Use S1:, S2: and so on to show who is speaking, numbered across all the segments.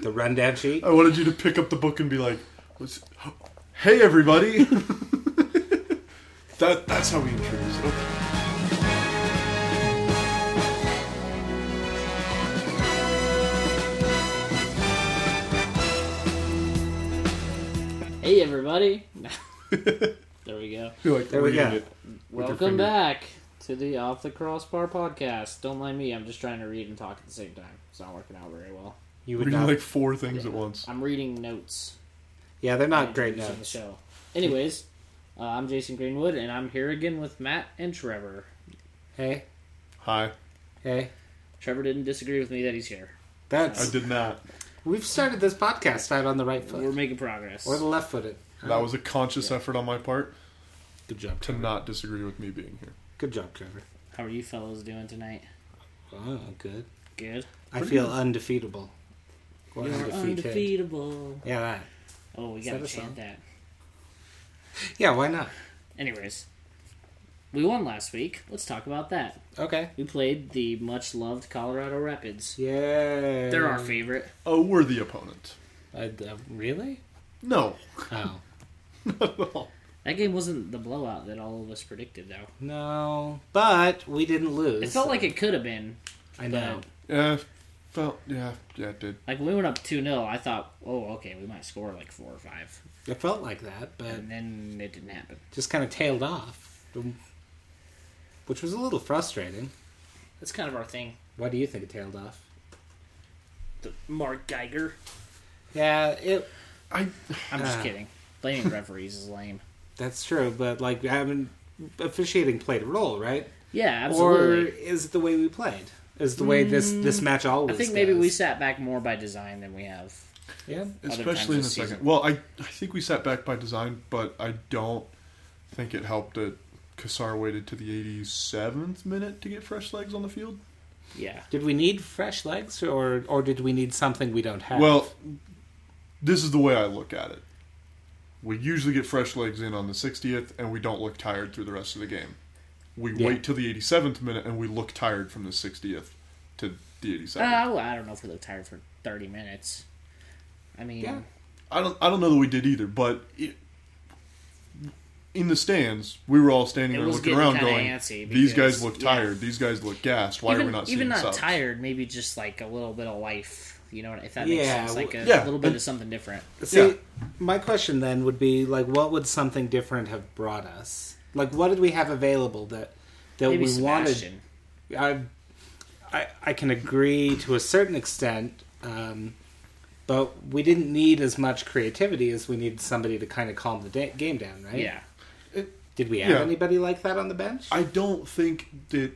S1: The rundown sheet.
S2: Oh,
S3: I wanted you to pick up the book and be like, "What's- "Hey, everybody!" that that's how we introduce it. Okay.
S2: Hey everybody! there we go.
S3: Be like,
S1: There we
S3: reading
S1: go.
S3: it. your
S2: Welcome
S3: finger.
S2: back to the Off the Crossbar podcast. Don't mind me, I'm just trying to read and talk at the same time. It's not working out very well.
S1: You would
S3: Reading
S1: not.
S3: like four things at once.
S2: I'm reading notes.
S1: yeah, they're not great
S2: From the
S1: notes.
S2: show. Anyways, uh, I'm Jason Greenwood, and I'm here again with Matt and Trevor.
S1: Hey,
S3: Hi,
S1: hey.
S2: Trevor didn't disagree with me that he's here.
S3: I
S1: That's
S3: did not.
S1: we've started this podcast out on the right
S2: We're
S1: foot
S2: making progress.
S1: or the left footed.
S3: That was a conscious effort on my part
S1: Good job,
S3: to
S1: Trevor.
S3: not disagree with me being here.
S1: Good job, Trevor.
S2: How are you fellows doing tonight?
S1: Oh, good.
S2: Good.
S1: I feel undefeatable. Or
S2: You're
S1: undefeated.
S2: undefeatable.
S1: Yeah, that.
S2: Oh, we
S1: Is
S2: gotta
S1: that a
S2: chant
S1: song?
S2: that.
S1: Yeah, why not?
S2: Anyways, we won last week. Let's talk about that.
S1: Okay.
S2: We played the much loved Colorado Rapids.
S1: Yeah.
S2: They're our favorite.
S3: A worthy opponent.
S1: I, uh, really?
S3: No,
S1: Oh
S3: not at all.
S2: That game wasn't the blowout that all of us predicted, though.
S1: no, but we didn't lose.
S2: It felt like it could have been.
S1: I know.
S3: Yeah, felt yeah, yeah, it did.
S2: Like when we went up two 0 I thought, oh, okay, we might score like four or five,
S1: It felt like that, but
S2: and then it didn't happen.
S1: just kind of tailed off, which was a little frustrating.
S2: That's kind of our thing.
S1: Why do you think it tailed off?
S2: The Mark Geiger.
S1: Yeah, it.
S3: I
S2: I'm just
S1: Ah.
S2: kidding. Blaming referees is lame.
S1: That's true, but like, I mean, officiating played a role, right?
S2: Yeah,
S1: Or
S2: absolutely.
S1: is it the way we played? Is the way this this match
S2: Mm, I
S1: always?
S2: think maybe we
S1: goes?
S2: sat back more by design than we have.
S1: Yeah,
S3: especially in the
S2: this season.
S3: second. Well, I I think we sat back by design, but I don't think it helped that Kassar waited to the 87th minute to get fresh legs on the field.
S2: Yeah,
S1: Did we need fresh legs, or or did we need something we don't have?
S3: Well, this is the way I look at it. We usually get fresh legs in on the 60th, and we don't look tired through the rest of the game. We
S1: Yeah.
S3: wait till the 87th minute, and we look tired from the 60th to the 87th.
S2: Oh, I don't know if we looked tired for 30 minutes. I mean,
S1: Yeah.
S3: I don't. I don't know that we did either, but it, in the stands, we were all standing
S2: It
S3: there
S2: was
S3: looking
S2: getting
S3: around,
S2: kinda
S3: going,
S2: antsy
S3: "These
S2: because-
S3: guys look
S2: yeah.
S3: tired. These guys look gassed. Why
S2: even,
S3: are we not seeing
S2: even not
S3: subs?"
S2: tired, maybe just like a little bit of life. You know, what if that makes
S1: Yeah,
S2: sense, like a
S3: yeah,
S2: little bit
S3: and-
S2: of something different.
S1: See,
S3: Yeah.
S1: my question then would be like, what would something different have brought us? Like, what did we have available that that
S2: Maybe
S1: we
S2: Sebastian.
S1: wanted? I, I I can agree to a certain extent, um, but we didn't need as much creativity as we needed somebody to kind of calm the da- game down, right?
S2: Yeah,
S1: Did we have
S3: Yeah.
S1: anybody like that on the bench?
S3: I don't think that.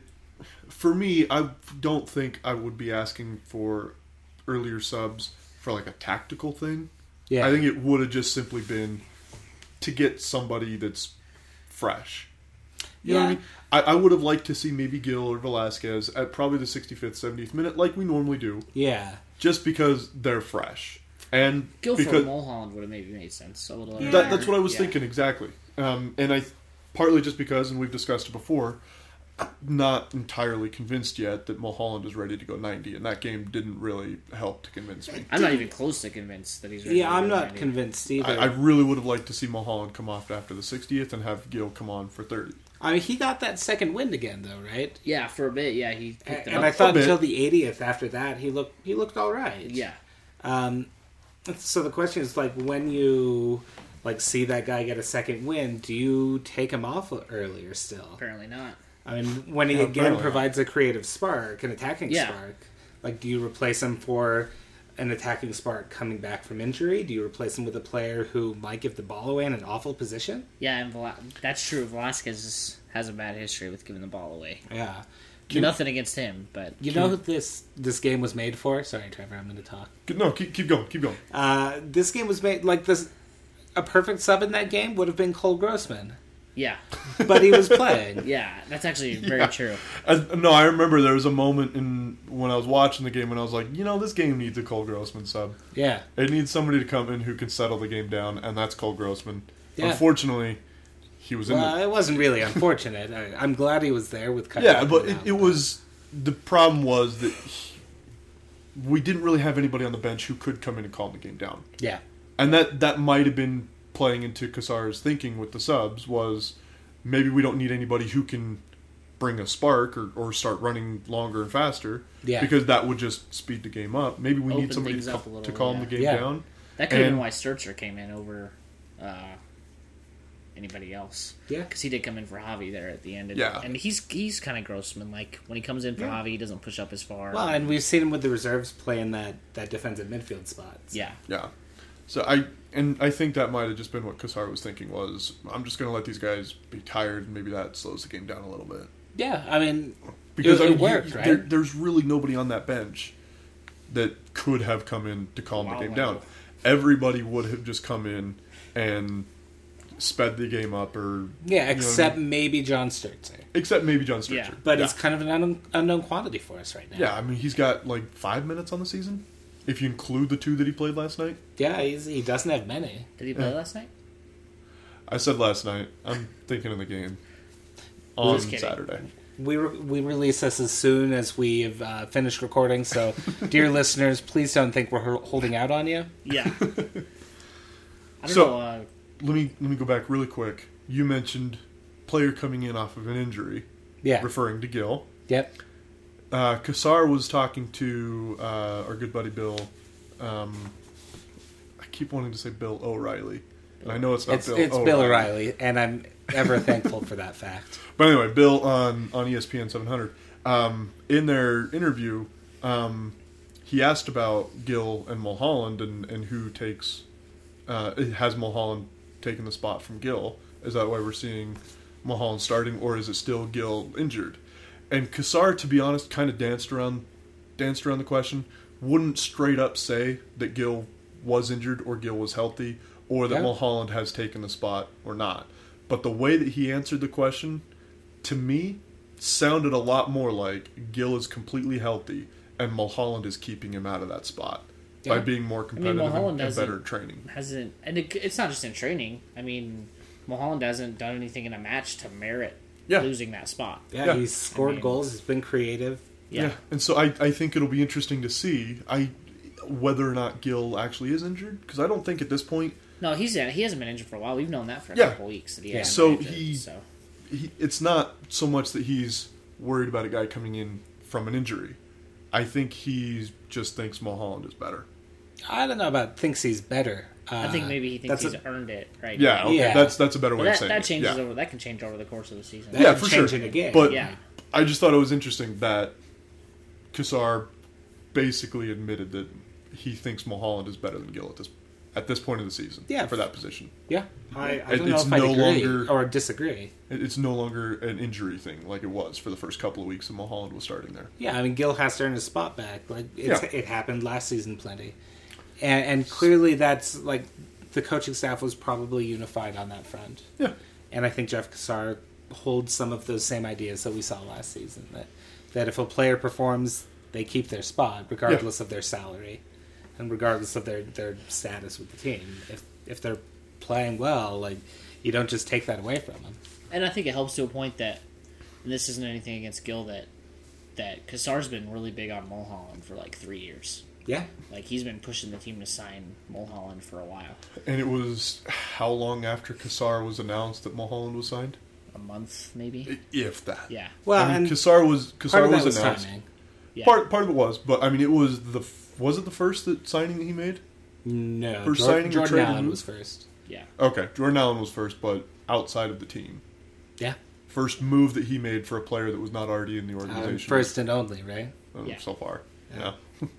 S3: For me, I don't think I would be asking for earlier subs for like a tactical thing.
S1: yeah,
S3: I think it would have just simply been to get somebody that's fresh. You know what I
S1: Yeah.
S3: mean? I, I would have liked to see maybe Gil or Velasquez at probably the 65th, 70th minute, like we normally do,
S1: yeah.
S3: just because they're fresh. And
S2: Guilford
S3: because
S2: Mulholland would have maybe made sense. A little
S3: that, that's what I was
S2: Yeah.
S3: thinking exactly. Um, and I partly just because, and we've discussed it before, I'm not entirely convinced yet that Mulholland is ready to go 90, and that game didn't really help to convince me.
S2: I'm not even close to convinced that he's. ready
S1: Yeah,
S2: to
S1: I'm
S2: go
S1: not
S2: ninety.
S1: convinced
S3: I,
S1: either.
S3: I really would have liked to see Mulholland come off after the 60th and have Gil come on for 30.
S1: I mean, he got that second wind again, though, right?
S2: Yeah, for a bit. Yeah, he picked it
S1: And
S2: up.
S1: I thought
S3: bit.
S1: until the 80th. After that, he looked he looked all right.
S2: yeah,
S1: Um, so the question is like when you like see that guy get a second win, do you take him off earlier still?
S2: apparently not.
S1: I mean, when he
S3: Yeah,
S1: again
S3: apparently.
S1: provides a creative spark, an attacking
S2: Yeah.
S1: spark, like do you replace him for an attacking spark coming back from injury? Do you replace him with a player who might give the ball away in an awful position?
S2: Yeah, and Vela- that's true. Velasquez has a bad history with giving the ball away.
S1: Yeah.
S2: Nothing against him, but
S1: You know who this this game was made for? Sorry, Trevor, I'm going to talk.
S3: No, keep, keep going, keep going.
S1: Uh, this game was made like this. A perfect sub in that game would have been Cole Grossman,
S2: yeah,
S1: but he was playing.
S2: yeah, that's actually very
S3: Yeah.
S2: true.
S3: I, no, I remember there was a moment in when I was watching the game when I was like, you know, this game needs a Cole Grossman sub.
S1: Yeah.
S3: It needs somebody to come in who can settle the game down, and that's Cole Grossman.
S1: Yeah.
S3: Unfortunately, he was in.
S1: Well,
S3: the,
S1: it wasn't really unfortunate. I, I'm glad he was there with Kyle.
S3: yeah, but it, it was the problem was that he, we didn't really have anybody on the bench who could come in and calm the game down.
S1: Yeah.
S3: And that that might have been playing into Kasar's thinking with the subs was maybe we don't need anybody who can bring a spark or, or start running longer and faster
S1: Yeah.
S3: because that would just speed the game up. Maybe we
S2: Open
S3: need somebody
S2: things
S3: to,
S2: up
S3: cal-
S2: a
S3: to
S2: little,
S3: calm
S2: yeah.
S3: the game
S1: Yeah.
S3: down.
S2: That could have been
S3: And-
S2: why Sturzer came in over uh, anybody else.
S1: Yeah.
S2: because he did come in for Javi there at the end. And,
S3: Yeah.
S2: and he's he's kind of Grossman like when he comes in for Javi, he doesn't push up as far.
S1: Well, and we've seen him with the reserves playing that that defensive midfield spot. so-
S2: yeah,
S3: Yeah. So I and I think that might have just been what Kasar was thinking was I'm just going to let these guys be tired and maybe that slows the game down a little bit.
S1: Yeah, I mean,
S3: Because
S1: It-
S3: I
S1: it
S3: mean, you-
S1: worked,
S3: there-
S1: right?
S3: there's really nobody on that bench that could have come in to calm
S2: Wow.
S3: the game down. Everybody would have just come in and sped the game up, or
S1: yeah,
S3: you know what I
S1: except
S3: mean?
S1: maybe John Sturzer.
S3: except maybe John Sturcher.
S2: Yeah.
S1: But
S3: yeah.
S1: it's kind of an unknown, unknown quantity for us right now.
S3: yeah, I mean he's got like five minutes on the season if you include the two that he played last night.
S1: Yeah, he's, he doesn't have many.
S2: did he play last night?
S3: I said last night. I'm thinking of the game on
S2: Just kidding.
S3: Saturday.
S1: We, re- we release this as soon as we've uh, finished recording, so dear listeners, please don't think we're ho- holding out on you.
S2: Yeah. I don't
S3: So-
S2: know. Uh,
S3: Let me let me go back really quick. You mentioned player coming in off of an injury,
S1: Yeah.
S3: referring to Gill.
S1: Yep.
S3: uh, Kassar was talking to uh, our good buddy Bill. Um, I keep wanting to say Bill O'Reilly, and I know it's not
S1: It's,
S3: Bill. Oh,
S1: it's Bill O'Reilly, and I'm ever thankful for that fact.
S3: But anyway, Bill on on E ESPN 700. Um, in their interview, um, he asked about Gill and Mulholland and and who takes uh, has Mulholland taken the spot from Gill? Is that why we're seeing Mulholland starting, or is it still Gill injured? And Kassar, to be honest, kind of danced around danced around the question. Wouldn't straight up say that Gill was injured or Gill was healthy or that
S1: Yeah.
S3: Mulholland has taken the spot or not. But the way that he answered the question, to me, sounded a lot more like Gill is completely healthy and Mulholland is keeping him out of that spot by
S1: Yeah.
S3: being more competitive and-
S2: Mulholland
S3: and
S2: hasn't-
S3: better training.
S2: hasn't, and it, it's not just in training. I mean, Mulholland hasn't done anything in a match to merit
S3: Yeah.
S2: losing that spot.
S1: Yeah,
S3: Yeah.
S1: he's
S2: I
S1: scored
S2: mean-
S1: goals, he's been creative.
S2: Yeah.
S3: and so I, I think it'll be interesting to see I whether or not Gill actually is injured because I don't think at this point
S2: No, he's he hasn't been injured for a while. We've known that for a
S3: Yeah.
S2: couple weeks. That he
S1: Yeah.
S2: hasn't
S3: So
S2: been injured,
S3: he-
S2: So
S3: he, it's not so much that he's worried about a guy coming in from an injury. I think he just thinks Mulholland is better.
S1: I don't know about thinks he's better. Uh,
S2: I think maybe he thinks
S1: that's
S2: he's
S1: a-
S2: earned it. Right.
S3: Yeah, okay,
S1: Yeah.
S3: that's that's a better
S2: But
S3: way of
S2: that,
S3: saying
S2: that
S3: it.
S2: changes
S3: yeah.
S2: over. That can change over the course of the season.
S1: That
S3: Yeah,
S1: could
S3: for
S1: change
S3: sure.
S1: in a game.
S3: But
S2: yeah.
S3: I just thought it was interesting that Kassar basically admitted that he thinks Mulholland is better than Gill at this at this point of the season.
S1: Yeah.
S3: for that position,
S1: Yeah, I, I
S3: It-
S1: don't know
S3: it's
S1: if I
S3: no
S1: agree
S3: longer-
S1: or disagree.
S3: It- it's no longer an injury thing like it was for the first couple of weeks that Mulholland was starting there.
S1: Yeah, I mean Gil has to earn his spot back. Like it's,
S3: Yeah.
S1: it happened last season, plenty, and, and clearly that's like the coaching staff was probably unified on that front.
S3: Yeah,
S1: And I think Jeff Kassar holds some of those same ideas that we saw last season that that if a player performs, they keep their spot regardless of their salary and regardless of their their status with the team. If if they're playing well, like you don't just take that away from them.
S2: and I think it helps to a point that, and this isn't anything against Gill that that Kassar's been really big on Mulholland for like three years.
S1: Yeah,
S2: Like he's been pushing the team to sign Mulholland for a while,
S3: and it was how long after Kassar was announced that Mulholland was signed,
S2: a month maybe.
S3: I- if that.
S2: Yeah,
S1: Well,
S3: I mean,
S1: and
S3: Kassar was
S1: part
S3: Kassar
S1: of that
S3: was
S1: was
S3: announced.
S1: timing.
S2: yeah.
S3: Part part of it was, but I mean, it was the f- was it the first that signing that he made?
S1: No,
S3: For
S1: Jor-
S3: signing or
S1: Jordan
S3: trading
S1: Allen
S3: him?
S1: was first.
S2: yeah.
S3: Okay, Jordan Allen was first, but outside of the team,
S1: Yeah,
S3: first move that he made for a player that was not already in the
S1: um,
S3: organization.
S1: first and only, right?
S3: um,
S2: Yeah.
S3: so far,
S2: I
S3: yeah, but
S2: don't-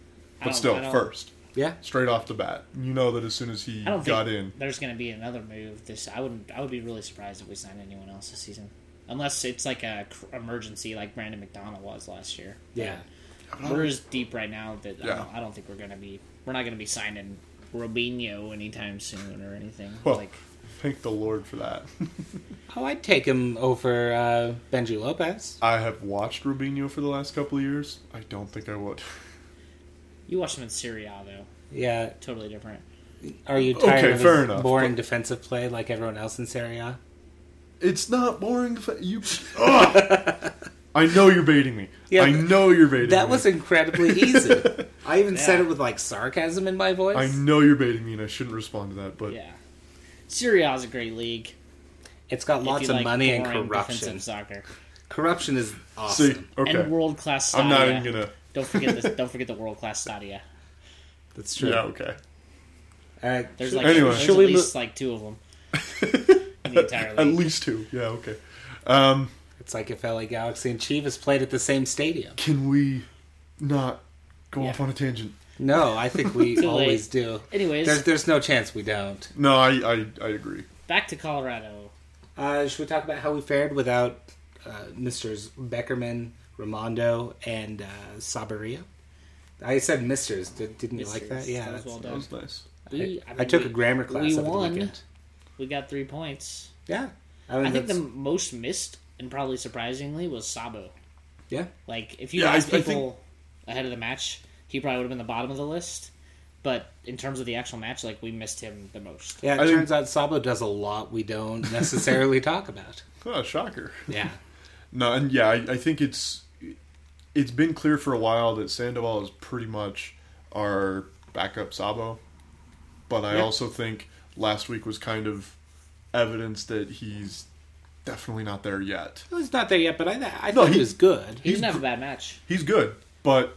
S2: I
S3: still
S2: don't-
S3: first,
S1: Yeah,
S3: straight off the bat. You know that as soon as he
S2: I don't
S3: got
S2: think
S3: in,
S2: there's going to be another move. This I wouldn't. I would be really surprised if we signed anyone else this season, unless it's like a cr- emergency, like Brandon McDonald was last year.
S1: yeah.
S2: We're as deep right now that I,
S3: Yeah.
S2: don't, I don't think we're going to be. We're not going to be signing Robinho anytime soon or anything.
S3: Well,
S2: like
S3: thank the Lord for that.
S1: Oh, I'd take him over uh, Benji Lopez.
S3: I have watched Rubinho for the last couple of years. I don't think I would.
S2: you watched him in Serie A though,
S1: Yeah,
S2: totally different.
S1: Are you tired
S3: Okay,
S1: of
S3: fair
S1: his
S3: enough,
S1: boring
S3: but-
S1: defensive play like everyone else in Serie A?
S3: It's not boring. If you, Ugh! I know you're baiting me.
S1: Yeah,
S3: I know you're baiting.
S1: That
S3: me.
S1: was incredibly easy. I I even said
S2: Yeah.
S1: it with like sarcasm in my voice.
S3: I know you're baiting me, and I shouldn't respond to that, but
S2: Yeah, Serie A's a great league.
S1: It's got
S2: if
S1: lots
S2: you
S1: of
S2: like
S1: money and
S2: boring
S1: corruption.
S2: defensive soccer
S1: Corruption is
S3: see,
S1: awesome.
S3: okay,
S2: and world class.
S3: I'm not even gonna.
S2: Don't forget the don't forget the world class stadia.
S1: That's true.
S3: Yeah, okay.
S1: All right.
S2: There's
S1: should-
S2: like
S3: Anyway.
S2: there's
S1: Should
S2: at
S1: we
S2: least like two of them in the entire
S3: At
S2: league.
S3: least two. Yeah, okay. Um,
S1: it's like if LA Galaxy and Chivas played at the same stadium.
S3: can we not go
S2: Yeah.
S3: off on a tangent?
S1: No, I think we
S2: Too
S1: always
S2: late.
S1: do.
S2: Anyways,
S1: There's there's no chance we don't.
S3: No, I I, I agree.
S2: back to Colorado.
S1: Uh, should we talk about how we fared without uh, Misters Beckerman, Ramondo, and uh, Sabaria? I said Misters. Did, didn't you like that?
S2: Misters.
S1: Yeah,
S2: That was
S1: that's-
S2: well
S3: That
S2: done.
S3: was nice.
S2: We, I,
S1: I,
S2: mean,
S1: took
S2: we,
S1: a grammar class
S2: we
S1: over
S2: won.
S1: the weekend.
S2: We got three points.
S1: Yeah, I,
S2: I
S1: mean,
S2: think the
S1: that's-
S2: most missed and probably surprisingly was Sabo.
S1: yeah.
S2: Like if you
S3: Yeah, I-
S2: asked
S3: I think-
S2: people ahead of the match, he probably would have been the bottom of the list. But in terms of the actual match, like we missed him the most.
S1: Yeah, it
S3: I think-
S1: turns out Sabo does a lot we don't necessarily talk about.
S3: Oh, shocker.
S1: Yeah.
S3: No, and yeah, I, I think it's it's been clear for a while that Sandoval is pretty much our backup Sabo, but I
S2: Yeah.
S3: also think last week was kind of evidence that he's definitely not there yet.
S1: Well, He's not there yet, but I, th- I
S3: No,
S1: thought he,
S3: he-
S1: was good.
S2: He
S3: He's
S2: didn't have
S3: gr-
S2: a bad match.
S3: He's good, but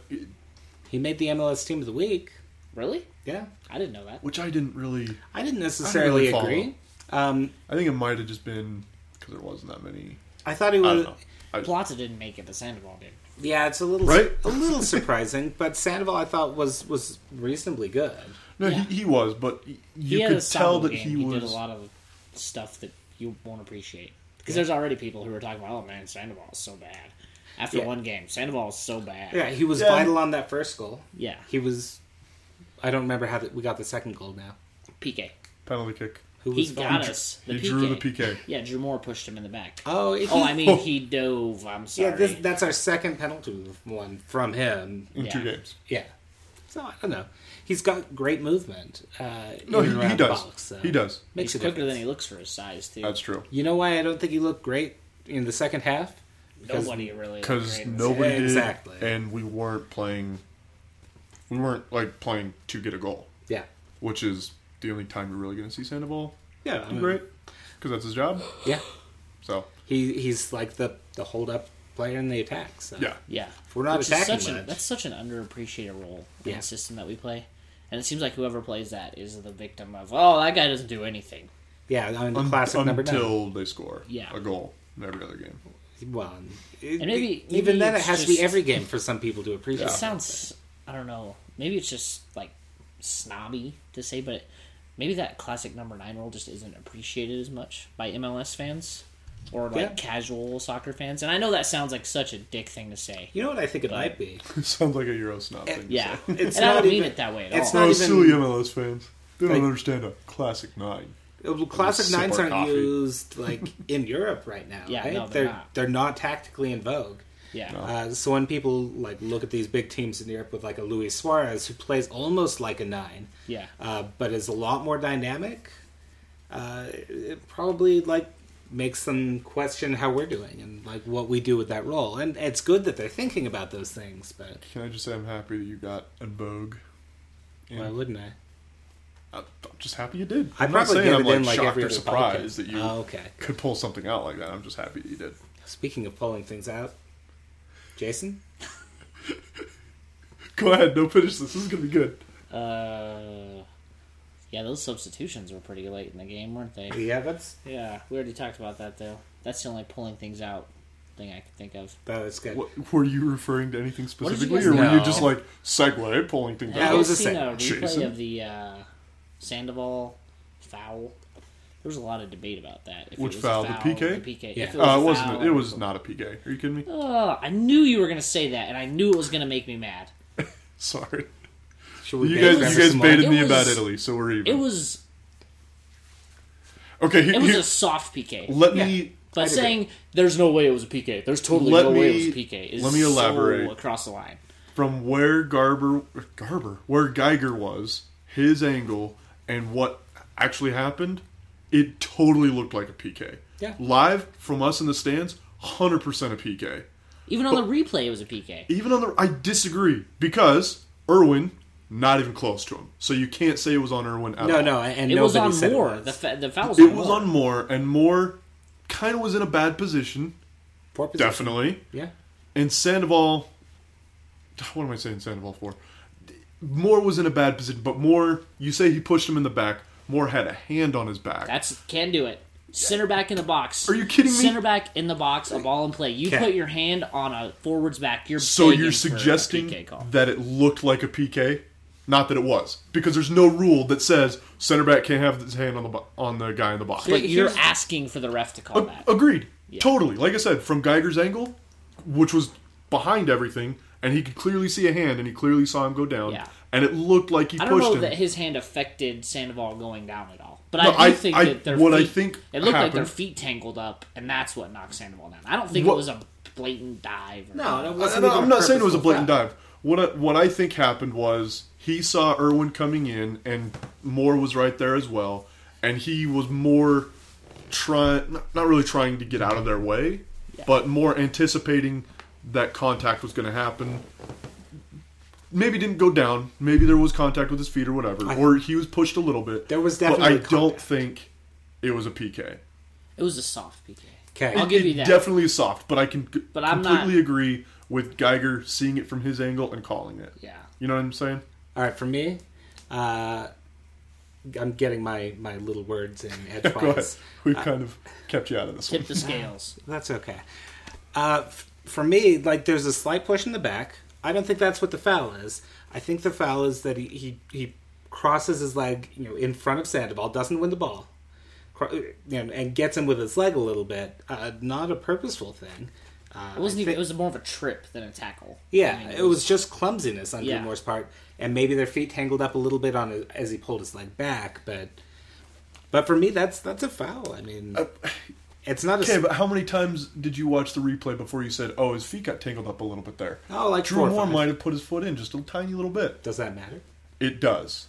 S1: He made the MLS team of the week.
S2: Really?
S1: Yeah,
S2: I didn't know that.
S3: which I didn't really.
S1: I didn't necessarily
S3: follow.
S1: agree. Um,
S3: I think it might have just been because there wasn't that many.
S1: I thought he
S3: I don't
S1: was.
S3: know. I-
S2: Plata didn't make it, but Sandoval did.
S1: Yeah, it's a little
S3: Right?
S1: a little surprising, but Sandoval I thought was was reasonably good.
S3: No,
S2: Yeah.
S3: he, he was, but y- you
S2: he had a
S3: could
S2: solid
S3: tell that
S2: game.
S3: he, was.
S2: did a lot of stuff that you won't appreciate because there's already people who are talking about, oh man, Sandoval is so bad. After
S1: Yeah.
S2: one game, Sandoval is so bad.
S1: Yeah, he was
S3: Yeah.
S1: vital on that first goal.
S2: yeah.
S1: He was. I don't remember how that we got the second goal now.
S2: PK.
S3: Penalty kick.
S1: Who
S2: He
S1: was
S2: got
S1: fine.
S2: us. The
S3: He
S2: PK.
S3: drew the PK.
S2: Yeah, Drew Moore pushed him in the back.
S1: Oh, he-
S2: oh, I mean, he dove. I'm sorry.
S1: yeah. This, that's our second penalty one from him.
S3: in two
S2: Yeah.
S3: games.
S1: Yeah. So I don't know. He's got great movement. Uh,
S3: No,
S1: even
S3: he,
S1: around
S3: he
S1: the
S3: does.
S1: box, so
S3: He does.
S1: Makes
S2: He's
S1: a
S2: quicker
S1: difference.
S2: than he looks for his size, too.
S3: That's true.
S1: You know why I don't think he looked great in the second half? Because-
S2: Nobody really.
S3: because
S2: agreed with
S3: nobody
S1: Yeah,
S3: did,
S1: exactly.
S3: and we weren't playing. We weren't like playing to get a goal,
S1: Yeah.
S3: which is the only time you're really going to see Sandoval
S1: Yeah. I
S3: do
S1: mean,
S3: great, because that's his job.
S1: Yeah.
S3: So
S1: He he's like the the hold up player in the attack. So
S3: yeah,
S2: Yeah.
S1: If we're not
S2: Which is
S1: attacking
S2: such an,
S1: much-
S2: that's such an underappreciated role in
S1: Yeah.
S2: the system that we play. And it seems like whoever plays that is the victim of, oh, that guy doesn't do anything.
S1: yeah. I mean, the
S3: Un-
S1: classic number nine.
S3: until they score
S2: Yeah.
S3: a goal in every other game.
S1: Well, it-
S2: And maybe-
S1: it- even
S2: maybe
S1: then, it
S2: it's
S1: has to be
S2: just-
S1: every game for some people to appreciate.
S2: It sounds, I don't know, maybe it's just like snobby to say, but maybe that classic number nine role just isn't appreciated as much by MLS fans or like
S1: Yeah.
S2: casual soccer fans. And I know that sounds like such a dick thing to say.
S1: You know what I think it might be.
S3: Sounds like a Euro snob
S1: Eh,
S3: thing. to
S2: Yeah.
S3: say.
S1: It's
S2: and I
S1: not
S2: don't mean
S1: even-
S2: it that way at
S1: it's
S2: all.
S1: not
S3: oh,
S1: even-
S3: silly MLS fans. They don't
S1: Like-
S3: understand a classic nine.
S1: Well, Classic
S3: sip
S1: nines
S3: our
S1: aren't
S3: coffee.
S1: used like in Europe right now.
S2: Yeah,
S1: right?
S2: no, they're not.
S1: they're not tactically in vogue.
S2: yeah.
S3: Oh.
S1: Uh, so when people like look at these big teams in Europe with like a Luis Suarez who plays almost like a nine,
S2: Yeah.
S1: uh, but is a lot more dynamic, uh, it probably like makes them question how we're doing and like what we do with that role. And it's good that they're thinking about those things, but
S3: Can I just say I'm happy that you got a Bogue?
S1: why wouldn't I?
S3: I'm just happy you did.
S1: I
S3: I'm not
S1: probably
S3: saying
S1: get
S3: I'm
S1: it
S3: like,
S1: in, like,
S3: shocked
S1: every
S3: or
S1: other
S3: surprised that you
S1: Oh, okay.
S3: could pull something out like that. I'm just happy that you did.
S1: Speaking of pulling things out, Jason,
S3: Go ahead, no finish this. This is gonna be good.
S2: Uh, yeah, those substitutions were pretty late in the game, weren't they?
S1: yeah, that's
S2: Yeah, we already talked about that though. That's the only pulling things out thing I can think of.
S1: that was good.
S3: What, were you referring to anything
S2: did you
S3: specifically,
S2: guys-
S3: or were you
S1: No.
S3: just like segue pulling things
S1: Yeah,
S2: Have
S1: it
S2: you
S1: was
S3: out?
S1: a
S2: guys seen a replay
S3: Jason?
S2: of the uh, Sandoval foul? There was a lot of debate about that. If it
S3: Which
S2: was
S3: foul?
S2: A
S3: The
S2: foul
S3: PK?
S2: The PK.
S1: Yeah.
S2: If
S3: Uh, it
S2: a
S3: wasn't.
S2: foul-
S3: It was not a PK. Are you kidding me?
S2: Ugh, I knew you were gonna say that, and I knew it was gonna make me mad.
S3: Sorry.
S1: Should we
S3: You
S1: bait
S3: guys,
S1: Trevor
S3: you guys
S1: some more?
S3: baited
S2: It
S3: me about
S2: was-
S3: Italy, so we're even.
S2: It was
S3: okay. Here,
S2: it was
S3: here-
S2: a soft PK.
S3: let
S1: yeah.
S3: me.
S2: But
S1: I'd agree.
S2: saying there's no way it was a PK, there's totally
S3: Let
S2: no way it was
S3: me-
S2: a PK. Is
S3: let me
S2: so
S3: elaborate.
S2: across the line.
S3: from where Garber Garber where Geiger was, his angle and what actually happened, it totally looked like a PK.
S1: Yeah.
S3: Live from us in the stands, 100% a PK.
S2: Even on the replay, it was a PK.
S3: Even on the I disagree because Irwin, not even close to him. So you can't say it was on Irwin at
S1: No,
S3: all.
S1: no, and
S2: It was on
S1: nobody said it
S2: Moore.
S1: was.
S2: The, fa- the foul was
S3: It
S2: on
S3: was
S2: Moore.
S3: on Moore, and Moore kind of was in a bad position,
S1: Poor position.
S3: definitely.
S1: Yeah.
S3: And Sandoval, what am I saying Sandoval for? Moore was in a bad position, but Moore, you say he pushed him in the back. Moore had a hand on his back.
S2: That's can do it. Center back in the box.
S3: Are you kidding me?
S2: Center back in the box, a ball in play. You
S1: Okay.
S2: put your hand on a forward's back. You're
S3: so
S2: begging
S3: you're
S2: for a
S3: suggesting
S2: PK call.
S3: that it looked like a PK, not that it was, because there's no rule that says center back can't have his hand on the bo- on the guy in the box.
S2: but you're
S1: here's-
S2: asking for the ref to
S3: Oh,
S2: call that.
S3: Agreed. Totally. Like I said, from Geiger's angle, which was behind everything, and he could clearly see a hand, and he clearly saw him go down,
S2: Yeah.
S3: and it looked like he
S2: I don't
S3: pushed
S2: know
S3: him.
S2: that his hand affected Sandoval going down at all, but
S3: No,
S2: I
S3: I-
S2: do think
S3: I-
S2: that their
S3: what I
S2: feet,
S3: think
S2: it looked like their
S3: happened-
S2: feet tangled up, and that's what knocked Sandoval down. I don't think
S3: What-
S2: it was a blatant dive. Or
S1: No, that
S3: I-
S1: wasn't
S3: I-
S1: even
S3: I'm not saying it was a
S1: purposeful
S3: blatant
S1: foul.
S3: dive. What I, what I think happened was he saw Irwin coming in, and Moore was right there as well, and he was more trying, not not really trying to get out of their way, but more anticipating that contact was going to happen. Maybe didn't go down. Maybe there was contact with his feet or whatever,
S1: I-
S3: or he was pushed a little bit.
S1: There was
S3: But I
S1: definitely
S3: don't
S1: contact.
S3: think it was a PK.
S2: It was a soft PK.
S1: Okay.
S2: I'll give you that.
S3: Definitely soft, but I can g-
S2: But I'm not-
S3: completely agree with Geiger seeing it from his angle and calling it.
S2: yeah,
S3: You know what I'm saying?
S1: All right, for me, uh, I'm getting my, my little words in
S3: Go ahead.
S1: edgewise.
S3: We've kind of kept you out of this one.
S2: tip the scales.
S1: That's okay. Uh, f- for me, like there's a slight push in the back. I don't think that's what the foul is. I think the foul is that he he, he crosses his leg, you know, in front of Sandoval, doesn't win the ball, cro- you know, and gets him with his leg a little bit. Uh, not a purposeful thing. Uh,
S2: It wasn't
S1: I
S2: even.
S1: thi-
S2: It was more of a trip than a tackle.
S1: yeah,
S2: I mean,
S1: it was just clumsiness on
S2: Yeah.
S1: Gilmore's part, and maybe their feet tangled up a little bit on his, as he pulled his leg back. But, but for me, that's that's a foul. I mean, it's not a
S3: Uh, Okay, but how many times did you watch the replay before you said, "Oh, his feet got tangled up a little bit there"?
S1: Oh, like
S3: Drew
S1: four or
S3: Moore
S1: five.
S3: might have put his foot in just a tiny little bit.
S1: does that matter?
S3: It does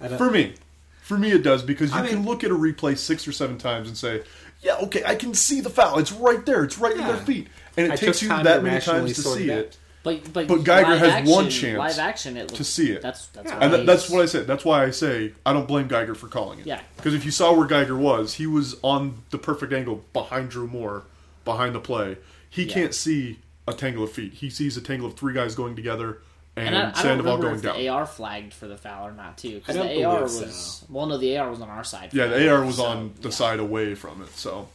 S1: I don't-
S3: for me. For me, it does because you
S1: I mean-
S3: can look at a replay six or seven times and say, "Yeah, okay, I can see the foul. It's right there. It's right in
S1: Yeah.
S3: their feet," and it
S1: I
S3: takes
S1: took
S3: you
S1: time
S3: that
S1: to
S3: many
S1: rationally
S3: times to
S1: sort it
S3: see
S1: out.
S3: it.
S2: But but,
S3: But Geiger
S2: live
S3: has
S2: action,
S3: one chance
S2: live action it looks-
S3: see it.
S2: That's that's
S1: Yeah.
S2: what
S3: And
S2: I
S3: that, that's
S2: use.
S3: what I said. That's why I say I don't blame Geiger for calling it.
S2: Yeah.
S3: Because if you saw where Geiger was, he was on the perfect angle behind Drew Moore, behind the play. He
S2: Yeah.
S3: can't see a tangle of feet. He sees a tangle of three guys going together and,
S2: And I, I don't
S3: Sandoval
S2: remember
S3: going
S2: if the
S3: down.
S2: AR flagged for the foul or not too.
S1: I
S2: Because
S1: don't
S2: the AR
S1: believe
S2: was well, no, the AR was on our side.
S3: yeah, the AR was
S2: So,
S3: on the
S2: yeah, Hmm.
S3: side away from it, so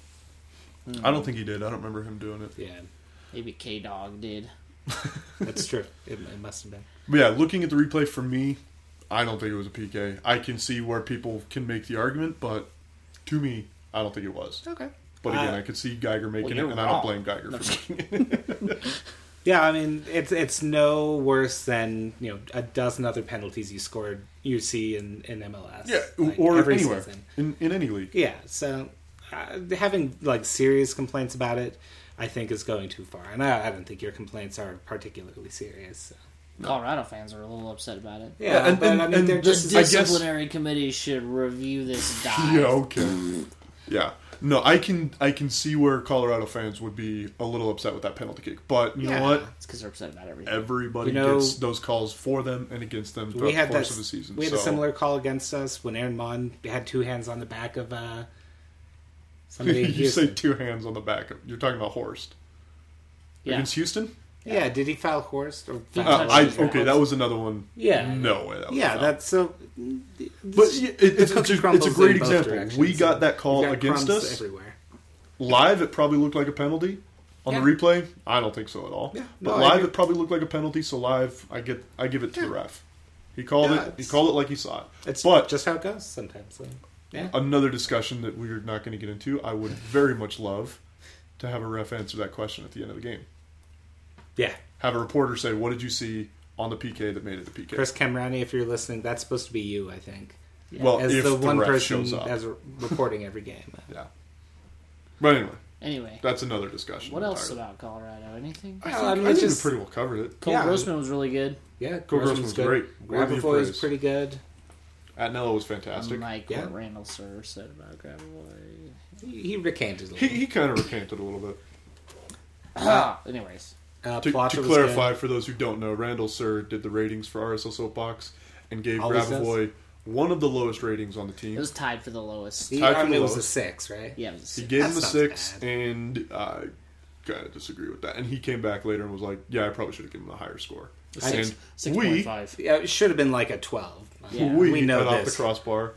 S3: I don't think he did. I don't remember him doing it.
S1: Yeah,
S2: Maybe K Dog did.
S1: that's true. It, it must have been.
S3: But yeah, looking at the replay for me, I don't think it was a PK. I can see where people can make the argument, but to me, I don't think it was.
S1: Okay.
S3: But again,
S1: Uh,
S3: I could see Geiger making
S2: you're
S3: it, and I
S2: wrong.
S3: don't blame Geiger
S2: No,
S3: for
S2: just
S3: making it.
S1: Yeah, I mean it's it's no worse than you know a dozen other penalties you scored you see in, in MLS.
S3: Yeah,
S1: like,
S3: or
S1: every
S3: anywhere
S1: season.
S3: in, in any league.
S1: Yeah, so uh, having like serious complaints about it, I think is going too far, and I, I don't think your complaints are particularly serious. So.
S2: Colorado fans are a little upset about it.
S1: Yeah,
S3: and-
S1: but
S3: and-
S1: I mean
S3: and
S1: they're
S2: The
S1: just
S3: I guess-
S2: disciplinary committee should review this dive.
S3: Yeah, okay. yeah. No, I can I can see where Colorado fans would be a little upset with that penalty kick, but you
S1: Yeah.
S3: know what?
S2: It's because they're upset about everything.
S3: Everybody
S1: You know-
S3: gets those calls for them and against them throughout
S1: we had
S3: the course
S1: that,
S3: of the season.
S1: We had
S3: so.
S1: a similar call against us when Aaron Mon had two hands on the back of uh, somebody. in
S3: you say
S1: Houston.
S3: two hands on the back. of You're talking about Horst
S2: Yeah.
S3: against Houston.
S1: yeah, did he foul Horst? Or
S2: He
S1: foul
S3: Uh,
S2: touched
S3: I,
S2: his
S3: okay,
S2: hands.
S3: that was another one.
S1: Yeah.
S3: No way. That was
S1: Yeah,
S3: foul.
S1: that's so.
S3: But yeah, it, it's,
S1: cookie
S3: it's, a, it's
S1: crumbles
S3: a
S1: in
S3: great
S1: both
S3: example. We
S1: directions.
S3: got that
S1: You've
S3: call
S1: got
S3: against
S1: crumbs
S3: us.
S1: everywhere.
S3: Live, it probably looked like a penalty. On the
S1: Yeah.
S3: replay, I don't think so at all.
S1: Yeah, no,
S3: but
S1: I
S3: live,
S1: agree.
S3: it probably looked like a penalty. So live, I get, I give it to the ref. He called
S1: Yeah,
S3: it. He
S1: it's-
S3: called it like he saw it.
S1: It's
S3: but Uh,
S1: just how it goes sometimes. so, yeah.
S3: another discussion that we're not going to get into. I would very much love to have a ref answer that question at the end of the game.
S1: Yeah.
S3: Have a reporter say, "What did you see on the PK that made it a PK?"
S1: Chris Camrani, if you're listening, that's supposed to be you, I think.
S3: well,
S1: As
S3: if
S1: the
S3: the,
S1: one
S3: ref
S1: person
S3: shows up,
S1: as re- reporting every game.
S3: yeah. But anyway,
S2: Anyway,
S3: that's another discussion.
S2: what else
S3: entirely.
S2: about Colorado? Anything?
S3: I
S1: Well,
S3: think,
S1: I mean,
S3: I
S1: it's
S3: think we
S1: just-
S3: pretty well covered it.
S2: Cole
S1: Yeah.
S2: Grossman was really good.
S1: Yeah,
S3: Cole Grossman's great. Worthy of
S1: Grabavoy is
S3: praise.
S1: pretty good.
S3: Atnella was fantastic.
S2: Like
S1: Yeah.
S2: what Randall Sir said about Grabovoy.
S1: He he recanted a
S3: He,
S1: little.
S3: he kind of recanted a little bit.
S2: Ah, Anyways,
S1: Uh,
S3: To,
S1: Palatra
S3: to
S1: was
S3: clarify,
S1: good.
S3: for those who don't know, Randall Sir did the ratings for RSL Soapbox and gave
S1: Always does.
S3: Grabavoy one of the lowest ratings on the team.
S2: It was tied for the lowest.
S1: the
S3: tied for
S1: army
S3: the
S1: was a
S3: lowest.
S1: six, right?
S2: Yeah, it was
S3: He
S2: a
S3: gave
S1: That's
S3: him a
S1: not
S3: six,
S1: bad.
S3: and I kind of disagree with that. And he came back later and was like, "Yeah, I probably should have given him a higher score."
S1: I
S3: And
S1: just-
S2: six point
S3: we,
S2: five.
S1: Yeah, it should have been like a twelve.
S2: Yeah.
S3: we,
S1: we
S3: cut
S1: know
S3: off the
S1: this.
S3: crossbar.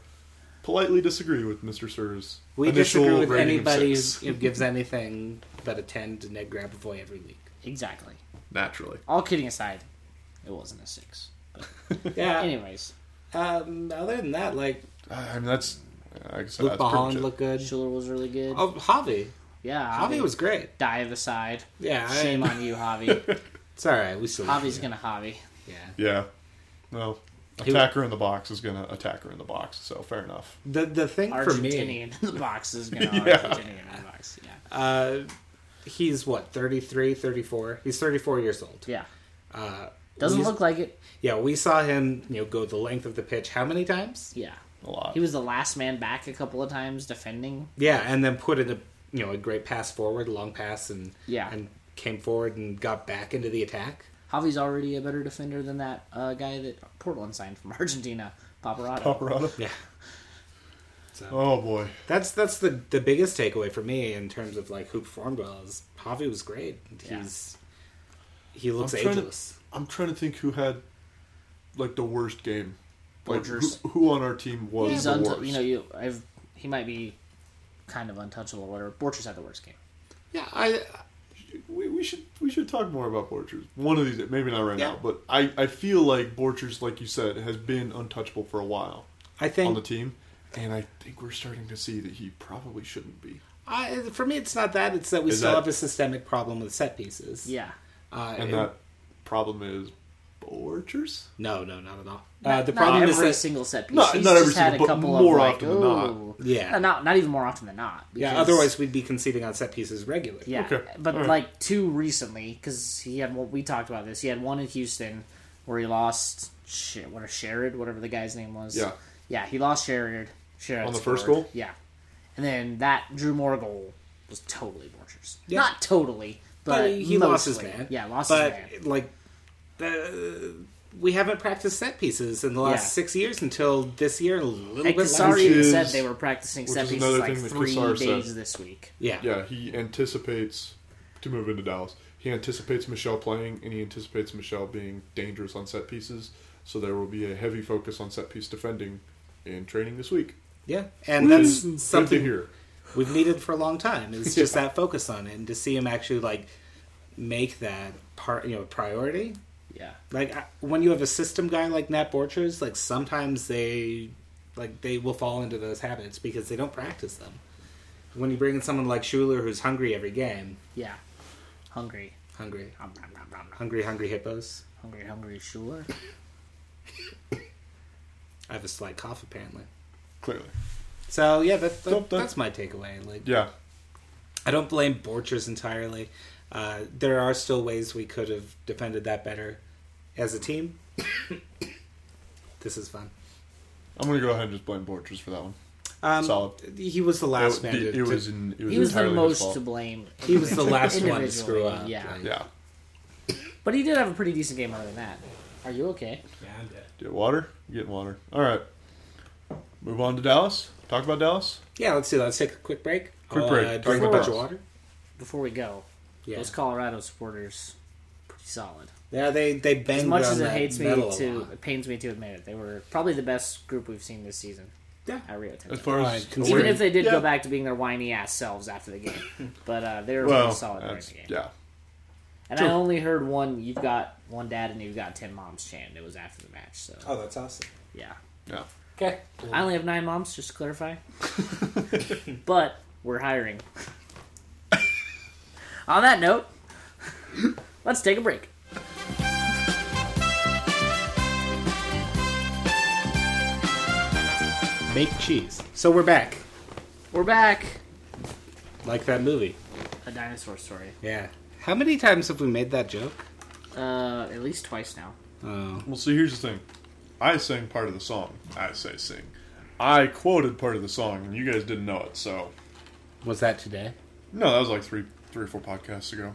S3: Politely disagree with Mr. Sir's
S1: We
S3: initial
S1: disagree with
S3: rating
S1: anybody who
S3: of six.
S1: who gives anything but a ten to Ned Grabavoy every week.
S2: Exactly.
S3: Naturally,
S2: All kidding aside, it wasn't a six.
S1: Yeah.
S2: Anyways,
S1: Um, other than that, like
S3: I mean that's. I
S1: Luke
S3: guess that's pretty much
S1: Bahan
S3: it.
S1: looked good.
S2: Schuler was really good.
S1: Oh, Javi.
S2: yeah,
S1: Javi was great.
S2: dive aside.
S1: Yeah, I-
S2: Shame on you, Javi.
S1: It's all right. We still. love
S2: Javi's
S1: you.
S2: gonna Javi.
S1: Yeah.
S3: Yeah. Well,
S1: He-
S3: attacker in the box is gonna attacker in the box. So fair enough.
S1: The the thing for me,
S2: Argentinian in the box is gonna
S3: Yeah.
S2: Argentinian in the box. Yeah.
S1: uh, he's what 33, 34? He's thirty four years old.
S2: Yeah.
S1: Uh,
S2: Doesn't
S1: we-
S2: look like it.
S1: Yeah, we saw him. You know, go the length of the pitch. How many times?
S2: Yeah.
S3: A lot.
S2: He was the last man back a couple of times defending.
S1: Yeah, and then put in a you know a great pass forward, a long pass, and
S2: Yeah.
S1: and came forward and got back into the attack.
S2: Javi's already a better defender than that uh, guy that Portland signed from Argentina, Paparazzo.
S3: Alvarado.
S1: Yeah. So
S3: Oh boy.
S1: that's that's the the biggest takeaway for me in terms of like who performed well is Javi was great.
S2: Yeah.
S1: He's he looks
S3: I'm trying to-
S1: ageless.
S3: I'm trying to think who had like the worst game. Like who,
S2: Borgers.
S3: who on our team was
S2: He's
S3: the
S2: unt-
S3: worst?
S2: you know you I've he might be kind of untouchable or whatever. Borchers had the worst game.
S1: Yeah, I
S3: we, we should we should talk more about Borchers. One of these, maybe not right
S1: Yeah.
S3: now, but I, I feel like Borchers, like you said, has been untouchable for a while
S1: I
S3: on the
S1: think
S3: team, and I think we're starting to see that he probably shouldn't be.
S1: I, for me it's not that it's that we
S3: Is
S1: still
S3: that-
S1: have a systemic problem with set pieces.
S2: Yeah.
S1: uh,
S3: And
S1: it-
S3: that problem is Borchers.
S1: no, no, not at all. uh,
S2: Not-
S1: the
S2: not
S1: problem is
S2: every
S1: that
S2: single set piece.
S3: Not-
S2: He's
S3: not every
S2: just had
S3: single,
S2: a
S3: but
S2: couple
S3: more
S2: of like,
S3: often than not.
S2: "Ooh."
S1: Yeah.
S2: No, not not even more often than not.
S1: yeah.
S2: because-
S1: Otherwise, we'd be conceding on set pieces regularly.
S2: Yeah,
S3: Okay.
S2: but
S3: All right.
S2: like two recently because he had what we talked about this. He had one in Houston where he lost shit. What a Sherrod, whatever the guy's name was.
S3: Yeah.
S2: yeah, he lost Sherrod. Sherrod
S3: On the first
S2: scored.
S3: goal?
S2: Yeah, and then that Drew Moore goal was totally Borchers.
S1: Yeah.
S2: Not totally, but,
S1: but he lost his
S2: mostly.
S1: man.
S2: Yeah, lost
S1: but,
S2: his man.
S1: Like, the, we haven't practiced set pieces in the last
S2: Yeah.
S1: six years until this year. A little
S2: And
S1: bit
S2: Kassar
S1: last
S3: Which
S1: year.
S2: even
S3: is-
S2: said they were practicing
S3: which
S2: set
S3: is
S2: pieces
S3: another
S2: like
S3: thing that
S2: three
S3: Kassar
S2: days
S3: said.
S2: this week.
S1: Yeah.
S3: Yeah, he anticipates to move into Dallas. He anticipates Michelle playing, and he anticipates Michelle being dangerous on set pieces. So there will be a heavy focus on set piece defending in training this week.
S1: yeah, and
S3: which
S1: that's
S3: is good to
S1: something
S3: hear.
S1: we've needed for a long time. It's just that focus on it, and to see him actually like make that part, you know, a priority.
S2: Yeah,
S1: Like I- when you have a system guy like Nat Borchers, like sometimes they like they will fall into those habits because they don't practice them. When you bring in someone like Schuler who's hungry every game,
S2: yeah. Hungry,
S1: hungry,
S2: Nom, nom, nom, nom, nom.
S1: hungry, hungry hippos.
S2: hungry, hungry. Sure.
S1: I have a slight cough apparently.
S3: Clearly,
S1: So yeah, that, that-
S3: Don't- don't-
S1: that's my takeaway. Like
S3: yeah.
S1: I don't blame Borchers entirely. Uh, there are still ways we could have defended that better as a team. this is fun.
S3: I'm gonna go ahead and just blame Borchers for that one.
S1: Um,
S3: Solid.
S1: He was the last
S3: it,
S1: man. to,
S3: it
S1: to-
S3: was in, it was
S2: He was the
S3: entirely his
S2: most
S3: fault.
S2: to blame.
S1: he was the last one to
S2: Individually,
S1: screw up.
S2: yeah.
S1: like-
S3: Yeah.
S2: But he did have a pretty decent game other than that. Are you okay?
S3: Get water. Get water. All right. Move on to Dallas. Talk about Dallas.
S1: Yeah, let's do that. Let's take a quick break.
S3: Quick
S1: I'll,
S3: break.
S1: Uh,
S3: Talk
S1: drink a
S3: about
S1: bunch of
S3: us.
S1: water.
S2: Before we go,
S1: Yeah.
S2: those Colorado supporters, pretty solid.
S1: yeah, they they banged
S2: As much
S1: on
S2: as it
S1: that
S2: hates me
S1: metal a
S2: to,
S1: lot.
S2: it pains me to admit it, they were probably the best group we've seen this season
S1: Yeah.
S2: at Rio
S3: As
S2: Tinto.
S3: far
S1: All
S3: as
S1: right, considering-
S2: Even if they did
S3: Yeah.
S2: go back to being their whiny ass selves after the game, but uh, they were
S3: well,
S2: pretty solid during
S3: that's-
S2: the game.
S3: yeah.
S2: And
S3: true.
S2: I only heard one. You've got one dad and you've got ten moms chant. It was after the match, so
S1: Oh, that's awesome.
S2: yeah.
S3: Yeah.
S1: Okay.
S2: I only have nine moms, just to clarify. but we're hiring. On that note, let's take a break.
S1: Make cheese. So we're back,
S2: We're back.
S1: like that movie.
S2: A dinosaur story.
S1: Yeah. How many times have we made that joke?
S2: Uh, at least twice now.
S1: Oh,
S3: Well, see, here's the thing. I sang part of the song. I say sing. I quoted part of the song, and you guys didn't know it. So
S1: was that today?
S3: no, that was like three, three or four podcasts ago.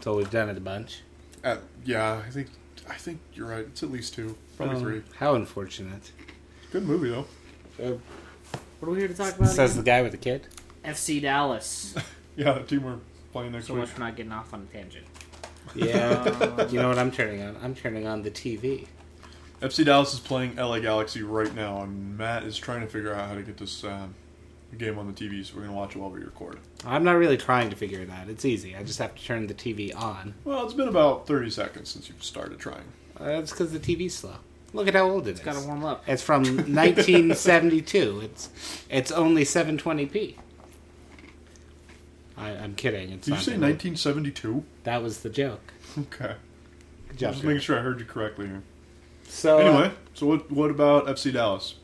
S1: So we've done it a bunch.
S3: Uh, yeah, I think I think you're right. It's at least two, probably
S1: Oh,
S3: three.
S1: How unfortunate.
S3: Um, Good movie though.
S1: Uh,
S2: What are we here to talk about?
S1: says the
S2: again?
S1: guy with the kid.
S2: FC Dallas.
S3: Yeah, the team we're playing next
S2: So
S3: week.
S2: much for not getting off on a tangent.
S1: Yeah. you know what I'm turning on? I'm turning on the TV.
S3: FC Dallas is playing LA Galaxy right now, and Matt is trying to figure out how to get this um, game on the TV. So we're gonna watch it while we record.
S1: I'm not really trying to figure it out. It's easy. I just have to turn the TV on.
S3: Well, it's been about thirty seconds since you've started trying.
S1: Uh, That's because the TV's slow. Look at how old it
S2: It's got to warm up.
S1: It's from 1972. It's it's only 720p. I, I'm kidding. It's
S3: Did you
S1: not
S3: say
S1: that old.
S3: 1972?
S1: That was the joke.
S3: Okay,
S1: Good job,
S3: just
S1: Greg.
S3: making sure I heard you correctly here.
S1: So uh,
S3: Anyway, so what what about FC Dallas?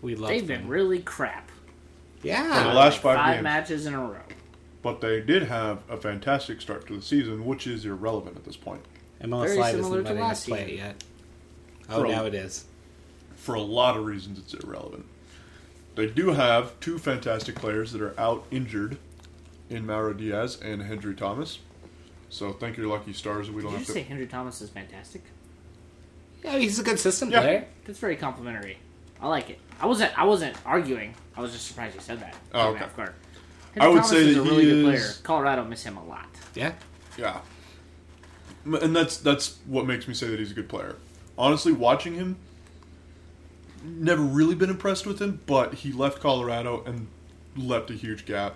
S1: we love
S2: They've been
S1: them.
S2: really crap.
S3: For the
S1: yeah.
S3: last
S2: Five,
S3: five, games,
S2: matches in a row.
S3: but they did have a fantastic start to the season, which is irrelevant at this point.
S1: MLS
S2: Very
S1: Live
S2: similar
S1: isn't
S2: to
S1: letting us
S2: last
S1: play it
S2: year.
S1: yet. Oh,
S3: Bro.
S1: now it is.
S3: For a lot of reasons, it's irrelevant. They do have two fantastic players that are out injured in Mauro Diaz and Hendry Thomas. So thank your lucky stars that
S2: Did
S3: we don't
S2: you
S3: have
S2: just
S3: to.
S2: say Henry Thomas is fantastic?
S1: Yeah, he's a good system
S3: Yeah.
S1: player.
S2: That's very complimentary. I like it. I wasn't. I wasn't arguing. I was just surprised you said that.
S3: Oh,
S2: Caught me
S3: okay.
S2: off guard.
S3: I would
S2: Thomas
S3: say
S2: is
S3: that
S2: a
S3: he
S2: really good player.
S3: is-
S2: Colorado miss him a lot.
S1: Yeah.
S3: Yeah, M- and that's that's what makes me say that he's a good player. Honestly, watching him, never really been impressed with him. But he left Colorado and left a huge gap.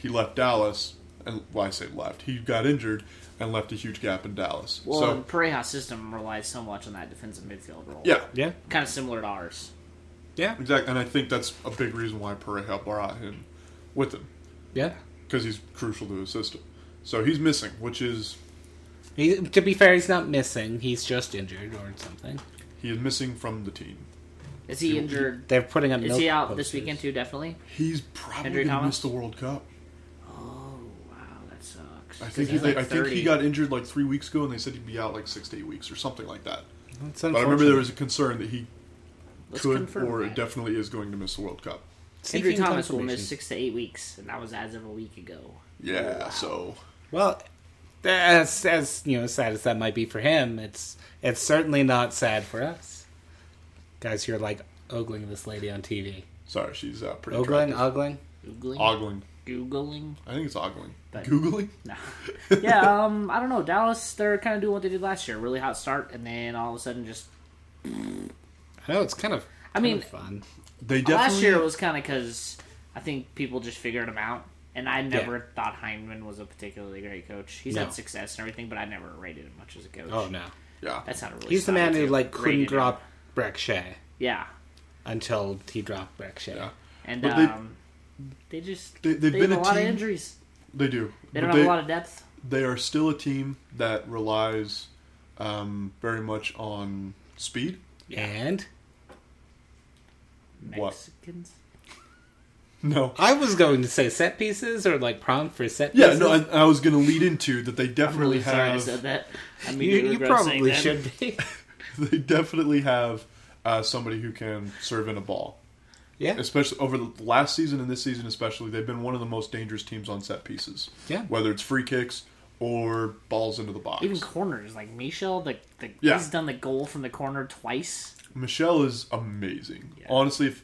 S3: He left Dallas, and well, I say left. He got injured and left a huge gap in Dallas.
S2: Well,
S3: so
S2: the Pareja system relies so much on that defensive midfield role.
S3: yeah,
S1: Yeah.
S2: kind of similar to ours.
S1: Yeah.
S3: exactly. And I think that's a big reason why Pereja brought him with him
S1: Yeah.
S3: because he's crucial to his system. So he's missing, which is
S1: He, to be fair, he's not missing. He's just injured or something.
S3: he is missing from the team.
S2: Is he injured?
S1: They're putting up.
S2: Is
S1: note
S2: he out
S1: posters.
S2: this weekend too? Definitely.
S3: He's probably
S2: Henry
S3: going to
S2: Thomas?
S3: miss the World Cup.
S2: Oh wow, that sucks.
S3: I think
S2: he's
S3: he's like, I think he got injured like three weeks ago, and they said he'd be out like six to eight weeks or something like that.
S1: That's
S3: But I remember there
S1: unfortunate.
S3: was a concern that he
S2: Let's
S3: could
S2: confirm
S3: or
S2: that.
S3: definitely is going to miss the World Cup.
S1: Seeking
S2: Andrew Thomas will
S1: confirmation.
S2: miss six to eight weeks, and that was as of a week ago.
S3: Yeah, so
S1: Well, as as you know, sad as that might be for him, it's it's certainly not sad for us, guys. You're like ogling this lady on TV.
S3: sorry, she's uh, pretty.
S1: Ogling,
S3: attractive.
S1: ogling.
S2: Googling,
S3: ogling.
S2: googling.
S3: I think it's ogling.
S2: But-
S3: Googling.
S2: No. yeah, um, I don't know. Dallas, they're kind of doing what they did last year. Really hot start, and then all of a sudden just.
S1: I know it's kind of.
S2: I
S1: kind
S2: mean,
S1: of fun.
S3: They definitely
S2: Last year it was kind of because I think people just figured him out. And I never thought Heinman was a particularly great coach. He's
S1: No.
S2: had success and everything, but I never rated him much as a coach.
S1: Oh no,
S3: Yeah,
S2: That's not a really.
S1: he's the
S2: snobby
S1: man who
S2: too.
S1: like couldn't
S2: Rated him.
S1: drop Breck Shea
S2: Yeah,
S1: until he dropped Breck Shea.
S3: yeah.
S2: and
S3: But they-
S2: um, they just
S3: They-
S2: they, have
S3: they've been
S2: a,
S3: a
S2: lot
S3: team-
S2: of injuries.
S3: They do.
S2: They
S3: But
S2: don't have a lot of depth.
S3: they are still a team that relies um, very much on speed.
S1: And
S3: What?
S2: Mexicans.
S3: No.
S1: I was going to say set pieces or like prompt for set.
S3: Yeah,
S1: pieces.
S3: no, I, I was going to lead into that they
S2: I'm
S3: definitely
S2: really sorry I
S3: have
S2: said that. I mean,
S1: you, you probably should be.
S3: they definitely have uh, somebody who can serve in a ball.
S1: yeah,
S3: Especially over the last season and this season, especially, they've been one of the most dangerous teams on set pieces.
S1: Yeah.
S3: Whether it's free kicks or balls into the box.
S2: Even corners, like Michel, the, the
S3: Yeah.
S2: he's done the goal from the corner twice.
S3: Michelle is amazing.
S2: Yeah.
S3: Honestly, if,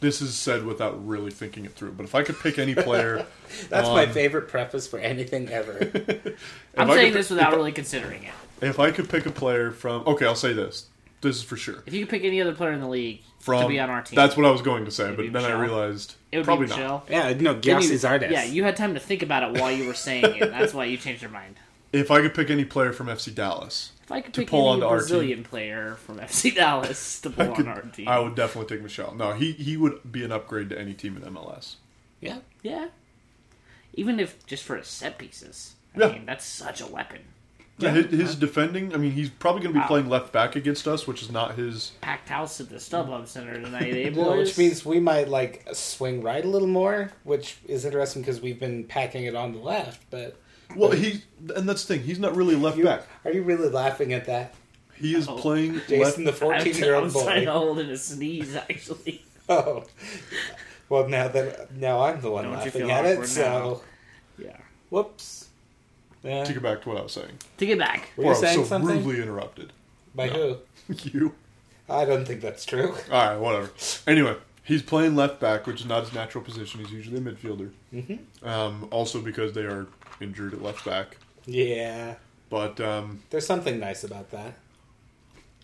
S3: this is said without really thinking it through, but if I could pick any player,
S1: that's my
S2: Um,
S3: on-
S1: favorite preface for anything ever.
S3: if
S2: I'm
S3: I could
S2: saying
S3: pick-
S2: this without
S3: if,
S2: really considering it.
S3: If I could pick a player from, okay, I'll say this. This is for sure.
S2: If you could pick any other player in the league
S3: From
S2: to be on our team,
S3: That's what I was going to say,
S2: It'd
S3: but
S2: be
S3: then I
S2: Michelle.
S3: realized
S2: it would
S3: probably
S2: be Michel.
S3: not.
S1: yeah, no, Gyasi's artist.
S2: Yeah, you had time to think about it while you were saying it. That's why you changed your mind.
S3: If I could pick any player from FC Dallas,
S2: If I could
S3: To
S2: pick
S3: pull
S2: any
S3: onto our
S2: Brazilian player from FC Dallas to
S3: I,
S2: pull
S3: could,
S2: on our team,
S3: I would definitely take Michelle. No, he he would be an upgrade to any team in MLS.
S1: yeah.
S2: yeah, even if just for his set pieces. I
S3: Yeah.
S2: mean, that's such a weapon.
S3: Yeah, his, his defending. I mean, he's probably going to be
S2: Wow.
S3: playing left back against us, which is not his.
S2: Packed house at the StubHub Center tonight, eh,
S1: Well,
S2: boys?
S1: which means we might like swing right a little more, which is interesting because we've been packing it on the left. But
S3: Well, he and that's the thing. He's not really left
S1: you,
S3: back.
S1: are you really laughing at that,
S3: He is
S2: Oh.
S3: playing left.
S1: Jason, the
S2: I'm,
S1: fourteen-year-old
S2: trying to
S1: boy?
S2: hold in a sneeze, actually.
S1: Oh, well, now that now I'm the one
S2: Don't you
S1: laughing
S2: feel
S1: at it,
S2: awkward
S1: so
S2: Yeah.
S1: Whoops. Yeah.
S3: To get back to what I was saying.
S2: To get back.
S1: Were
S3: Where
S1: you
S3: I was
S1: saying
S3: so
S1: something?
S3: rudely interrupted.
S1: By
S3: No. you.
S1: who? I don't think that's true.
S3: All right, whatever. Anyway, he's playing left back, which is not his natural position. He's usually a midfielder. Mm-hmm. Um, also because they are injured at left back.
S1: Yeah.
S3: But um,
S1: There's something nice about that.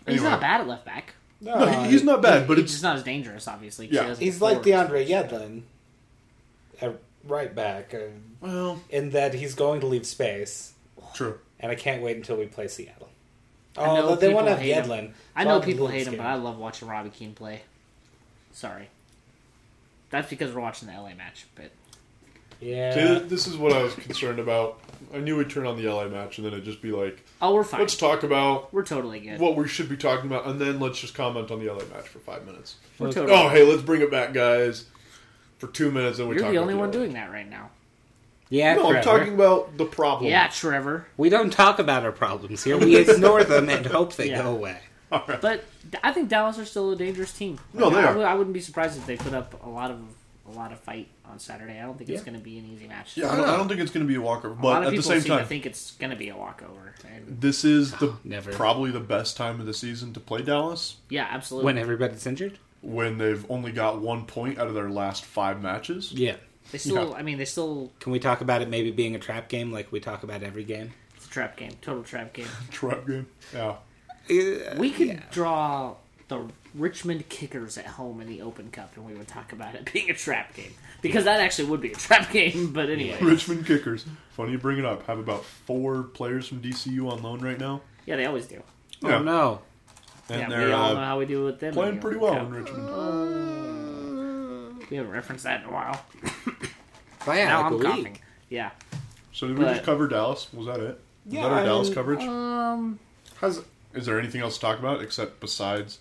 S2: He's
S3: Anyway.
S2: not bad at left back.
S1: Uh,
S3: no, he, he's not bad, but
S2: he's
S3: it's
S2: just not as dangerous, obviously. 'cause he
S3: Yeah.
S2: doesn't
S1: He's
S2: go
S1: like
S2: forward.
S1: DeAndre Yedlin, at right back, uh,
S3: well
S1: in that he's going to leave space,
S3: true.
S1: and I can't wait until we play Seattle.
S2: know
S1: Oh, they
S2: people
S1: won't have
S2: hate him.
S1: Yedlin.
S2: I
S1: so
S2: know
S1: I'll be a
S2: people
S1: little
S2: hate him, but I
S1: scared.
S2: love watching Robbie Keane play. Sorry. That's because we're watching the LA match, but
S3: See,
S1: Yeah.
S3: th- this is what I was concerned about. I knew we'd turn on the LA match and then it'd just be like,
S2: oh, we're fine.
S3: let's talk about
S2: we're totally good.
S3: what we should be talking about, and then let's just comment on the LA match for five minutes.
S2: we're
S1: Look,
S2: totally.
S3: Oh, hey, let's bring it back, guys, for two minutes, and we
S2: You're
S3: talk
S2: the
S3: about
S2: only one
S3: LA.
S2: doing that right now.
S1: Yeah,
S3: No, I'm
S1: Trevor.
S3: talking about the problem.
S2: Yeah, Trevor.
S1: We don't talk about our problems here. We ignore them and hope they
S2: Yeah.
S1: go away.
S3: All right.
S2: But th- I think Dallas are still a dangerous team.
S3: No,
S2: Like,
S3: they
S2: I
S3: are.
S2: would- I wouldn't be surprised if they put up a lot of a lot of fight on Saturday. I don't think it's
S1: Yeah.
S2: going to be an easy match.
S3: Yeah, I don't, I don't think it's going to be a walkover,
S2: a lot
S3: but
S2: of
S3: at the
S2: people
S3: same
S2: seem
S3: time,
S2: to think it's going to be a walkover. And
S3: this is the
S1: Never.
S3: probably the best time of the season to play Dallas
S2: yeah, absolutely.
S1: When everybody's injured?
S3: when they've only got one point out of their last five matches.
S1: Yeah.
S2: they still, I mean, they still
S1: Can we talk about it maybe being a trap game like we talk about every game?
S2: it's a trap game, total trap game.
S3: Trap game. Yeah.
S2: We could draw the Richmond Kickers at home in the Open Cup, and we would talk about it being a trap game because that actually would be a trap game. But anyway, yeah,
S3: Richmond Kickers. Funny you bring it up. Have about four players from DCU on loan right now.
S2: they always do.
S1: Oh, no.
S3: And
S2: yeah,
S3: they're
S2: we all
S3: uh,
S2: know how we do with them. in
S3: playing
S2: the
S3: pretty
S2: Open
S3: well in
S2: Cup.
S3: Richmond.
S2: We haven't referenced that in a while.
S1: But yeah,
S2: Now
S1: like a
S2: I'm
S1: week.
S2: coughing. Yeah.
S3: So did we
S2: But-
S3: just cover Dallas? Was that it? Was
S1: Yeah,
S3: that our
S1: I
S3: Dallas
S1: mean,
S3: coverage?
S2: Um.
S3: Has, is there anything else to talk about except besides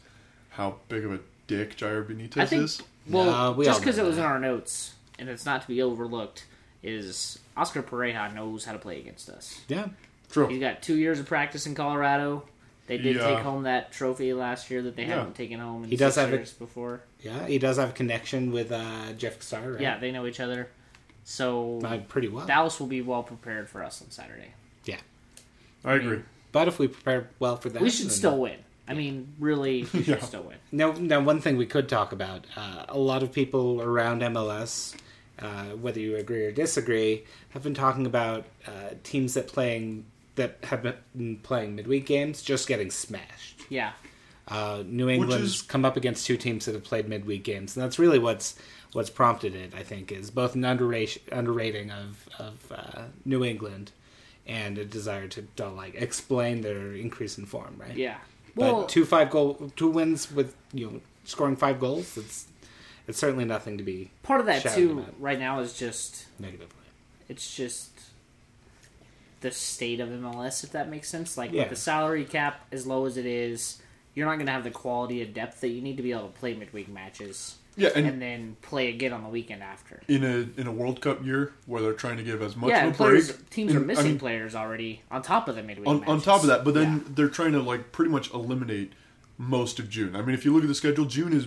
S3: how big of a dick Jair Benitez
S2: I think.
S3: is?
S1: Nah,
S2: Well,
S1: we
S2: just
S1: all
S2: because
S1: know
S2: it was
S1: that.
S2: in our notes and it's not to be overlooked, is Oscar Pereja knows how to play against us.
S1: Yeah.
S2: He's
S3: True.
S2: got two years of practice in Colorado. They did
S3: Yeah.
S2: take home that trophy last year that they
S3: Yeah.
S2: haven't taken home in
S1: He does
S2: six
S1: have a-
S2: years before.
S1: Yeah, he does have a connection with uh, Jeff Kassar, right?
S2: Yeah, they know each other. So
S1: Uh, pretty well.
S2: Dallas will be well prepared for us on Saturday.
S1: yeah.
S3: I agree.
S1: But if we prepare well for that,
S2: We should
S1: then-
S2: still win. I mean, really, we should
S3: Yeah.
S2: still win.
S1: Now, now, one thing we could talk about uh, a lot of people around MLS, uh, whether you agree or disagree, have been talking about uh, teams that playing that have been playing midweek games just getting smashed.
S2: Yeah,
S1: Uh, New England's
S3: is-
S1: come up against two teams that have played midweek games, and that's really what's what's prompted it. I think is both an underration, underrating of of uh, New England and a desire to, to like explain their increase in form, right?
S2: yeah.
S1: But
S2: Well,
S1: two five goal two wins with you know scoring five goals, it's it's certainly nothing to be
S2: part of that
S1: shouting
S2: too
S1: about.
S2: right now is just
S1: negatively.
S2: it's just the state of MLS, if that makes sense. Like
S1: Yeah.
S2: with the salary cap as low as it is, you're not going to have the quality of depth that you need to be able to play midweek matches
S3: Yeah, and,
S2: and then play again on the weekend after.
S3: in a in a World Cup year where they're trying to give as much
S2: yeah,
S3: of
S2: and
S3: a
S2: players,
S3: break.
S2: teams
S3: and-
S2: are missing
S3: I mean,
S2: players already on top of the midweek.
S3: on, on
S2: matches.
S3: top of that, but then
S2: Yeah.
S3: they're trying to like pretty much eliminate most of June. I mean, if you look at the schedule, June is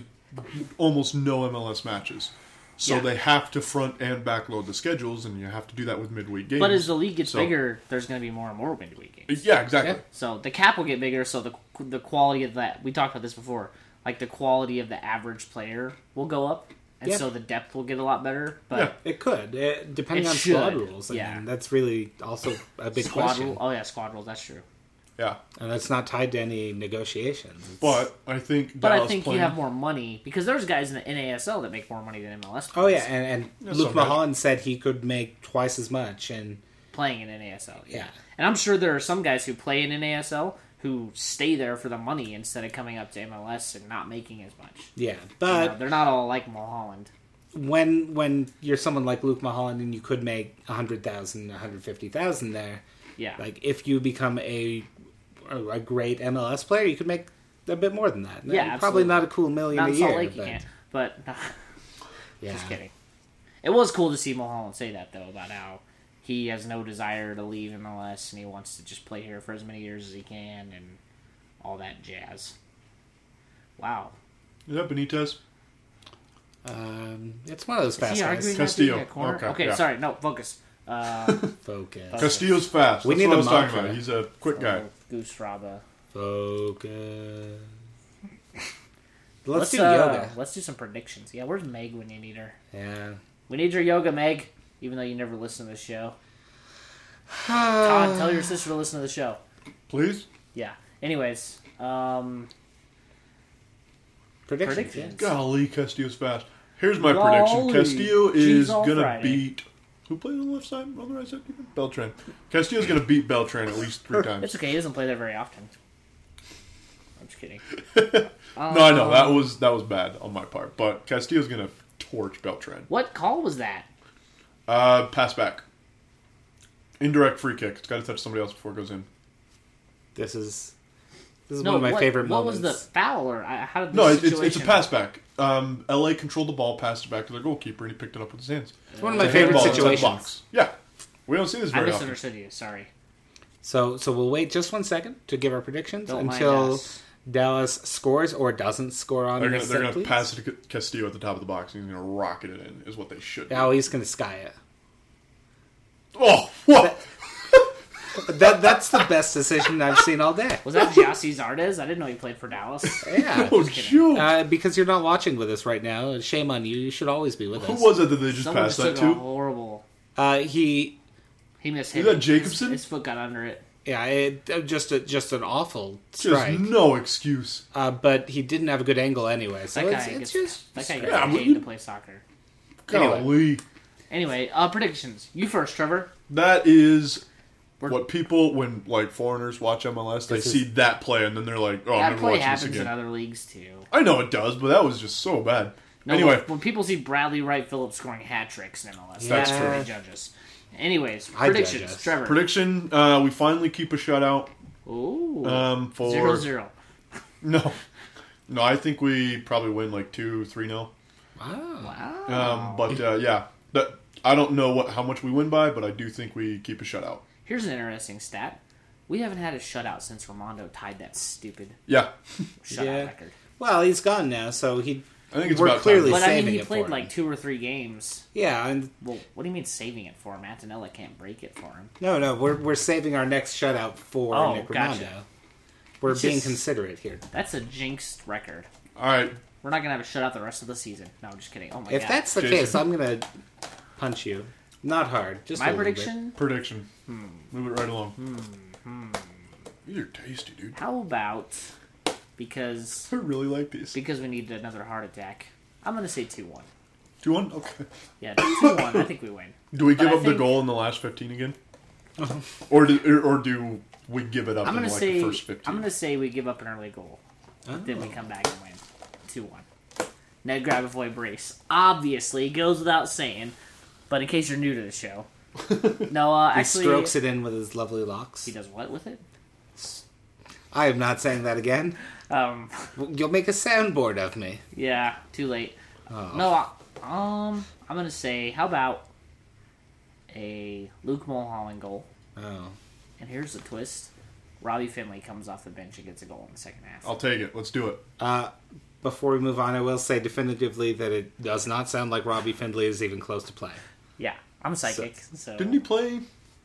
S3: almost no MLS matches. So
S2: Yeah.
S3: they have to front and backload the schedules, and you have to do that with midweek games.
S2: but as the league gets
S3: So-
S2: bigger, there's going to be more and more midweek games.
S3: yeah, exactly.
S1: Yeah.
S2: So the cap will get bigger. So the the quality of that we talked about this before, like the quality of the average player will go up, and
S1: Yeah.
S2: so the depth will get a lot better. But
S3: Yeah.
S1: It could eh, depending
S2: It
S1: on squad
S2: should,
S1: rules. I
S2: yeah.
S1: mean, that's really also a big
S2: squad
S1: question,
S2: rule, oh yeah, squad rules. That's true.
S3: Yeah,
S1: and that's not tied to any negotiations. It's-
S3: but I think
S2: But
S3: Dallas
S2: I think
S3: playing,
S2: you have more money because there's guys in the NASL that make more money than MLS.
S1: oh
S2: players
S1: yeah, and, and
S3: That's
S1: Luke
S3: so much.
S1: Mahan said he could make twice as much, and
S2: playing in NASL.
S1: Yeah.
S2: and I'm sure there are some guys who play in NASL who stay there for the money instead of coming up to MLS and not making as much.
S1: yeah,
S2: You
S1: but
S2: know, they're not all like Mulholland.
S1: when when you're someone like Luke Mahan and you could make a hundred thousand, a hundred fifty thousand there,
S2: Yeah,
S1: like if you become a a great MLS player, you could make a bit more than that.
S2: Yeah,
S1: probably
S2: absolutely.
S1: not a cool million
S2: not
S1: a
S2: in
S1: year.
S2: Salt Lake, you
S1: but
S2: can't. But
S1: yeah,
S2: Just kidding. It was cool to see Mulholland say that though about how he has no desire to leave MLS and he wants to just play here for as many years as he can and all that jazz. Wow.
S3: Is that Benitez?
S1: Um, it's one of those fast
S2: Is he
S1: guys.
S2: arguing that dude in
S3: Castillo.
S2: that corner?
S3: Okay,
S2: Okay,
S3: yeah.
S2: sorry. No, focus. Um,
S1: Focus.
S2: Fuck.
S3: Castillo's fast.
S1: We
S3: That's
S1: need
S3: what
S1: a
S3: I was talking
S1: mantra.
S3: about. He's a quick guy.
S2: oh, Goose Raba.
S1: Focus. Let's,
S2: Let's,
S1: do
S2: uh,
S1: yoga.
S2: Let's do some predictions. Yeah, where's Meg when you need her?
S1: Yeah.
S2: We need your yoga, Meg. Even though you never listen to the show, Todd, tell your sister to listen to the show.
S3: Please?
S2: Yeah. Anyways, um,
S1: predictions.
S2: predictions.
S3: Golly, Castillo's fast. Here's my
S2: Golly.
S3: prediction. Castillo is
S2: She's all
S3: gonna
S2: Friday.
S3: beat who played on the left side on the right side? Beltran. Castillo's gonna beat Beltran at least three times.
S2: It's okay. He doesn't play there very often. I'm just kidding. Um,
S3: no, I know that was that was bad on my part, but Castillo's gonna torch Beltran.
S2: What call was that?
S3: Uh, pass back. Indirect free kick. It's got to touch somebody else before it goes in.
S1: This is this is
S2: No,
S1: one of my
S2: what,
S1: favorite
S2: what
S1: moments.
S2: was the foul or I, how did the
S3: No, it's, it's,
S2: situation?
S3: it's a pass back. Um, LA controlled the ball, passed it back to their goalkeeper, and he picked it up with his hands.
S1: It's one of my
S3: They had the
S1: favorite
S3: ball inside the
S1: situations.
S3: box. Yeah, we don't see this
S2: I
S3: very often.
S2: misunderstood you. Sorry.
S1: So so we'll wait just one second to give our predictions
S2: Don't mind
S1: until
S2: us.
S1: Dallas scores or doesn't score on
S3: They're
S1: this
S3: gonna, they're
S1: set
S3: gonna
S1: piece.
S3: pass it to Castillo at the top of the box, and he's gonna rocket it in. Is what they should. do.
S1: Now he's gonna sky it.
S3: Oh, whoa!
S1: That that's the best decision I've seen all day.
S2: Was that Giassi Zardes? I didn't know he played for Dallas.
S1: Yeah.
S3: Oh, shoot!
S2: Ah,
S1: Uh, because you're not watching with us right now, shame on you. You should always be with
S3: Who
S1: us.
S3: was it that they just
S2: Someone
S3: passed
S2: just
S3: that
S2: took a
S3: to?
S2: horrible.
S1: Uh, he,
S2: He missed.
S3: Is
S2: hit.
S3: that Jacobson?
S2: His, his foot got under it.
S1: yeah, it, uh, just a, just an awful
S3: There's
S1: strike.
S3: no excuse.
S1: uh, but he didn't have a good angle anyway, so
S2: That
S1: it's,
S2: guy gets.
S1: it's just
S2: that guy gets
S3: Yeah,
S2: paid
S3: but you-
S2: to play soccer.
S3: Golly,
S2: Anyway, uh, predictions. You first, Trevor.
S3: that is
S2: We're-
S3: what people when like foreigners watch MLS, they
S1: This is-
S3: see that play and then they're like, "Oh, I'm
S2: that
S3: never
S2: play
S3: watching this
S2: happens in
S3: again."
S2: other leagues too.
S3: I know it does, but that was just so bad.
S2: No,
S3: anyway,
S2: when, when people see Bradley Wright Phillips scoring hat tricks in MLS,
S1: That's
S2: that's
S1: true.
S2: where they judge us. Anyways,
S1: I judge
S2: predictions,
S1: us.
S2: Trevor.
S3: prediction: uh, we finally keep a shutout.
S2: Ooh,
S1: Uh,
S3: Um, for
S2: zero zero.
S3: no, no, I think we probably win like two, three nil.
S1: wow.
S2: Wow.
S3: Um, but uh, yeah, that, I don't know what how much we win by, but I do think we keep a shutout.
S2: Here's an interesting stat. We haven't had a shutout since Ramondo tied that stupid
S3: Yeah,
S2: shutout
S1: Yeah.
S2: record.
S1: Well, he's gone now, so he.
S3: I think it's
S1: We're
S3: about
S1: clearly-
S3: time.
S2: But I mean,
S1: saving
S2: he
S1: it
S2: played
S1: for
S2: like
S1: him.
S2: two or three games.
S1: Yeah, and
S2: Well, what do you mean saving it for him? Antonella can't break it for him.
S1: no, no, we're we're saving our next shutout for
S2: Oh,
S1: Nick
S2: gotcha.
S1: Romano. We're
S2: It's
S1: being
S2: just-
S1: considerate here.
S2: That's a jinxed record.
S3: All right,
S2: We're not gonna have a shutout the rest of the season. No, I'm just kidding. Oh my
S1: If
S2: god.
S1: that's the
S3: Jason.
S1: case, I'm gonna punch you. Not hard, just
S2: my
S1: a little bit.
S2: prediction,
S3: prediction. Move it right along. Hmm. These are tasty, dude.
S2: how about because
S3: I really like these.
S2: because we need another heart attack. I'm gonna say two one.
S3: Two one. Okay.
S2: Yeah, two one. I think we win.
S3: Do we give
S2: I
S3: up the
S2: think-
S3: goal in the last fifteen again, Uh-huh. or do or- or do we give it up
S2: I'm
S3: in
S2: gonna
S3: like
S2: say
S3: the first 15
S2: I'm gonna say we give up an early goal, but then we come back and win two one. Ned Grabavoy brace obviously goes without saying, but in case you're new to the show, no, uh,
S1: He
S2: actually
S1: strokes it in with his lovely locks.
S2: he does what with it?
S1: I am not saying that again.
S2: Um,
S1: You'll make a soundboard of me.
S2: yeah, too late. No, I, um, I'm gonna say how about a Luke Mulholland goal?
S1: Oh.
S2: And here's the twist: Robbie Finley comes off the bench and gets a goal in the second half.
S3: I'll take it. Let's do it.
S1: Before we move on, I will say definitively that it does not sound like Robbie Findlay is even close to play.
S2: Yeah, I'm psychic, so,
S3: Didn't he play?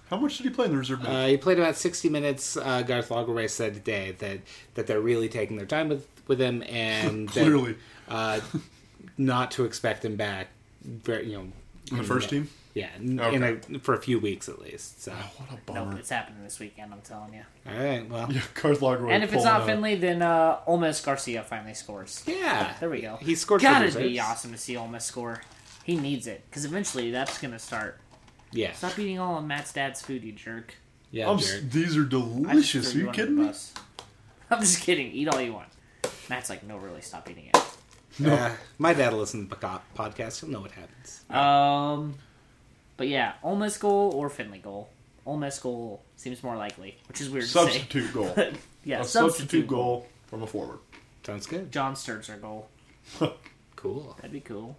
S3: How much did he play in the reserve? minute?
S1: Uh, he played about 60 minutes. Uh, Garth Lagerwey said today that, that they're really taking their time with, with him and that,
S3: Clearly,
S1: uh, not to expect him back. Very, you know,
S3: in the first team.
S1: yeah, n-
S3: Okay.
S1: in a, for a few weeks at least. So,
S3: What a
S2: Nope,
S3: bummer.
S2: it's happening this weekend. I'm telling you.
S1: all right, well,
S3: Yeah, Garth Lagerwey.
S2: and if it's
S3: pulling
S2: not
S3: out.
S2: Finley, then uh, Olmes Garcia finally scores.
S1: yeah,
S2: There we go.
S1: He scored. for
S2: Gotta
S1: the
S2: be
S1: Reserves.
S2: awesome to see Olmes score. He needs it because eventually that's gonna start.
S1: Yeah,
S2: Stop eating all of Matt's dad's food, you jerk.
S1: yeah.
S3: I'm s-
S1: Jared.
S3: these are
S2: I just
S3: delicious. Are
S2: threw
S3: you
S2: under the
S3: kidding me?
S2: bus. I'm just kidding. Eat all you want. Matt's like, no, really, stop eating it.
S1: Uh, my dad listens to the poco- podcast. He'll know what happens.
S2: Um, but yeah, Olmes goal or Finley goal. Olmes goal seems more likely, which is weird to
S3: Substitute goal.
S2: say. yeah,
S3: a
S2: substitute,
S3: substitute
S2: goal.
S3: goal from a forward.
S1: Sounds good.
S2: John Sturzer goal.
S1: Cool.
S2: That'd be cool.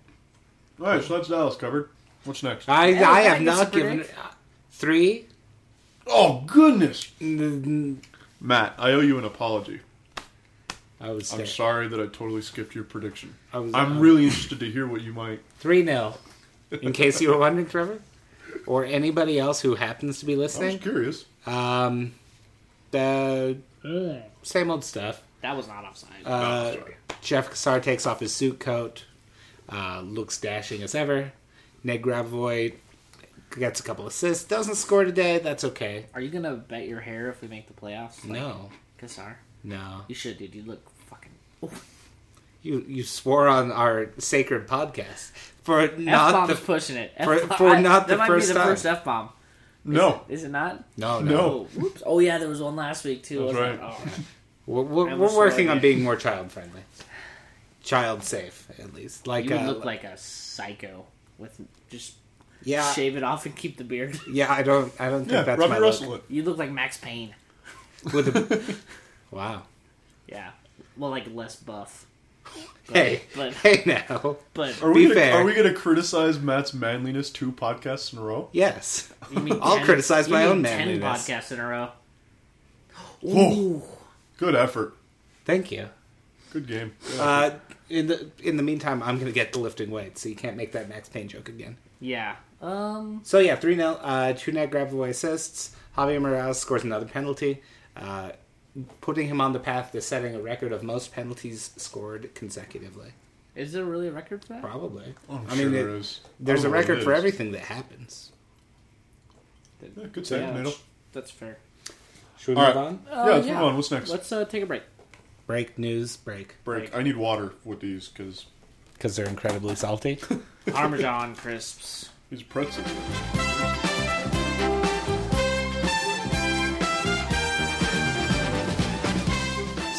S3: All right, so that's Dallas covered. What's next?
S1: I,
S2: Hey,
S1: I
S2: I
S1: have
S2: guess
S1: not
S2: you
S1: given
S2: predict.
S1: uh, three.
S3: Oh goodness,
S1: Mm,
S3: Matt, I owe you an apology.
S1: I was
S3: I'm
S1: there.
S3: sorry that I totally skipped your prediction.
S1: I was- uh,
S3: I'm really interested to hear what you might.
S1: three nil. In case you were wondering, Trevor. or anybody else who happens to be
S3: I was
S1: listening,
S3: curious.
S1: um, the
S2: Ugh.
S1: same old stuff.
S2: That was not offside.
S1: Uh,
S3: sorry.
S1: Jeff Kassar takes off his suit coat, uh, looks dashing as ever. Ned Gravoy gets a couple assists, doesn't score today. That's okay.
S2: Are you gonna bet your hair if we make the playoffs? Like,
S1: No,
S2: Kassar,
S1: no.
S2: you should, dude. You look fucking.
S1: You you swore on our sacred podcast for
S2: F
S1: not
S2: bomb
S1: the
S2: is pushing it.
S1: for-
S2: F-bomb-
S1: for not
S2: that
S1: the
S2: might
S1: first
S2: be the
S1: time.
S2: first F bomb.
S3: No.
S2: is it not?
S1: no no.
S3: No.
S2: Oh, whoops. Oh yeah, there was one last week too.
S3: That's
S2: wasn't
S3: right.
S2: there? Oh,
S1: We're, we're,
S2: I'm
S1: we're
S2: sorry.
S1: working on being more child friendly, child safe at least. Like
S2: you
S1: uh,
S2: look like a psycho with just
S1: yeah
S2: shave it off and keep the beard.
S1: yeah. I don't I don't think
S3: Yeah,
S1: that's my
S3: Robert
S1: look.
S3: Russell it.
S2: You look like Max Payne.
S1: With a, wow.
S2: Yeah, well, like less buff. But,
S1: Hey
S2: but
S1: hey now.
S2: but
S3: Are
S1: Be
S3: we, gonna,
S1: fair.
S3: are we gonna criticize Matt's manliness two podcasts in a row?
S1: Yes.
S2: you mean
S1: I'll criticize
S2: you
S1: my
S2: mean
S1: own
S2: Ten
S1: manliness.
S2: podcasts in a row.
S3: Whoa. Good effort.
S1: Thank you.
S3: Good game.
S1: Uh, in the in the meantime, I'm gonna get to lifting weights, so you can't make that Max Payne joke again.
S2: Yeah. Um.
S1: So yeah, three nil. Uh, two net grab away assists. Javier Morales scores another penalty, uh, putting him on the path to setting a record of most penalties scored consecutively.
S2: Is there really a record for that?
S1: Probably.
S3: I'm
S1: I
S3: sure
S1: mean,
S3: there
S1: it-
S3: is.
S1: there's
S3: I
S1: a
S3: don't know what
S1: record
S3: it
S1: for
S3: is.
S1: everything that happens.
S3: Yeah, good save,
S2: Yeah,
S3: Nadel.
S2: that's- That's fair. Uh,
S1: Should we
S3: All
S1: move
S3: right.
S1: on?
S3: Yeah, let's move on. What's next?
S2: Let's uh, take a break.
S1: Break news. Break
S3: break. I need water with these because
S1: because they're incredibly salty.
S2: Parmesan crisps.
S3: these pretzels.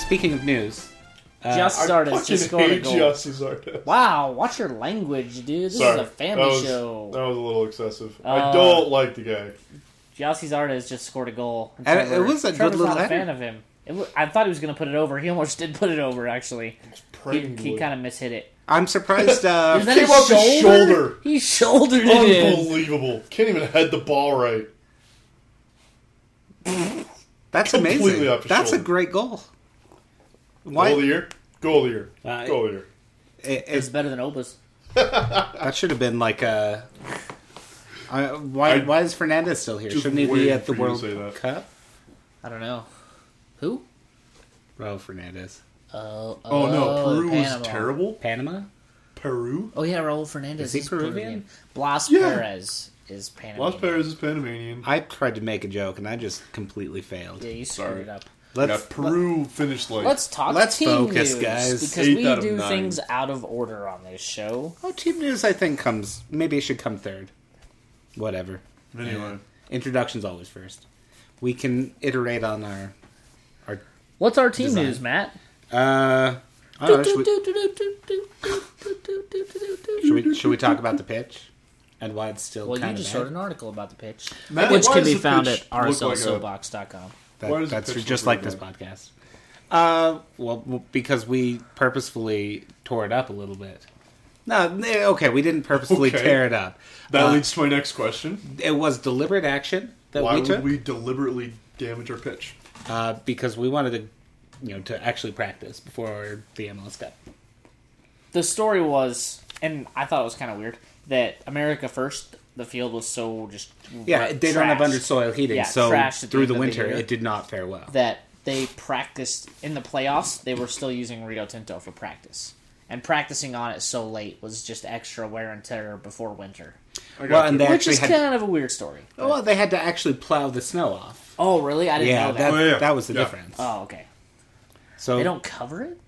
S1: Speaking of news, Uh,
S2: just started.
S3: Fucking
S2: Just scored a
S3: hate
S2: goal.
S3: Giassi Zardes.
S2: Wow, watch your language, dude. This
S3: Sorry,
S2: is a family
S3: that was,
S2: show.
S3: That was a little excessive.
S2: Uh,
S3: I don't like the guy.
S2: Giassi Zardes just scored a goal.
S1: And it was a good
S2: Trevor's
S1: little
S2: not a
S1: header.
S2: fan of him. It wa- I thought he was going to put it over. He almost did put it over, actually. He,
S3: Praying
S2: he
S3: wood.
S2: kind of mishit it.
S1: I'm surprised. Uh,
S2: Is that
S3: came
S2: his
S3: off his
S2: shoulder?
S3: shoulder.
S2: He shouldered it. in.
S3: Unbelievable. Can't even head the ball right.
S1: that's
S3: Completely
S1: amazing.
S3: off his
S1: That's a
S3: shoulder.
S1: great goal.
S3: Goal
S1: Why?
S3: of the year. Goal of the year.
S1: Uh,
S3: Goal of the year.
S1: it- it's
S2: It's better than Opus.
S1: That should have been like a. I, why
S3: I-
S1: why is Fernandez still here?
S3: Just
S1: Shouldn't he be
S3: waiting
S1: at the
S3: for you to
S1: World
S3: say that.
S1: Cup?
S2: I don't know. Who?
S1: Raul Fernandez,
S2: Oh,
S3: Oh, no, Peru
S2: Panama.
S3: was terrible.
S1: Panama.
S3: Peru.
S2: Oh yeah, Raul Fernandez
S1: Is he Peruvian?
S2: Blas
S3: Yeah.
S2: Perez is Panamanian.
S3: Las Perez is Panamanian.
S1: I tried to make a joke and I just completely failed.
S2: Yeah, you screwed
S3: Sorry.
S2: it up.
S1: Let's
S3: yeah, Peru finished like
S2: Let's talk
S1: Let's
S2: team
S1: focus,
S2: news
S1: guys.
S2: because
S3: Eight
S2: we
S3: out of
S2: do
S3: nine.
S2: things out of order on this show.
S1: oh, team news. I think comes maybe it should come third. Whatever.
S3: anyway.
S1: Introduction's always first. We can iterate on our our.
S2: What's our team
S1: Design.
S2: news, Matt?
S1: Uh, I don't know, should, we, should we should we talk about the pitch and why it's still
S2: Well, you
S1: kind of
S2: just
S1: bad?
S2: wrote an article about the pitch,
S3: Matt,
S2: which
S3: why
S2: can
S3: does
S2: be
S3: the
S2: found
S3: pitch
S2: at
S3: look like a-
S2: rslsoapbox.com.
S1: That,
S3: Why does the
S1: that's
S3: pitch
S1: just
S3: look
S1: like
S3: really
S1: this podcast. Uh, well, w- because we purposefully tore it up a little bit. No, eh, okay, we didn't purposefully
S3: Okay.
S1: tear it up.
S3: That
S1: Uh,
S3: leads to my next question.
S1: It was deliberate action that
S3: Why
S1: we
S3: would
S1: took
S3: we deliberately damage our pitch?
S1: Uh, because we wanted to, you know, to actually practice before the MLS Cup.
S2: The story was, and I thought it was kind of weird that America First, the field was so just
S1: Yeah,
S2: r-
S1: they don't have
S2: trashed
S1: under soil heating,
S2: Yeah,
S1: so
S2: trashed at the
S1: through
S2: end
S1: the
S2: of the
S1: winter
S2: year.
S1: it did not fare well.
S2: that they practiced in the playoffs. They were still using Rio Tinto for practice, and practicing on it so late was just extra wear and tear before winter,
S3: I got
S1: Well, and
S3: you.
S1: they
S2: which
S1: actually
S2: is
S1: had
S2: kind of a weird story.
S1: well, they had to actually plow the snow off.
S2: Oh, really? I didn't
S1: Yeah,
S2: know
S1: that,
S2: that.
S3: Oh, yeah.
S1: that was the
S3: Yeah.
S1: difference.
S2: Oh, okay.
S1: so
S2: They don't cover it.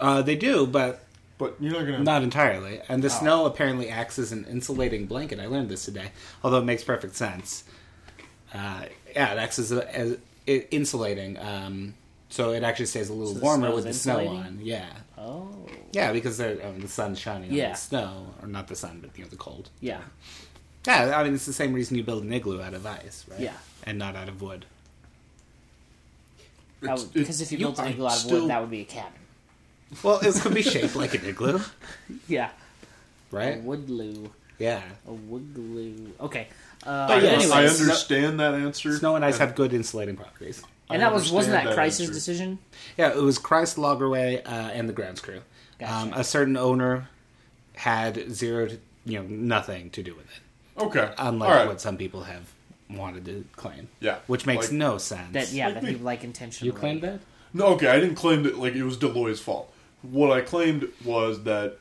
S1: uh, they do, but
S3: but you're not gonna.
S1: Not entirely. And
S2: Oh.
S1: the snow apparently acts as an insulating blanket. I learned this today, although it makes perfect sense. Uh, yeah, it acts as, a, as i insulating. Um, so it actually stays a little
S2: the
S1: warmer
S2: snow's
S1: with the snow
S2: insulating?
S1: on. Yeah.
S2: Oh,
S1: Yeah, because they're, I mean, the sun's shining on
S2: Yeah.
S1: the snow. Or not the sun, but you know, the cold.
S2: yeah.
S1: Yeah, I mean, it's the same reason you build an igloo out of ice, right?
S2: Yeah.
S1: And not out of wood.
S3: It's- it-
S2: Because if you built an
S3: I
S2: igloo out of
S3: still-
S2: wood, that would be a cabin.
S1: Well, it could be shaped like an igloo,
S2: Yeah, a
S1: right?
S2: woodloo,
S1: Yeah.
S2: a woodloo. Okay. Uh,
S3: I,
S2: but
S1: yes,
S2: anyways,
S3: I
S1: under-
S3: understand that answer.
S1: Snow and ice have good insulating properties.
S2: and
S3: I
S2: that was wasn't
S3: understand
S2: that
S3: that
S2: Chris's
S3: answer.
S2: decision?
S1: Yeah, it was Christ Lagerway uh, and the grounds crew.
S2: Gotcha.
S1: Um, a certain owner had zero, to, you know, nothing to do with it.
S3: Okay.
S1: unlike
S3: All right.
S1: what some people have wanted to claim.
S3: Yeah.
S1: Which makes
S3: Like-
S1: no sense.
S2: That yeah,
S3: Like
S2: that
S3: me.
S2: he like intentionally
S1: you claimed that?
S3: No, okay, I didn't claim that like it was Deloitte's fault. What I claimed was that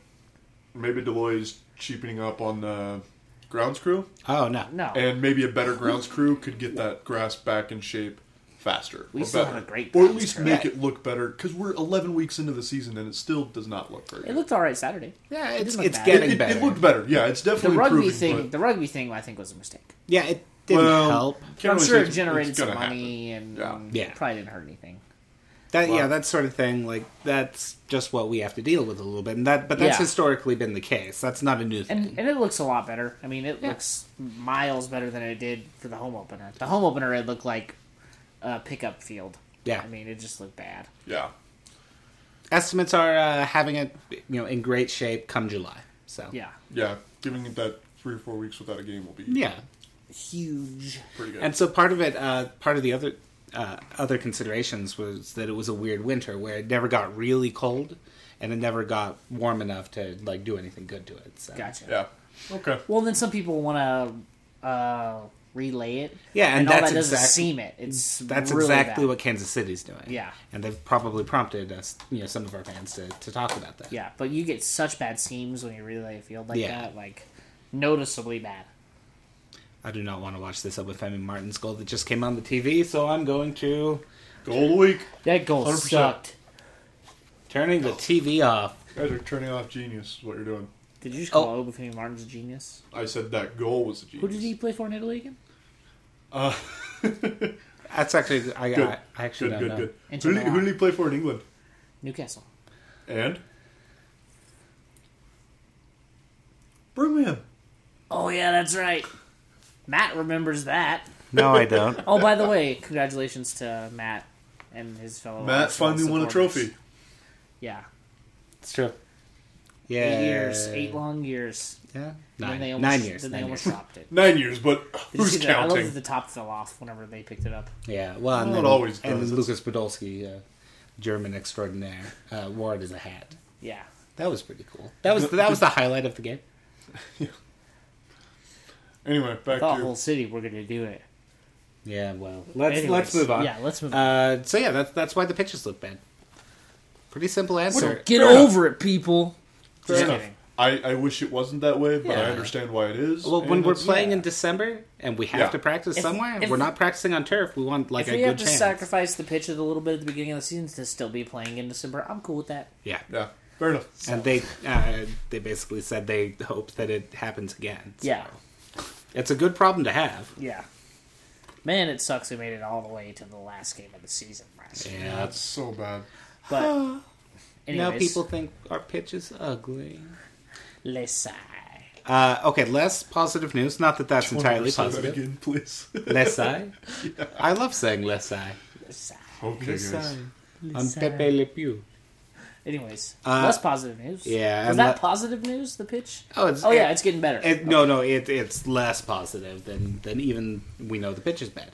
S3: maybe Deloitte's cheapening up on the grounds crew,
S1: Oh no.
S2: No,
S3: and maybe a better grounds crew could get that grass back in shape faster.
S2: We
S3: or
S2: still
S3: better.
S2: have a great
S3: or at
S2: grounds
S3: least
S2: crew.
S3: make it look better because we're 11 weeks into the season and it still does not look very
S2: it
S3: good.
S2: looked all right Saturday.
S1: Yeah, it's,
S2: look
S1: it's
S2: bad.
S1: getting
S3: it,
S1: better.
S3: it looked better. Yeah, it's
S2: The
S3: definitely
S2: rugby
S3: improving,
S2: thing,
S3: but-
S2: the rugby thing, I think was a mistake.
S1: yeah, it didn't
S3: well,
S1: help.
S3: can't
S2: I'm
S3: really
S2: sure
S3: say
S2: it
S3: it's-
S2: generated
S3: it's
S2: some
S3: gonna happen.
S2: money and
S3: Yeah.
S1: Yeah.
S2: probably didn't hurt anything.
S1: That yeah,
S3: Wow.
S1: that sort of thing. Like that's just what we have to deal with a little bit, and that but that's
S2: Yeah.
S1: historically been the case. That's not a new thing.
S2: And and it looks a lot better. I mean, it
S1: Yeah.
S2: looks miles better than it did for the home opener. The home opener it looked like a pickup field.
S1: Yeah.
S2: I mean, it just looked bad.
S3: Yeah.
S1: Estimates are uh, having it, you know, in great shape come July. So
S2: Yeah,
S3: Yeah. Giving it that three or four weeks without a game will be
S1: yeah.
S2: huge.
S3: pretty good.
S1: And so part of it, uh, part of the other uh, other considerations was that it was a weird winter where it never got really cold, and it never got warm enough to like do anything good to it. So.
S2: Gotcha.
S3: yeah. Okay.
S2: Well, then some people want to uh, relay it.
S1: Yeah, and
S2: all
S1: that's
S2: that doesn't
S1: exact-
S2: seem it. It's
S1: That's
S2: really
S1: exactly
S2: bad.
S1: what Kansas City's doing.
S2: Yeah.
S1: and they've probably prompted us, you know, some of our fans to, to talk about that.
S2: Yeah, but you get such bad seams when you relay a field like
S1: Yeah.
S2: that, like noticeably bad.
S1: I do not want to watch this up with Femi Martin's goal that just came on the TV, so I'm going to
S3: Goal of the week.
S2: That goal
S3: 100%.
S2: sucked.
S1: turning
S3: Oh.
S1: the TV off.
S3: You guys are turning off genius. Is what you're doing.
S2: Did you just
S1: Oh.
S2: call oh. Obafemi Martin's a genius?
S3: I said that goal was a genius.
S2: Who did he play for in Italy again?
S3: Uh,
S1: That's actually I,
S3: Good.
S1: I, I actually
S3: good,
S1: don't
S3: good,
S1: know.
S3: good.
S2: And
S3: Who did, he, who
S2: Jamala.
S3: did he play for in England?
S2: Newcastle.
S3: And Birmingham.
S2: Oh yeah, that's right. Matt remembers that.
S1: No, I don't.
S2: Oh, by the way, congratulations to Matt and his fellow.
S3: Matt
S2: Arsenal
S3: finally won a
S2: Oh, supporters.
S3: trophy.
S2: Yeah,
S1: It's true. Yeah,
S2: eight years, eight long years.
S1: Yeah,
S2: And
S1: nine,
S2: Then they almost,
S1: nine years.
S2: Then
S1: nine
S2: they almost
S1: years.
S2: dropped it.
S3: Nine years, but
S2: Did you
S3: who's
S2: see that? I love
S3: counting?
S2: that the top fell off whenever they picked it up.
S1: Yeah, well, and
S3: Well, it
S1: then,
S3: always
S1: and
S3: does.
S1: then Lucas Podolski, uh, German extraordinaire, uh, wore it as a hat.
S2: Yeah.
S1: That was pretty cool. That was that was the highlight of the game.
S3: Anyway,
S2: I
S3: back
S2: thought
S3: to
S2: whole
S3: you.
S2: city were going to do it.
S1: Yeah, well, let's
S2: Anyways,
S1: let's move on.
S2: Yeah, let's move on.
S1: Uh, so yeah, that's that's why the pitches look bad. Pretty simple answer.
S2: Get
S3: fair enough.
S2: over it, people.
S3: Fair
S2: Just
S3: enough.
S2: kidding.
S3: I, I wish it wasn't that way, but I
S1: Yeah.
S3: understand why it is.
S1: Well,
S3: and
S1: when we're
S3: it's-
S1: playing
S2: yeah.
S1: in December and we have
S3: Yeah.
S1: to practice
S2: If-
S1: somewhere,
S2: if-
S1: we're not practicing on turf. We want like
S2: If
S1: a
S2: we
S1: good
S2: have to
S1: chance.
S2: sacrifice the pitch a little bit at the beginning of the season to still be playing in December, I'm cool with that.
S1: yeah,
S3: yeah, fair enough.
S1: and they uh, they basically said they hope that it happens again. So
S2: Yeah.
S1: it's a good problem to have.
S2: Yeah. Man, it sucks we made it all the way to the last game of the season last year.
S1: Yeah,
S3: That's so bad.
S2: But anyways,
S1: now people think our pitch is ugly.
S2: let's sigh.
S1: Uh, okay, less positive news. Not that that's entirely
S3: Say that
S1: positive.
S3: again, please.
S1: Less I. I love saying less I.
S2: Let's sigh.
S3: okay,
S1: Less
S3: guys.
S1: I. I'm Pepe Le Pew.
S2: Anyways,
S1: Uh,
S2: less positive news.
S1: yeah,
S2: Is
S1: and
S2: that
S1: le-
S2: positive news, the pitch?
S1: Oh, it's,
S2: Oh, yeah,
S1: it-
S2: it's getting better.
S1: It, No, no, it, it's less positive than, than even we know the pitch is bad.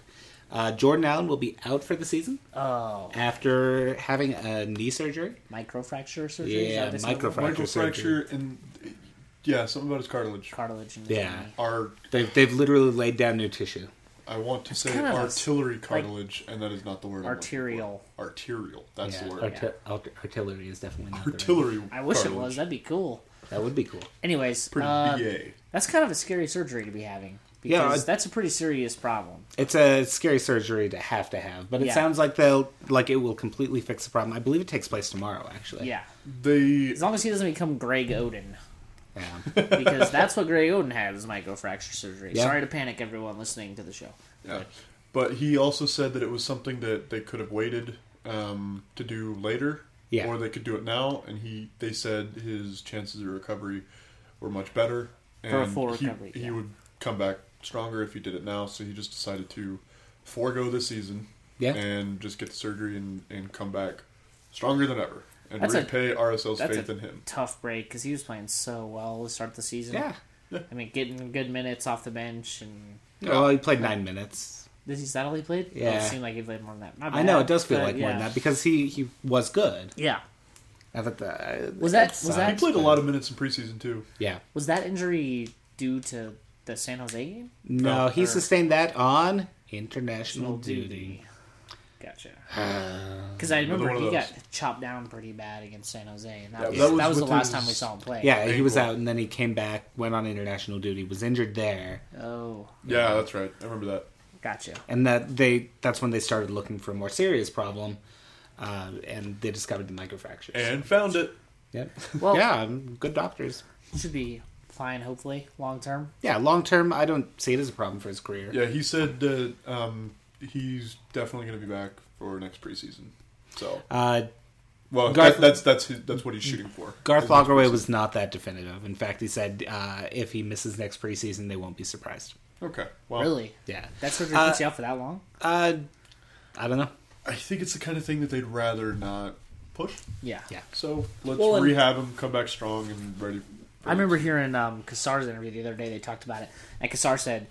S1: Uh, Jordan Allen will be out for the season
S2: oh,
S1: after having a knee surgery.
S2: microfracture surgery? Is
S1: Yeah,
S2: that what they said?
S1: microfracture.
S3: Michael
S1: surgery.
S3: fracture and yeah, something about his cartilage.
S2: Cartilage in the
S1: Yeah.
S2: knee.
S3: Our
S1: They've, they've literally laid down new tissue.
S3: I want to say
S2: kind of a s-
S3: artillery cartilage, and that is not the word. I'm looking
S2: Arterial.
S3: for. Arterial. That's
S1: Yeah,
S3: the word.
S1: arti- art- artillery is definitely not the right-
S3: Artillery.
S2: I wish it
S3: cartilage.
S2: was. That'd be cool.
S1: That would be cool.
S2: Anyways,
S3: Pretty
S2: uh,
S3: BA.
S2: that's kind of a scary surgery to be having
S1: Yeah,
S2: because
S1: I-
S2: that's a pretty serious problem.
S1: It's a scary surgery to have to have, but it
S2: Yeah.
S1: sounds like they'll like it will completely fix the problem. I believe it takes place tomorrow, actually.
S2: Yeah,
S3: They
S2: as long as he doesn't become Greg Oden,
S1: Yeah.
S2: because that's what Greg Oden had is microfracture surgery.
S1: Yeah.
S2: Sorry to panic everyone listening to the show.
S3: Yeah. But he also said that it was something that they could have waited um, to do later,
S1: Yeah.
S3: or they could do it now. And he, they said his chances of recovery were much better. And
S2: For a full
S3: he,
S2: recovery,
S3: he
S2: yeah.
S3: would come back stronger if he did it now. So he just decided to forego the season
S1: Yeah.
S3: and just get the surgery and, and come back stronger than ever and
S2: That's a-
S3: repay RSL's
S2: That's
S3: faith
S2: a
S3: in him.
S2: tough break because he was playing so well to start the season.
S1: yeah.
S2: I mean, getting good minutes off the bench, and
S1: Well, he played nine minutes.
S2: this is that all he played. Oh, it
S1: Yeah.
S2: seemed like he played more than that. My
S1: I know
S2: bad,
S1: it does feel
S2: but
S1: like more than
S2: yeah.
S1: that because he he was good.
S2: Yeah,
S1: I thought uh, that
S2: Was that-
S1: it
S2: was
S1: sucks,
S3: He
S2: that-
S3: played a
S1: but-
S3: lot of minutes in preseason too.
S1: yeah
S2: was that injury due to the San Jose game?
S1: No,
S2: Oh,
S1: he
S2: or-
S1: sustained that on international duty.
S2: Gotcha. Because I remember
S3: one of
S2: he
S3: those.
S2: got chopped down pretty bad against San Jose, and that,
S3: That-
S2: was,
S3: that
S2: that
S3: was
S2: was, the
S3: with
S2: last
S3: his-
S2: time we saw him play.
S1: Yeah, he was
S3: Ankle.
S1: out and then he came back, went on international duty, was injured there,
S2: Oh,
S3: Yeah, that's right. I remember that.
S2: gotcha.
S1: and that they that's when they started looking for a more serious problem, uh, and they discovered the microfractures.
S3: And found it.
S1: Yep.
S2: Well-
S1: yeah, um, good doctors.
S2: Should be fine, hopefully, long term.
S1: Yeah, long term, I don't see it as a problem for his career.
S3: Yeah, he said that um, he's definitely going to be back for next preseason. So,
S1: Uh,
S3: well,
S1: Garth-
S3: that, that's that's his, that's what he's shooting for.
S1: Garth
S3: Is next
S1: Lagerway was not that definitive. In fact, he said uh, if he misses next preseason, they won't be surprised.
S3: preseason. Okay. Well,
S2: Really?
S1: Yeah.
S2: That's what
S1: Uh,
S2: keeps you out for that long?
S1: Uh, I don't know.
S3: I think it's the kind of thing that they'd rather not push.
S2: Yeah.
S1: Yeah.
S3: So let's
S2: Well, and-
S3: rehab him, come back strong and ready. for-
S2: I remember hearing um, Kassar's interview the other day. They talked about it, and Kassar said,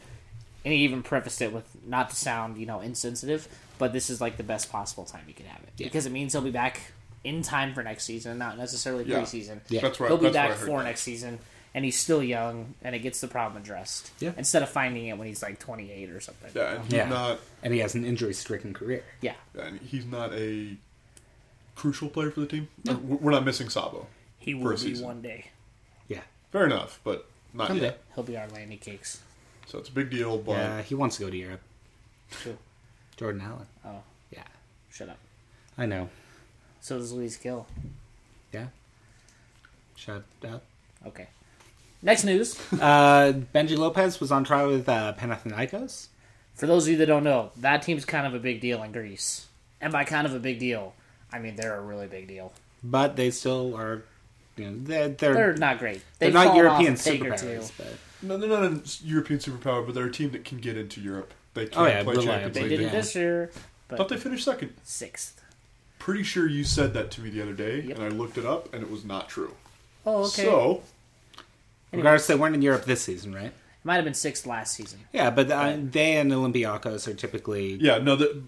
S2: and he even prefaced it with not to sound you know insensitive, but this is like the best possible time you could have it
S1: Yeah.
S2: because it means he'll be back in time for next season, not necessarily
S3: Yeah.
S2: preseason.
S1: Yeah.
S3: That's right.
S2: He'll be
S3: that's
S2: back
S3: what I heard.
S2: for next season, and he's still young, and it gets the problem addressed.
S1: Yeah.
S2: Instead of finding it when he's like 28 or something.
S3: Yeah, and he's
S1: Yeah.
S3: not.
S1: And he has an injury-stricken career.
S2: Yeah.
S3: And he's not a crucial player for the team. Like, We're we're not missing Sabo.
S2: He
S3: For a
S2: will be
S3: season.
S2: one day.
S1: Yeah.
S3: Fair enough, but not
S1: Someday.
S3: yet.
S2: He'll be our landing cakes.
S3: So it's a big deal. But
S1: Yeah, he wants to go to Europe.
S2: True.
S1: Jordan Allen.
S2: Oh,
S1: Yeah.
S2: shut up.
S1: I know.
S2: So does Louise Gill.
S1: Yeah. Shut up.
S2: Okay. Next news.
S1: Uh, Benji Lopez was on trial with uh, Panathinaikos.
S2: For those of you that don't know, that team's kind of a big deal in Greece. And by kind of a big deal, I mean they're a really big deal.
S1: but they still are. You know, they're they're,
S2: They're
S1: they're,
S2: not great. They've
S1: not
S2: fallen
S1: European
S2: off a peg or two.
S1: superpowers. But
S3: no, they're not a European superpower, but they're a team that can get into Europe. They can
S1: Oh, yeah,
S3: play
S1: reliably.
S3: Champions
S2: They
S3: League.
S2: did
S1: Yeah.
S2: it this year,
S3: Thought
S2: but
S3: they finished second.
S2: sixth.
S3: Pretty sure you said that to me the other day,
S2: Yep.
S3: and I looked it up, and it was not true.
S2: Oh, okay.
S3: So
S1: regardless, they weren't in Europe this season, right?
S2: it might have been sixth last season.
S1: Yeah, but uh, they and Olympiacos are typically
S3: yeah, no, the,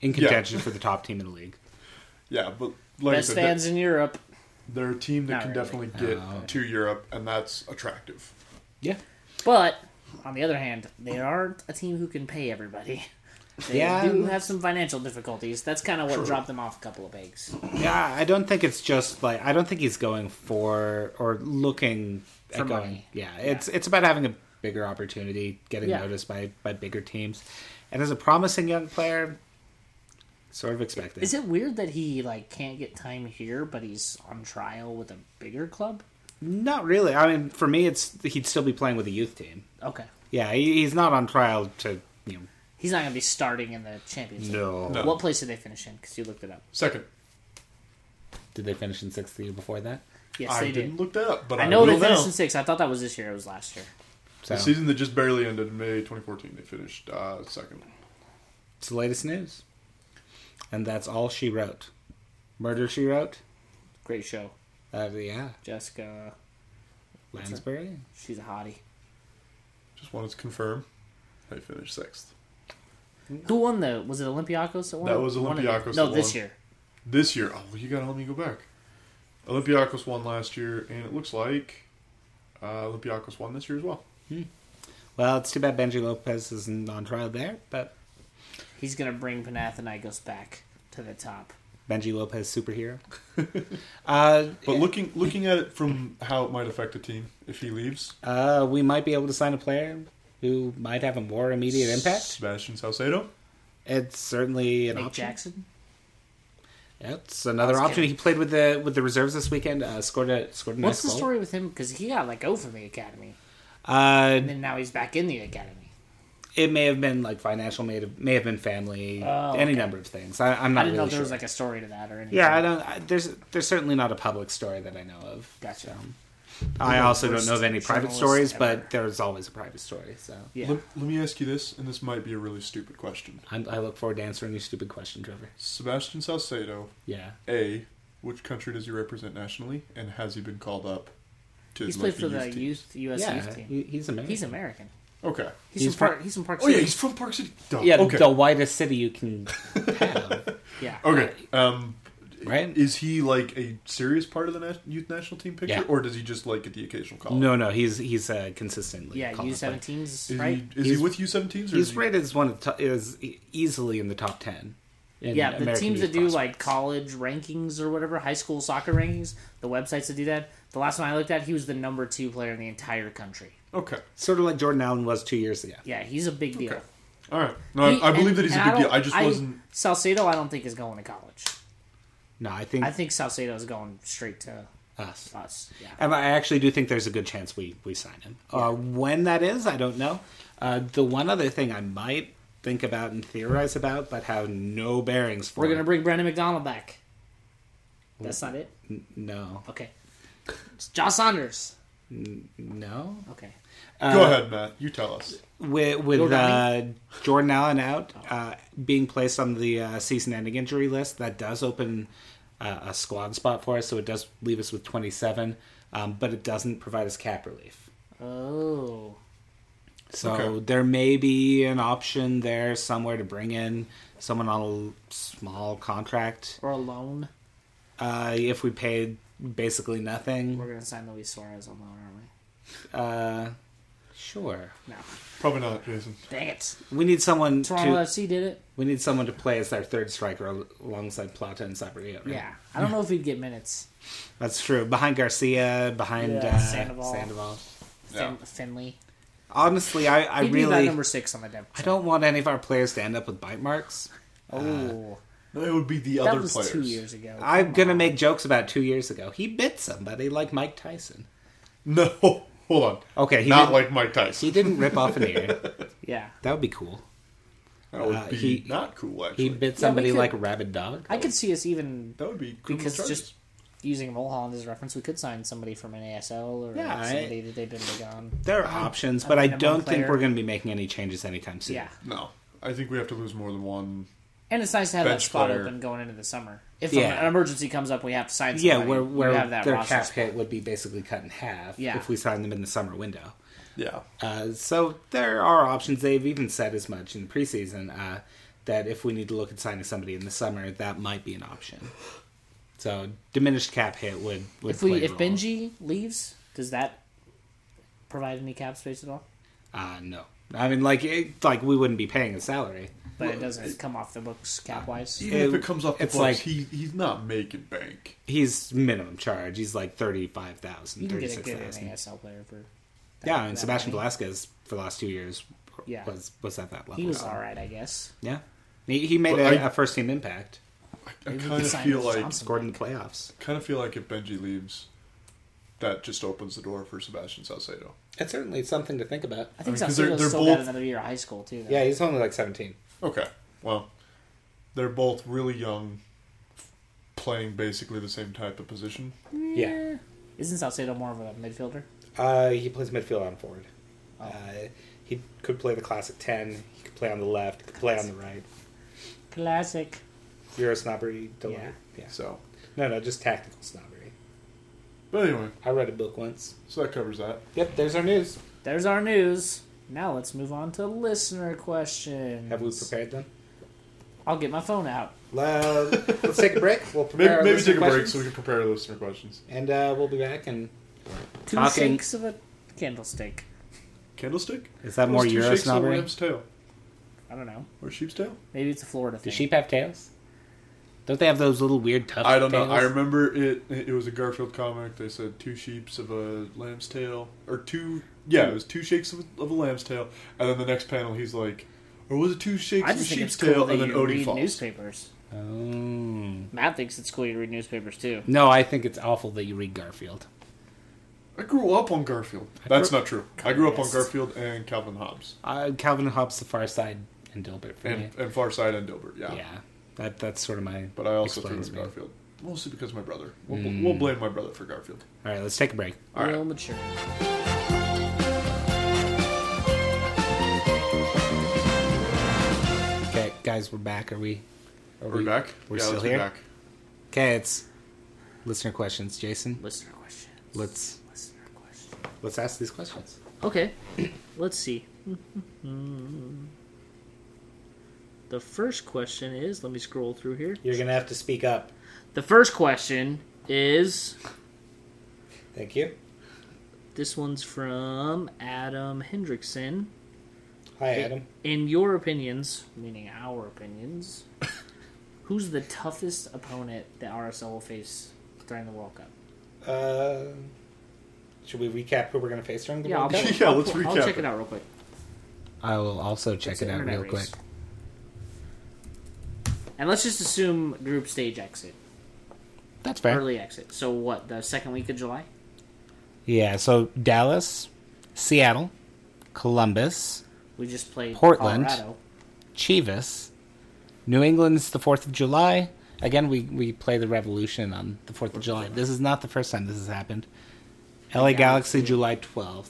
S1: in contention for the top team in the league.
S3: yeah, but like I
S2: Best
S3: said, that-
S2: fans in Europe.
S3: they're a team that
S2: Not
S3: can
S2: really.
S3: definitely get
S1: Oh, okay.
S3: to Europe, and that's attractive.
S1: Yeah,
S2: But on the other hand, they aren't a team who can pay everybody. They
S1: Yeah.
S2: do have some financial difficulties. That's kind of what
S3: True.
S2: dropped them off a couple of pegs.
S1: yeah. I don't think it's just like I don't think he's going for or looking
S2: For
S1: at going.
S2: money.
S1: Yeah, it's it's about having a bigger opportunity, getting
S2: Yeah.
S1: noticed by by bigger teams, and as a promising young player, sort of expected.
S2: Is it weird that he like can't get time here, but he's on trial with a bigger club?
S1: Not really. I mean, for me, it's he'd still be playing with a youth team.
S2: Okay.
S1: Yeah, he, he's not on trial to you know.
S2: He's not going to be starting in the Champions League.
S1: No.
S3: No.
S2: What place did they finish in? Because you looked it up.
S3: Second,
S1: Did they finish in sixth the year before that?
S2: Yes,
S3: I
S2: they
S3: didn't
S2: did.
S3: look that up, but I,
S2: I know they
S3: will now.
S2: finished in six. I thought that was this year. It was last year.
S1: So
S3: The season that just barely ended in May 2014, they finished uh, second.
S1: it's the latest news, and that's all she wrote. Murder she wrote.
S2: Great show,
S1: Uh, yeah,
S2: Jessica.
S1: Lansbury.
S2: She's a hottie.
S3: Just wanted to confirm they finished sixth.
S2: Who won the? Was it Olympiacos that won?
S3: That was
S2: won it?
S3: Olympiacos
S2: No,
S3: that
S2: this
S3: won.
S2: year.
S3: This year, oh, you gotta help me go back. Olympiacos won last year, and it looks like uh, Olympiacos won this year as well.
S1: Well, it's too bad Benji Lopez isn't on trial there, but
S2: He's going to bring Panathinaikos back to the top.
S1: Benji Lopez superhero. uh,
S3: But looking looking at it from how it might affect a team if he leaves,
S1: uh, we might be able to sign a player who might have a more immediate impact.
S3: Sebastian Salcedo.
S1: It's certainly an
S2: Nate
S1: option.
S2: Jackson.
S1: That's another
S2: That's
S1: option.
S2: good.
S1: He played with the with the reserves this weekend. Uh, scored a scored a nice
S2: What's the
S1: goal.
S2: story with him? Because he got let go from the academy,
S1: Uh,
S2: and then now he's back in the academy.
S1: it may have been like financial, may have, may have been family,
S2: Oh,
S1: any
S2: okay.
S1: number of things. I,
S2: I
S1: I'm not
S2: didn't know
S1: really
S2: there
S1: sure.
S2: was like a story to that or anything.
S1: yeah, I don't. I, there's there's certainly not a public story that I know of.
S2: Gotcha.
S1: I also don't know of any
S2: Worst
S1: private
S2: journalist
S1: stories,
S2: ever.
S1: but there's always a private story. So
S2: Yeah.
S3: Let, let me ask you this, and this might be a really stupid question.
S1: I'm, I look forward to answering your stupid question, Trevor.
S3: Sebastian Salcedo,
S1: Yeah,
S3: A, which country does he represent nationally, and has he been called up to
S2: He's played
S3: like,
S2: for the
S3: team?
S2: youth U.S.
S1: yeah,
S2: youth team.
S1: he, he's American.
S2: He's American.
S3: Okay.
S2: He's,
S1: He's
S2: from
S1: fr-
S2: Park. He's from Park
S3: Oh
S2: City.
S3: yeah, he's from Park City. Duh.
S1: yeah,
S3: Okay.
S1: the
S3: Oh,
S1: widest city you can have.
S2: yeah.
S3: Okay. Um,
S1: Right?
S3: Is he like a serious part of the na- youth national team picture,
S1: Yeah.
S3: or does he just like get the occasional call?
S1: No, no, he's he's uh, consistently.
S2: Yeah,
S1: called
S2: U
S1: up, like-
S2: seventeens,
S3: Is
S2: right?
S3: he is
S1: He's-
S3: he with U17s? Or is
S1: He's
S3: he,
S1: rated as one of the top, is e- easily in the top ten. in
S2: yeah, the
S1: American
S2: teams
S1: youth
S2: that do like
S1: prospects.
S2: college rankings or whatever, high school soccer rankings, the websites that do that. The last one I looked at, he was the number two player in the entire country.
S3: Okay,
S1: sort of like Jordan Allen was two years ago.
S2: Yeah, he's a big deal.
S3: Okay. all right. No, I-
S2: He-
S3: I, believe
S2: and-
S3: that he's a
S2: and
S3: big deal.
S2: don't-
S3: I just wasn't.
S2: Salcedo, I don't think is going to college.
S1: No, I think
S2: I think Salcedo is going straight to
S1: us.
S2: us. Yeah,
S1: And I actually do think there's a good chance we we sign him. Uh, when that is, I don't know. Uh, the one other thing I might think about and theorize about, but have no bearings for.
S2: we're gonna bring Brandon McDonald back. That's not it.
S1: N- no,
S2: Okay, it's Josh Saunders.
S1: no.
S2: Okay,
S1: uh,
S3: Go ahead, Matt. You tell us.
S1: With with
S2: Jordan
S1: uh, Jordan Allen out, uh, being placed on the uh, season-ending injury list, that does open uh, a squad spot for us. So it does leave us with 27, um, but it doesn't provide us cap relief.
S2: oh,
S1: So
S3: Okay.
S1: there may be an option there somewhere to bring in someone on a l- small contract.
S2: or a loan.
S1: Uh, if we paid basically
S2: We're
S1: nothing,
S2: gonna sign Luis Suarez on loan, aren't we?
S1: uh, sure.
S2: No,
S3: Probably not, Jason.
S2: dang it.
S1: We need someone
S2: Toronto
S1: to
S2: FC did it.
S1: we need someone to play as their third striker al- alongside Plata and Sabria. Right?
S2: Yeah, I don't know if he'd get minutes.
S1: That's true. Behind Garcia, behind
S2: Yeah,
S1: uh,
S2: Sandoval.
S1: Sandoval.
S2: Fin- Finley,
S1: Honestly, I, I
S2: he'd be that
S1: really
S2: number six on the depth.
S1: I don't want any of our players to end up with bite marks.
S2: Oh,
S3: No, it would be the
S2: that
S3: other
S2: was
S3: players.
S2: two years ago.
S1: I'm
S2: Come
S1: gonna
S2: on.
S1: make jokes about two years ago. He bit somebody like Mike Tyson.
S3: No, hold on.
S1: Okay, he
S3: not
S1: didn't-
S3: like Mike Tyson.
S1: He didn't rip off an ear.
S2: Yeah,
S1: That would be cool.
S3: That would
S1: uh,
S3: be
S1: he-
S3: not cool. Actually,
S1: He bit somebody
S2: could-
S1: like a rabid dog.
S2: I could see us even
S3: that would be cool
S2: because just using Mulholland as a reference, we could sign somebody from an ASL or
S1: Yeah, I-
S2: somebody that they've been big on.
S1: There are options, but I
S2: minimum
S1: don't think
S2: player.
S1: we're going to be making any changes anytime soon.
S2: Yeah,
S3: no. I think we have to lose more than one.
S2: and it's nice to have
S3: Bench
S2: that spot
S3: player.
S2: open going into the summer. If
S1: Yeah.
S2: an emergency comes up, we have to sign. Somebody,
S1: Yeah, where
S2: we
S1: where
S2: have that
S1: their
S2: roster
S1: cap
S2: spot.
S1: hit would be basically cut in half
S2: Yeah.
S1: if we signed them in the summer window.
S3: Yeah,
S1: Uh, so there are options. They've even said as much in preseason uh, that if we need to look at signing somebody in the summer, that might be an option. So diminished cap hit would, would
S2: If we
S1: play a
S2: if
S1: role.
S2: Benji leaves, does that provide any cap space at all?
S1: uh, no, I mean like it, like we wouldn't be paying a salary.
S2: But it doesn't come off the books cap wise.
S3: even if it comes off the
S1: it's
S3: books,
S1: like-
S3: he he's not making bank.
S1: He's minimum charge. He's like thirty five
S2: You
S1: thousand,
S2: can
S1: thirty
S2: get a
S1: six
S2: good
S1: thousand.
S2: ASL player for. that-
S1: Yeah, and
S2: that
S1: Sebastian
S2: money.
S1: Velasquez for the last two years
S2: Yeah.
S1: was was at
S3: Oh,
S1: that level.
S2: He was
S1: So,
S2: all right, I guess.
S1: Yeah, he, he made
S3: But
S1: a
S3: I-
S1: first team impact.
S3: I
S2: Maybe we
S3: kind
S2: could
S3: of
S2: sign
S3: feel
S2: Johnson.
S3: like
S1: Scored in the playoffs.
S3: kind of feel like if Benji leaves, that just opens the door for Sebastian Salcedo.
S1: It's certainly something to think about.
S2: I think
S3: mean, 'cause they're-
S2: Salcedo's
S3: they're
S2: still got
S3: both-
S2: another year of high school too. Though.
S1: Yeah, he's only like seventeen.
S3: Okay, well, they're both really young, playing basically the same type of position.
S1: Yeah.
S2: Isn't Salcedo more of a midfielder?
S1: Uh, he plays midfield on forward.
S2: Oh.
S1: Uh, he could play the classic ten. He could play on the left. He could play on the right.
S2: Classic.
S1: Euro snobbery delight.
S2: Yeah.
S1: Yeah.
S3: So,
S1: No, no, just tactical snobbery.
S3: but anyway,
S1: I read a book once.
S3: so that covers that.
S1: Yep, there's our news.
S2: There's our news. Now let's move on to listener questions.
S1: Have we prepared them?
S2: I'll get my phone out.
S1: Uh, let's take a break. We'll prepare
S3: Maybe,
S1: our
S3: maybe
S1: listener
S3: take a break
S1: questions,
S3: so we can prepare listener questions.
S1: and uh, we'll be back. And
S2: Two
S1: Talking-
S2: shakes of a candlestick.
S3: Candlestick?
S1: is that
S3: Those
S1: more
S3: two
S1: Euro
S3: shakes of a
S1: snobbery?
S3: ram's tail
S2: I don't know.
S3: or sheep's tail?
S2: Maybe it's a Florida
S1: Do
S2: thing.
S1: sheep have tails? Don't they have those little weird tufts?
S3: I don't know. I remember it. It was a Garfield comic. They said two sheeps of a lamb's tail, or two. Yeah, it was two shakes of a, of a lamb's tail, and then the next panel, he's like, or was it two shakes
S2: I
S3: of a
S2: just think
S3: sheep's
S2: it's cool
S3: tail,
S2: that
S3: and then
S2: you
S3: Odie
S2: read
S3: falls.
S2: newspapers.
S1: Oh.
S2: Matt thinks it's cool you read newspapers too.
S1: No, I think it's awful that you read Garfield.
S3: I grew up on Garfield. That's
S1: grew-
S3: not true. I grew up on
S2: Yes.
S3: Garfield and Calvin Hobbes,
S1: Uh, Calvin Hobbes, The Far Side, and Dilbert for me.
S3: and and Farside and Dilbert. Yeah.
S1: Yeah, that that's sort of my.
S3: But I also threw
S1: explains
S3: in
S1: me.
S3: Garfield, mostly because of my brother. We'll,
S2: Hmm.
S3: we'll blame my brother for Garfield.
S1: All right, let's take a break.
S3: All right.
S2: Real mature.
S1: Okay, guys, we're back. Are we? Are
S3: Are we back?
S1: We're
S3: yeah,
S1: still
S3: let's be
S1: here.
S3: back.
S1: Okay, it's listener questions. Jason,
S2: Listener questions.
S1: let's
S2: Listener questions.
S1: let's ask these questions.
S2: Okay. Let's see. The first question is let me scroll through here.
S1: You're gonna have to speak up.
S2: The first question is
S1: Thank you.
S2: this one's from Adam Hendrickson.
S1: Hi, Adam.
S2: In your opinions, meaning our opinions, who's the toughest opponent that RSL will face during the World Cup?
S1: Uh, should we recap who we're gonna face during the
S2: Yeah, I'll,
S1: World Cup?
S3: Yeah,
S2: I'll-
S3: let's
S2: I'll
S3: recap
S2: check
S3: it.
S2: it out real quick.
S1: I will also check
S2: It's
S1: it
S2: an
S1: out
S2: internet
S1: real quick.
S2: race. And let's just assume group stage exit,
S1: That's fair.
S2: early exit. So what? The second week of July.
S1: Yeah. So Dallas, Seattle, Columbus,
S2: We just played
S1: Portland.
S2: Colorado.
S1: Chivas. New England's the 4th of July. Again, we, we play the Revolution on the 4th of July. This is not the first time this has happened. LA Galaxy,
S2: Galaxy.
S1: July 12th.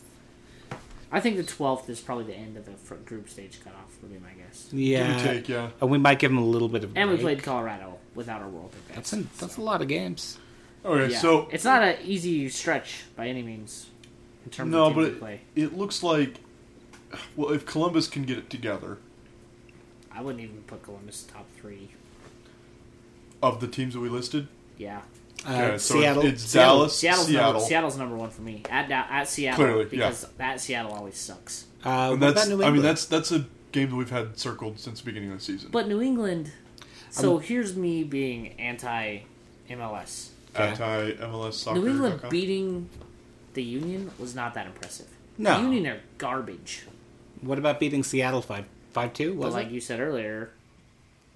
S2: I think the twelfth is probably the end of the fr- group stage cutoff. Would be my guess.
S1: Yeah.
S3: Give or take, yeah.
S1: And we might give them a little bit of
S2: And we
S1: break.
S2: played Colorado without our world advance.
S1: That's, an, that's a lot of games.
S3: Okay,
S2: Yeah.
S3: so
S2: it's not an easy stretch by any means in terms
S3: no,
S2: of team
S3: but
S2: we play.
S3: it, it looks like well, if Columbus can get it together
S2: I wouldn't even put Columbus top three.
S3: of the teams that we listed,
S2: Yeah,
S1: Uh,
S3: Okay, so
S1: Seattle.
S3: it's
S1: Seattle.
S3: Dallas,
S2: Seattle's
S3: Seattle.
S2: Number, Seattle's number one for me at Da- at Seattle
S3: Clearly, yeah.
S2: because that Seattle always sucks.
S1: Uh, what
S3: And that's,
S1: about New
S3: I mean,
S1: England?
S3: that's that's a game that we've had circled since the beginning of the season.
S2: But New England. So here's me being anti MLS.
S3: Anti MLS soccer.
S2: New England beating the Union was not that impressive.
S1: No.
S3: Ah.
S2: The Union are garbage.
S1: What about beating Seattle 5 5 2?
S2: But
S1: Was
S2: like
S1: it?
S2: you said earlier,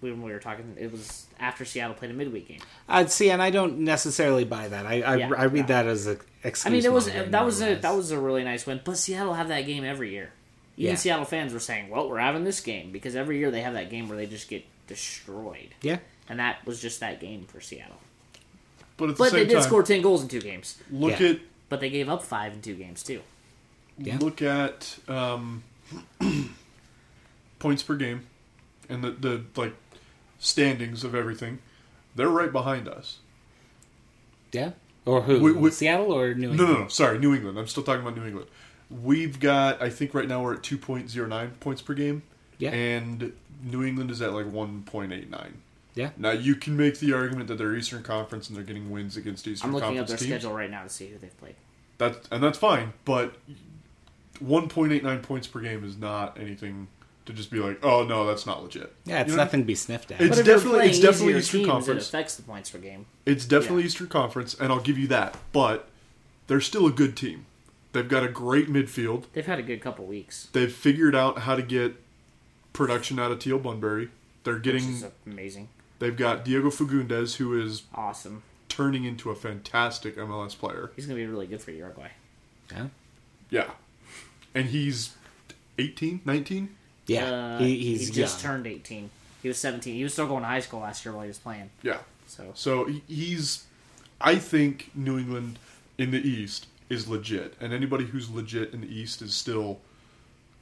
S2: when we were talking, it was after Seattle played a midweek game.
S1: I'd Uh, see, and I don't necessarily buy that. I, I,
S2: Yeah,
S1: I read
S2: yeah.
S1: that as an excuse.
S2: I mean, it was
S1: more than
S2: that was a
S1: otherwise.
S2: that was a really nice win. But Seattle have that game every year. Even
S1: Yeah.
S2: Seattle fans were saying, "Well, we're having this game because every year they have that game where they just get destroyed."
S1: Yeah.
S2: And that was just that game for Seattle.
S3: But at the
S2: But they
S3: same
S2: did
S3: time,
S2: score ten goals in two games.
S3: look
S1: Yeah.
S3: at
S2: But they gave up five in two games too.
S1: Yeah.
S3: look at um, points per game and the, the like standings of everything. They're right behind us.
S1: Yeah. Or who?
S3: We- we-
S1: Seattle or New England?
S3: No, no, no. Sorry, New England. I'm still talking about New England. We've got, I think right now we're at 2.09 points per game.
S1: Yeah.
S3: And New England is at like 1.89.
S1: Yeah.
S3: Now, you can make the argument that they're Eastern Conference and they're getting wins against Eastern
S2: I'm looking up
S3: Conference
S2: their
S3: teams.
S2: schedule right now to see who they've played.
S3: That's, and that's fine, but 1.89 points per game is not anything to just be like, oh, no, that's not legit.
S1: Yeah, it's
S3: You know?
S1: nothing to be sniffed at.
S3: It's
S2: But if you're
S3: definitely- it's
S2: playing
S3: definitely
S2: easier
S3: Eastern
S2: teams,
S3: Conference.
S2: It affects the points per game.
S3: It's definitely
S2: Yeah.
S3: Eastern Conference, and I'll give you that, but they're still a good team. They've got a great midfield.
S2: They've had a good couple weeks,
S3: They've figured out how to get production out of Teal Bunbury. They're
S2: which
S3: getting.
S2: is amazing,
S3: They've got Diego Fagundes, who is
S2: awesome.
S3: turning into a fantastic MLS player.
S2: He's gonna be really good for Uruguay.
S1: Yeah.
S3: Yeah, and he's 18, 19?
S1: Yeah.
S2: Uh,
S1: he, he's
S2: he just
S1: young.
S2: turned 18. He was 17. He was still going to high school last year while he was playing.
S3: Yeah.
S2: So
S3: So he- he's, I think New England in the East is legit, and anybody who's legit in the East is still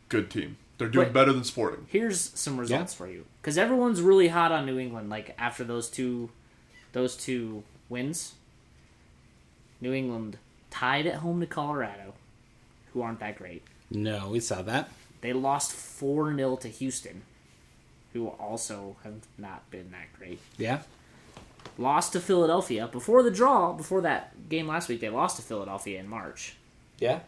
S3: good team. They're doing
S2: But-
S3: better than Sporting.
S2: here's some results for you because everyone's really hot on New England. Like after those two, those two wins, New England tied at home to Colorado, who aren't that great.
S1: No, we saw that.
S2: They lost four 0 to Houston, who also have not been that great.
S1: Yeah.
S2: Lost to Philadelphia before the draw. Before that game last week, they lost to Philadelphia in March.
S1: Yeah.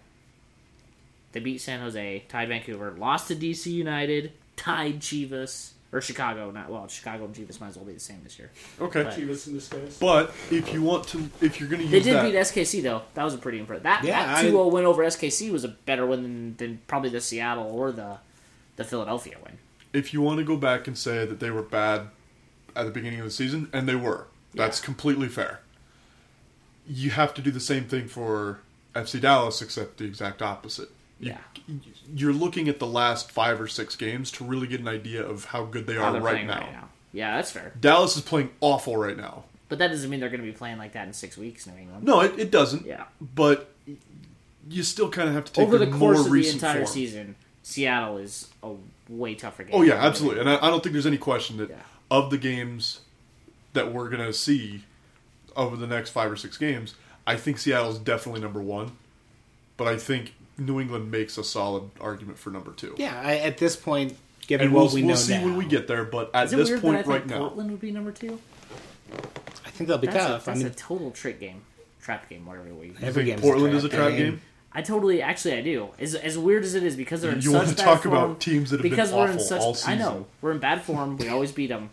S2: They beat San Jose, tied Vancouver, lost to DC United, tied Chivas or Chicago. Not well, Chicago and Chivas might as well be the same this year.
S3: Okay.
S1: Chivas in disguise.
S3: But if you want to, if you're going to
S2: They
S3: use
S2: did
S3: that,
S2: beat SKC though. That was a pretty impressive. That
S1: Yeah,
S2: that
S1: I-
S2: two zero win over SKC was a better win than, than probably the Seattle or the the Philadelphia win.
S3: if you want to go back and say that they were bad at the beginning of the season, and they were, that's completely fair. You have to do the same thing for FC Dallas, except the exact opposite. You-
S2: Yeah.
S3: You're looking at the last five or six games to really get an idea of how good they
S2: How
S3: are
S2: they're
S3: right
S2: playing
S3: now.
S2: right now. Yeah, that's fair.
S3: Dallas is playing awful right now.
S2: But that doesn't mean they're going to be playing like that in six weeks, New England.
S3: No, it, it doesn't.
S2: Yeah.
S3: But you still kind of have to take
S2: Over
S3: their
S2: the course
S3: more
S2: of the
S3: recent
S2: entire
S3: form.
S2: season, Seattle is a way tougher game.
S3: Oh yeah,
S2: than New
S3: absolutely, and I, I don't think there's any question that
S2: Yeah.
S3: of the games that we're gonna see over the next five or six games, I think Seattle's definitely number one, but I think New England makes a solid argument for number two.
S1: Yeah. I, at this point, given
S3: and
S1: what
S3: we'll,
S1: we
S3: we'll
S1: know
S3: see
S1: now.
S3: when we get there. But at
S2: Is it
S3: this
S2: weird
S3: point,
S2: that I
S3: right
S2: think
S3: now,
S2: Portland would be number two?
S1: I think that'll be
S2: That's,
S1: tough.
S2: a,
S1: I
S2: that's
S1: mean,
S2: a total trick game, trap game, whatever we.
S3: I
S1: every
S3: think
S1: game
S3: Portland is a trap game.
S2: I totally, actually, I do. As as weird as it is, because they're in
S3: You
S2: such
S3: wanna
S2: bad
S3: talk
S2: form,
S3: about teams that have been
S2: because we're in
S3: awful
S2: such,
S3: all
S2: I know
S3: season.
S2: we're in bad form. We always beat them.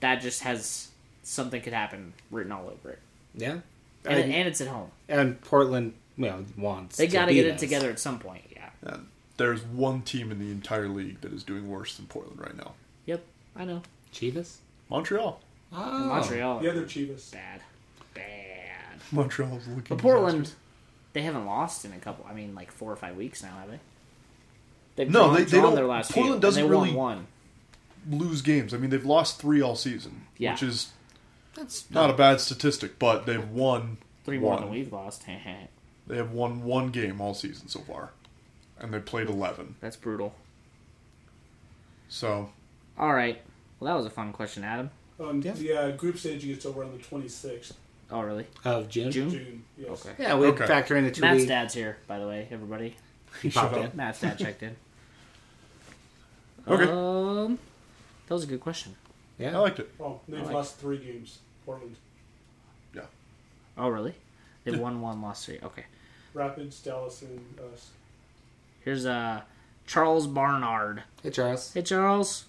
S2: That just has something could happen written all over it,
S1: Yeah,
S2: and,
S1: and,
S2: and it's at home.
S1: and Portland, you know, wants
S2: They got
S1: to
S2: to get
S1: beat
S2: it
S1: us.
S2: together at some point. Yeah.
S3: Uh, There's one team in the entire league that is doing worse than Portland right now.
S2: Yep. I know.
S1: Chivas,
S3: Montreal.
S1: oh.
S2: Montreal.
S4: Yeah, they're Chivas.
S2: bad, bad.
S3: Montreal's looking.
S2: But Portland, they haven't lost in a couple. I mean, like four or five weeks now, have they? They've
S3: No,
S2: drawn,
S3: they- they
S2: drawn
S3: don't-
S2: Their last
S3: Portland
S2: few, and
S3: doesn't
S2: they
S3: really-
S2: won one.
S3: lose games. I mean, they've lost three all season,
S2: Yeah.
S3: which is
S1: Oh, That's
S3: not a bad statistic, but they've won
S2: Three more
S3: one.
S2: than we've lost.
S3: They have won one game all season so far, and they played eleven.
S2: That's brutal.
S3: So
S2: All right. Well, that was a fun question, Adam.
S4: Um,
S1: Yeah.
S4: The uh, group stage gets over on the 26th
S2: Oh, really?
S1: of June.
S2: June?
S4: June. Yes.
S2: Okay.
S1: Yeah, we
S3: Okay.
S1: factor in the two
S2: Matt's
S1: week-
S2: dad's here, by the way, everybody.
S1: He
S3: Shut
S1: popped
S3: up.
S1: in.
S2: Matt's dad checked in.
S3: Okay.
S2: Um, that was a good question.
S3: I
S1: Yeah,
S3: liked it.
S4: Well, they've
S2: I like-
S4: Oh, lost three games. Portland,
S3: Yeah,
S2: Oh, really? They won one, lost three. Okay.
S4: Rapids, Dallas, and us.
S2: Here's uh Charles Barnard.
S1: hey Charles,
S2: Hey, Charles.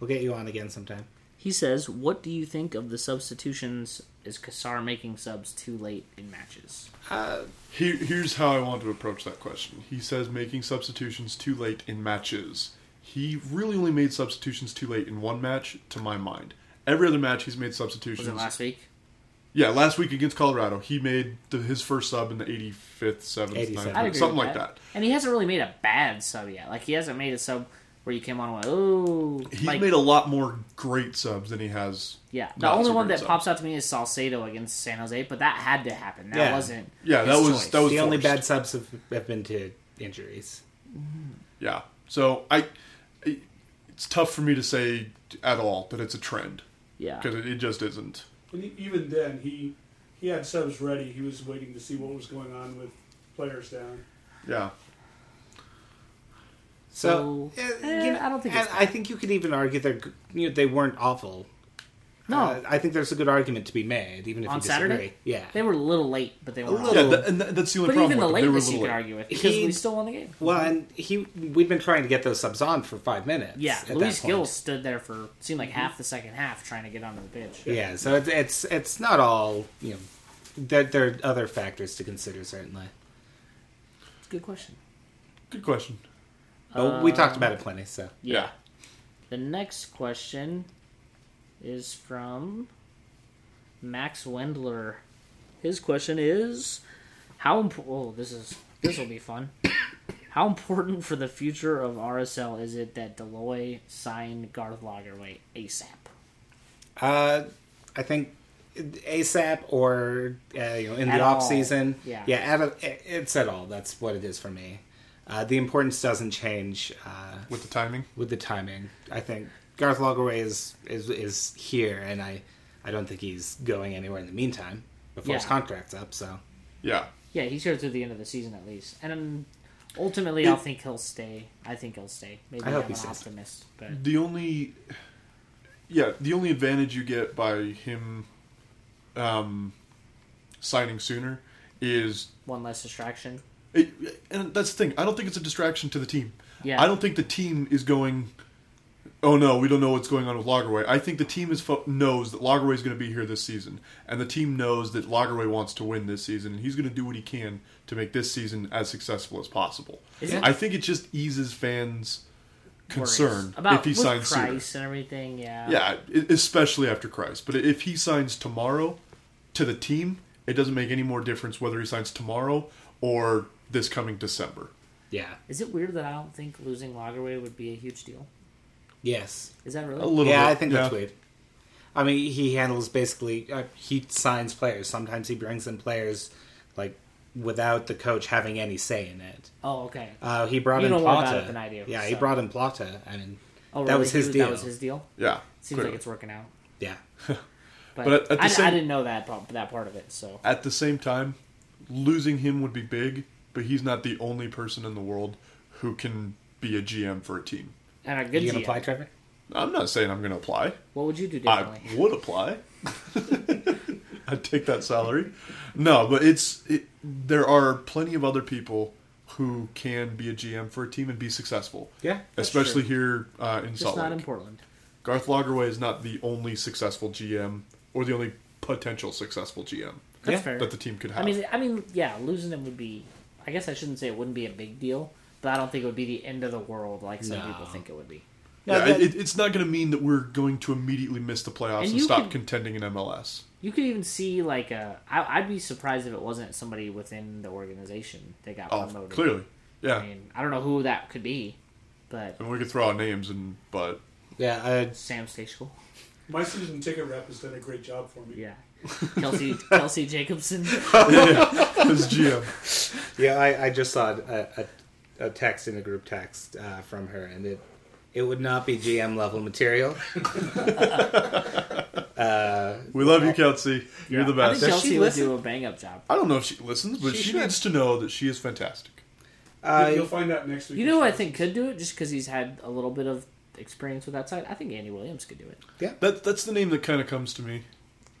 S1: we'll get you on again sometime.
S2: He says, "What do you think of the substitutions? Is Kassar making subs too late in matches?"
S3: Here, here's how I want to approach that question. He says making substitutions too late in matches. He really only made substitutions too late in one match, to my mind. Every other match, he's made
S2: Was
S3: substitutions.
S2: it last week?
S3: Yeah, last week against Colorado, he made the, his first sub in the 85th, 7th,
S1: 87th.
S3: 9th,
S1: I'd
S2: agree
S3: something
S2: with
S3: like that.
S2: And he hasn't really made a bad sub yet. Like he hasn't made a sub where you came on and went, "Oh."
S3: He's
S2: like,
S3: made a lot more great subs than he has.
S2: yeah. The
S3: not
S2: only
S3: so
S2: one
S3: great
S2: that
S3: subs.
S2: pops out to me is Salcedo against San Jose, but that had to happen. That
S1: Yeah.
S2: wasn't.
S3: Yeah, that
S2: his
S3: was-
S2: choice.
S3: that was-
S1: The only
S3: forced.
S1: bad subs have, have been to injuries.
S3: Yeah. So I, it- it's tough for me to say at all that it's a trend
S2: yeah.
S3: because it, it just isn't.
S4: And e- even then, he he had subs ready. He was waiting to see what was going on with players down.
S3: Yeah.
S1: So,
S2: So,
S1: eh,
S2: eh,
S1: you know,
S2: I don't think
S1: and
S2: it's
S1: I think you could even argue they're g- you know, they weren't awful.
S2: No.
S1: Uh, I think there's a good argument to be made, even if
S2: On
S1: you disagree.
S2: Saturday?
S1: yeah.
S2: They were a little late, but they were.
S1: little.
S3: Yeah,
S1: Oh.
S3: that, and that- that's the only
S2: But
S3: problem.
S2: even the
S3: with it. They were a
S2: lateness you
S3: little
S2: could
S3: late.
S2: argue with because
S1: He-
S2: we still won the game.
S1: Well, and he we'd been trying to get those subs on for five minutes.
S2: Yeah, Luis
S1: at that point. Mm-hmm.
S2: Gill stood there for seemed like half the second half trying to get onto the pitch.
S1: Yeah, so it's it's it's not all you know. There, there are other factors to consider certainly.
S2: It's a good question.
S3: Good question.
S1: But
S2: Uh,
S1: we talked about it plenty. So
S2: Yeah. The next question is from Max Wendler. His question is how imp- oh this is this will be fun. How important for the future of RSL is it that Deloy sign Garth Lagerway ASAP?
S1: uh, I think ASAP or uh, you know in
S2: At
S1: the
S2: all.
S1: off season.
S2: Yeah.
S1: yeah. At a, it- it's at all. That's what it is for me. Uh, the importance doesn't change uh,
S3: With the timing.
S1: with the timing. I think Garth Lagerway is is is here, and I I don't think he's going anywhere in the meantime before his
S2: Yeah.
S1: contract's up. So
S3: Yeah.
S2: Yeah, he's here through the end of the season at least. And um, ultimately I think he'll stay. I think he'll stay. Maybe
S1: I hope
S2: I'm
S1: he
S2: an
S1: stays.
S2: optimist, but
S3: The only. Yeah, the only advantage you get by him um, signing sooner is
S2: one less distraction.
S3: It, and that's the thing. I don't think it's a distraction to the team.
S2: Yeah.
S3: I don't think the team is going. Oh no, we don't know what's going on with Lagerway. I think the team is fo- knows that Lagerway is going to be here this season, and the team knows that Lagerway wants to win this season, and he's going to do what he can to make this season as successful as possible.
S2: Is it-
S3: I think it just eases fans'
S2: worries.
S3: concern
S2: about
S3: if he
S2: with
S3: signs
S2: Christ and everything. Yeah,
S3: sooner. Yeah, e- especially after Christ. But if he signs tomorrow to the team, it doesn't make any more difference whether he signs tomorrow or this coming December.
S1: yeah,
S2: Is it weird that I don't think losing Lagerway would be a huge deal?
S1: yes,
S2: Is that really?
S3: A little
S1: yeah,
S3: bit.
S1: I think that's
S3: yeah.
S1: weird. I mean, he handles basically uh, he signs players. Sometimes he brings in players like without the coach having any say in it.
S2: oh, okay.
S1: Uh, he brought
S2: You
S1: in
S2: know more about
S1: Plata.
S2: it than I do,
S1: yeah, he
S2: so.
S1: brought in Plata. I mean,
S2: Oh,
S1: that
S2: really?
S1: was
S2: He
S1: his
S2: That
S1: deal.
S2: was his deal.
S3: Yeah.
S2: Seems
S3: clearly.
S2: like it's working out.
S1: yeah,
S2: But,
S3: But at- at the
S2: I,
S3: same-
S2: I didn't know that part, that part of it. So
S3: At the same time, losing him would be big, but he's not the only person in the world who can be a GM for a team.
S2: And a
S1: Are
S2: good
S1: you gonna
S2: GM.
S1: apply, Trevor?
S3: I'm not saying I'm going to apply.
S2: What would you do
S3: I
S2: differently?
S3: would apply. I'd take that salary. No, but it's it, there are plenty of other people who can be a GM for a team and be successful,
S1: Yeah.
S3: especially here uh, in
S2: Just
S3: Salt
S2: not
S3: Lake.
S2: in Portland.
S3: Garth Lagerway is not the only successful GM or the only potential successful GM
S2: That's
S1: Yeah,
S2: fair.
S3: that the team could have.
S2: I mean, I mean, yeah, losing him would be. I guess I shouldn't say it wouldn't be a big deal, but I don't think it would be the end of the world like some
S1: No.
S2: people think it would be.
S3: yeah,
S1: Yeah, that-
S3: it, it's not going to mean that we're going to immediately miss the playoffs
S2: And
S3: and,
S2: you
S3: stop
S2: could-
S3: contending in MLS.
S2: You could even see like a. I, I'd be surprised if it wasn't somebody within the organization that got
S3: Oh,
S2: promoted.
S3: clearly, yeah.
S2: I mean, I don't know who that could be, but
S3: and we could throw out names, and but
S1: Yeah. I,
S2: Sam Stachel.
S4: My season ticket rep has done a great job for me.
S2: Yeah. Kelsey Kelsey Jacobson.
S3: as GM,
S1: yeah. I, I just saw a, a, a text in a group text uh, from her, and it it would not be GM level material. uh,
S3: we love you, Kelsey. You're the
S2: I think
S1: Does
S3: best.
S1: she
S2: Kelsey would
S1: listen?
S2: do a bang up job.
S3: I don't know if she listens, but
S1: She
S3: she,
S1: should.
S3: needs to know that she is fantastic.
S1: uh,
S4: You'll find out next week.
S2: You know who I think could do it just because he's had a little bit of experience with that side? I think Andy Williams could do it.
S3: That that's the name that kind of comes to me.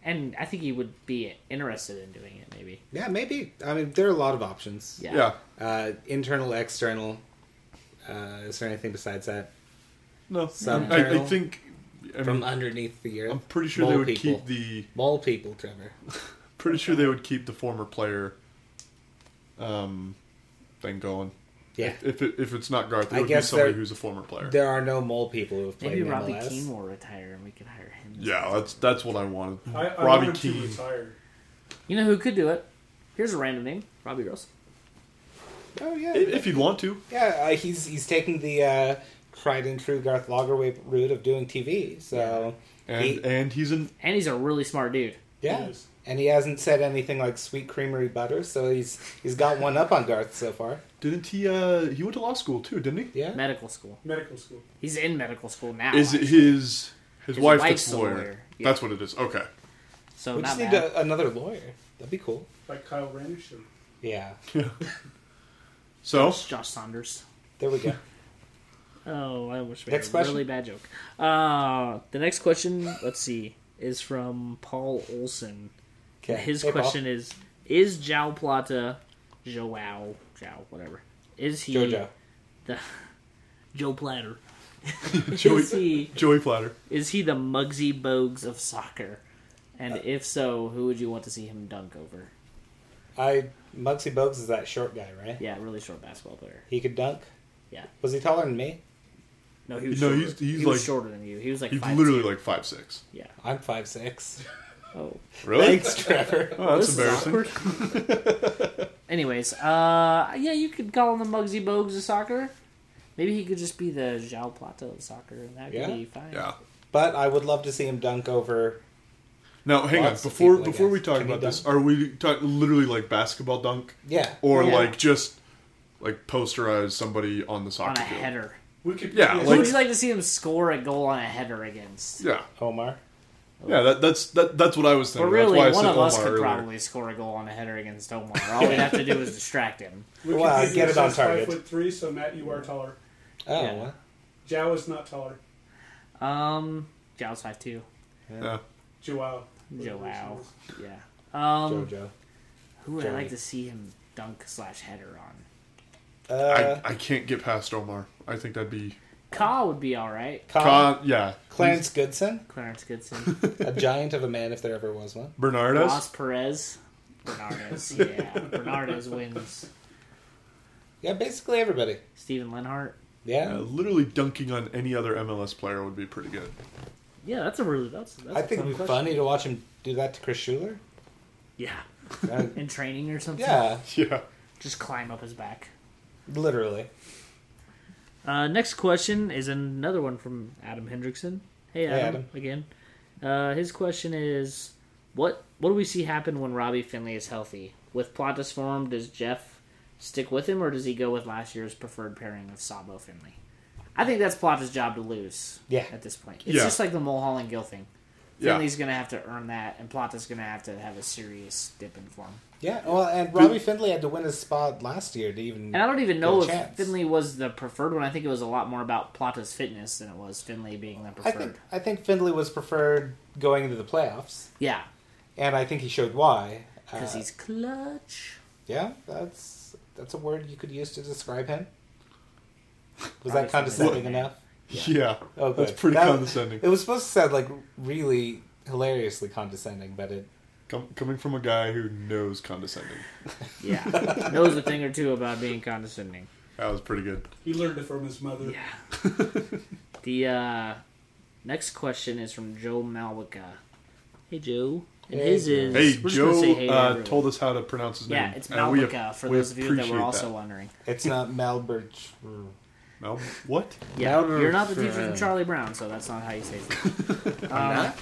S2: And I think he would be interested in doing it, maybe.
S1: yeah, maybe. I mean, there are a lot of options.
S2: Yeah.
S3: Yeah,
S1: Uh, internal, external. Uh, is there anything besides that
S3: no,
S1: Some
S3: I, I
S1: girl
S3: think.
S2: Um,
S3: I
S1: from
S3: mean,
S1: underneath the earth?
S3: I'm pretty sure
S1: Mole
S3: they would
S1: people.
S3: keep the
S1: mole people, Trevor.
S3: pretty sure they would keep the former player um, thing going.
S1: Yeah,
S3: If it, if it's not Garth, it
S1: I
S3: would
S1: guess
S3: be somebody
S1: they're-
S3: who's a former player.
S1: there are no mole people who have played
S2: Maybe
S1: in
S2: Robbie
S1: MLS.
S2: Keane will retire and we could hire him.
S3: Yeah, that's that's what I wanted.
S4: I, I
S3: Robbie
S4: want him To
S3: Keane.
S4: retire.
S2: You know who could do it? Here's a random name Robbie Gross.
S1: Oh yeah,
S3: If if you'd want to,
S1: yeah. Uh, he's he's taking the uh, tried and true Garth Lagerway route of doing TV. So
S3: and
S1: He-
S3: and he's an
S2: And he's a really smart dude.
S1: yeah,
S4: Yes.
S1: and he hasn't said anything like sweet creamery butter. So he's he's got one up on Garth so far.
S3: didn't he? Uh, he went to law school too, didn't he?
S1: Yeah,
S2: Medical school.
S4: Medical school.
S2: He's in medical school now.
S3: Is it his his, wife
S2: wife's
S3: that's
S2: a
S3: a lawyer?
S2: lawyer, yeah.
S3: That's what it is. Okay.
S2: so
S1: we
S2: not
S1: just need
S2: bad.
S1: a, another lawyer. That'd be cool.
S4: Like Kyle Ranish. or-
S1: Yeah,
S3: So
S2: Josh Saunders.
S1: there we go.
S2: Oh, I wish we
S1: Next
S2: had a
S1: question.
S2: really bad joke. Uh, the next question, let's see, is from Paul Olson.
S1: Okay.
S2: His
S1: Hey, Paul.
S2: question is: Is Jao Plata, Joao, Jao, whatever, is he
S1: Jojo.
S2: the Joe Platter?
S3: Joey,
S2: is he
S3: Joey Platter.
S2: is he the Muggsy Bogues of soccer? And if so, who would you want to see him dunk over?
S1: I Muggsy Bogues is that short guy, right?
S2: Yeah, really short basketball player.
S1: He could dunk.
S2: Yeah.
S1: Was he taller than me?
S2: No, he was
S3: No,
S2: shorter.
S3: he's- he's
S2: he was
S3: like-
S2: shorter than you. He was like
S3: He's
S2: five
S3: literally
S2: two.
S3: like five six.
S2: yeah.
S1: I'm five six.
S2: Oh.
S3: Really?
S1: Thanks, Trevor.
S3: Oh, that's
S2: This is
S3: embarrassing.
S2: awkward. Anyways, uh, yeah, you could call him the Muggsy Bogues of soccer. Maybe he could just be the Jao Plata of soccer, and that would
S1: Yeah.
S2: be fine.
S3: Yeah.
S1: But I would love to see him dunk over.
S3: Now, hang
S1: Lots
S3: on.
S1: of
S3: Before
S1: people, I
S3: before we
S1: guess.
S3: talk
S1: Can he
S3: about this, are we talking literally like basketball dunk,
S1: Yeah.
S3: or
S2: Yeah.
S3: like just like posterize somebody on the
S2: On a
S3: soccer field?
S2: header.
S4: We could.
S3: Yeah,
S2: Who
S3: like-
S2: would you like to see him score a goal on a header against?
S3: Yeah,
S1: Omar.
S3: yeah. That, that's that, that's what I was
S2: But
S3: thinking.
S2: really,
S3: that's why
S2: one
S3: I said
S2: of us
S3: Omar
S2: could
S3: earlier.
S2: probably score a goal on a header against Omar. All we'd have to do is distract him.
S4: we could
S1: Well,
S4: figure
S1: get it
S4: this
S1: on
S4: out.
S1: target.
S4: Five foot three, so Matt, you are taller.
S1: Oh.
S2: Yeah.
S1: well.
S4: Jao is not taller.
S2: Um, Jao's 5 2.
S3: Yeah.
S4: Joao.
S2: Joao. Yeah. Um,
S1: Jojo.
S2: who would I
S1: Joey.
S2: like to see him dunk slash header on?
S1: Uh,
S3: I, I can't get past Omar. I think that'd be
S2: Ka would be alright.
S1: Colin-
S3: Con- yeah.
S1: Clarence Goodson,
S2: Clarence Goodson.
S1: a giant of a man if there ever was one.
S3: Bernardes.
S2: Ross Perez. Bernardes, yeah. Bernardes wins.
S1: Yeah, basically everybody.
S2: Steven Lenhart.
S1: Yeah.
S3: Yeah, Uh, literally dunking on any other MLS player would be pretty good.
S2: Yeah, that's a really that's. that's
S1: I
S2: a fun
S1: think it'd be
S2: question.
S1: funny to watch him do that to Chris Schuler.
S2: Yeah,
S1: Uh,
S2: in training or something.
S1: yeah,
S3: Yeah.
S2: just climb up his back.
S1: literally.
S2: Uh, next question is another one from Adam Hendrickson. Hey Adam,
S1: Adam.
S2: again. Uh, his question is, what what do we see happen when Robbie Finley is healthy? With Plata's form, does Jeff stick with him or does he go with last year's preferred pairing of Sabo Finley? I think that's Plata's job to lose.
S1: Yeah.
S2: At this point, it's
S3: Yeah.
S2: just like the Mulholland Gill thing.
S3: Yeah.
S2: Finley's gonna have to earn that, and Plata's gonna have to have a serious dip in form.
S1: Yeah, well, and Robbie Findlay had to win his spot last year to even.
S2: And I don't even know
S1: Good
S2: if
S1: chance.
S2: Finley was the preferred one. I think it was a lot more about Plata's fitness than it was Finley being the
S1: I
S2: preferred.
S1: think I think Findlay was preferred going into the playoffs,
S2: yeah,
S1: and I think he showed why. Uh,
S2: because he's clutch.
S1: yeah, that's that's a word you could use to describe him.
S2: Robbie
S1: Was that condescending
S2: Findlay.
S1: enough?
S3: Yeah,
S1: Oh,
S3: that's
S1: good.
S3: pretty
S1: That-
S3: condescending.
S1: It was supposed to sound like really hilariously condescending, but it
S3: Com- coming from a guy who knows condescending.
S2: Yeah, knows a thing or two about being condescending.
S3: That was pretty good.
S4: He learned it from his mother.
S2: Yeah. the uh, next question is from Joe Malwica. Hey Joe, and
S1: Hey,
S2: his
S1: Joe.
S2: is
S3: Hey,
S2: we're just
S3: Joe
S2: gonna say hey to
S3: uh,
S2: everyone.
S3: told us how to pronounce his name.
S2: Yeah, it's
S3: and we ap-
S2: Malwica for
S3: we
S2: those of you that
S3: appreciate
S2: were also
S3: that.
S2: wondering.
S1: it's not Malbert.
S3: Mal- what?
S2: Yeah,
S1: Louder
S2: you're not the dude
S1: for-
S2: from Charlie Brown, so that's not how you say it. Um,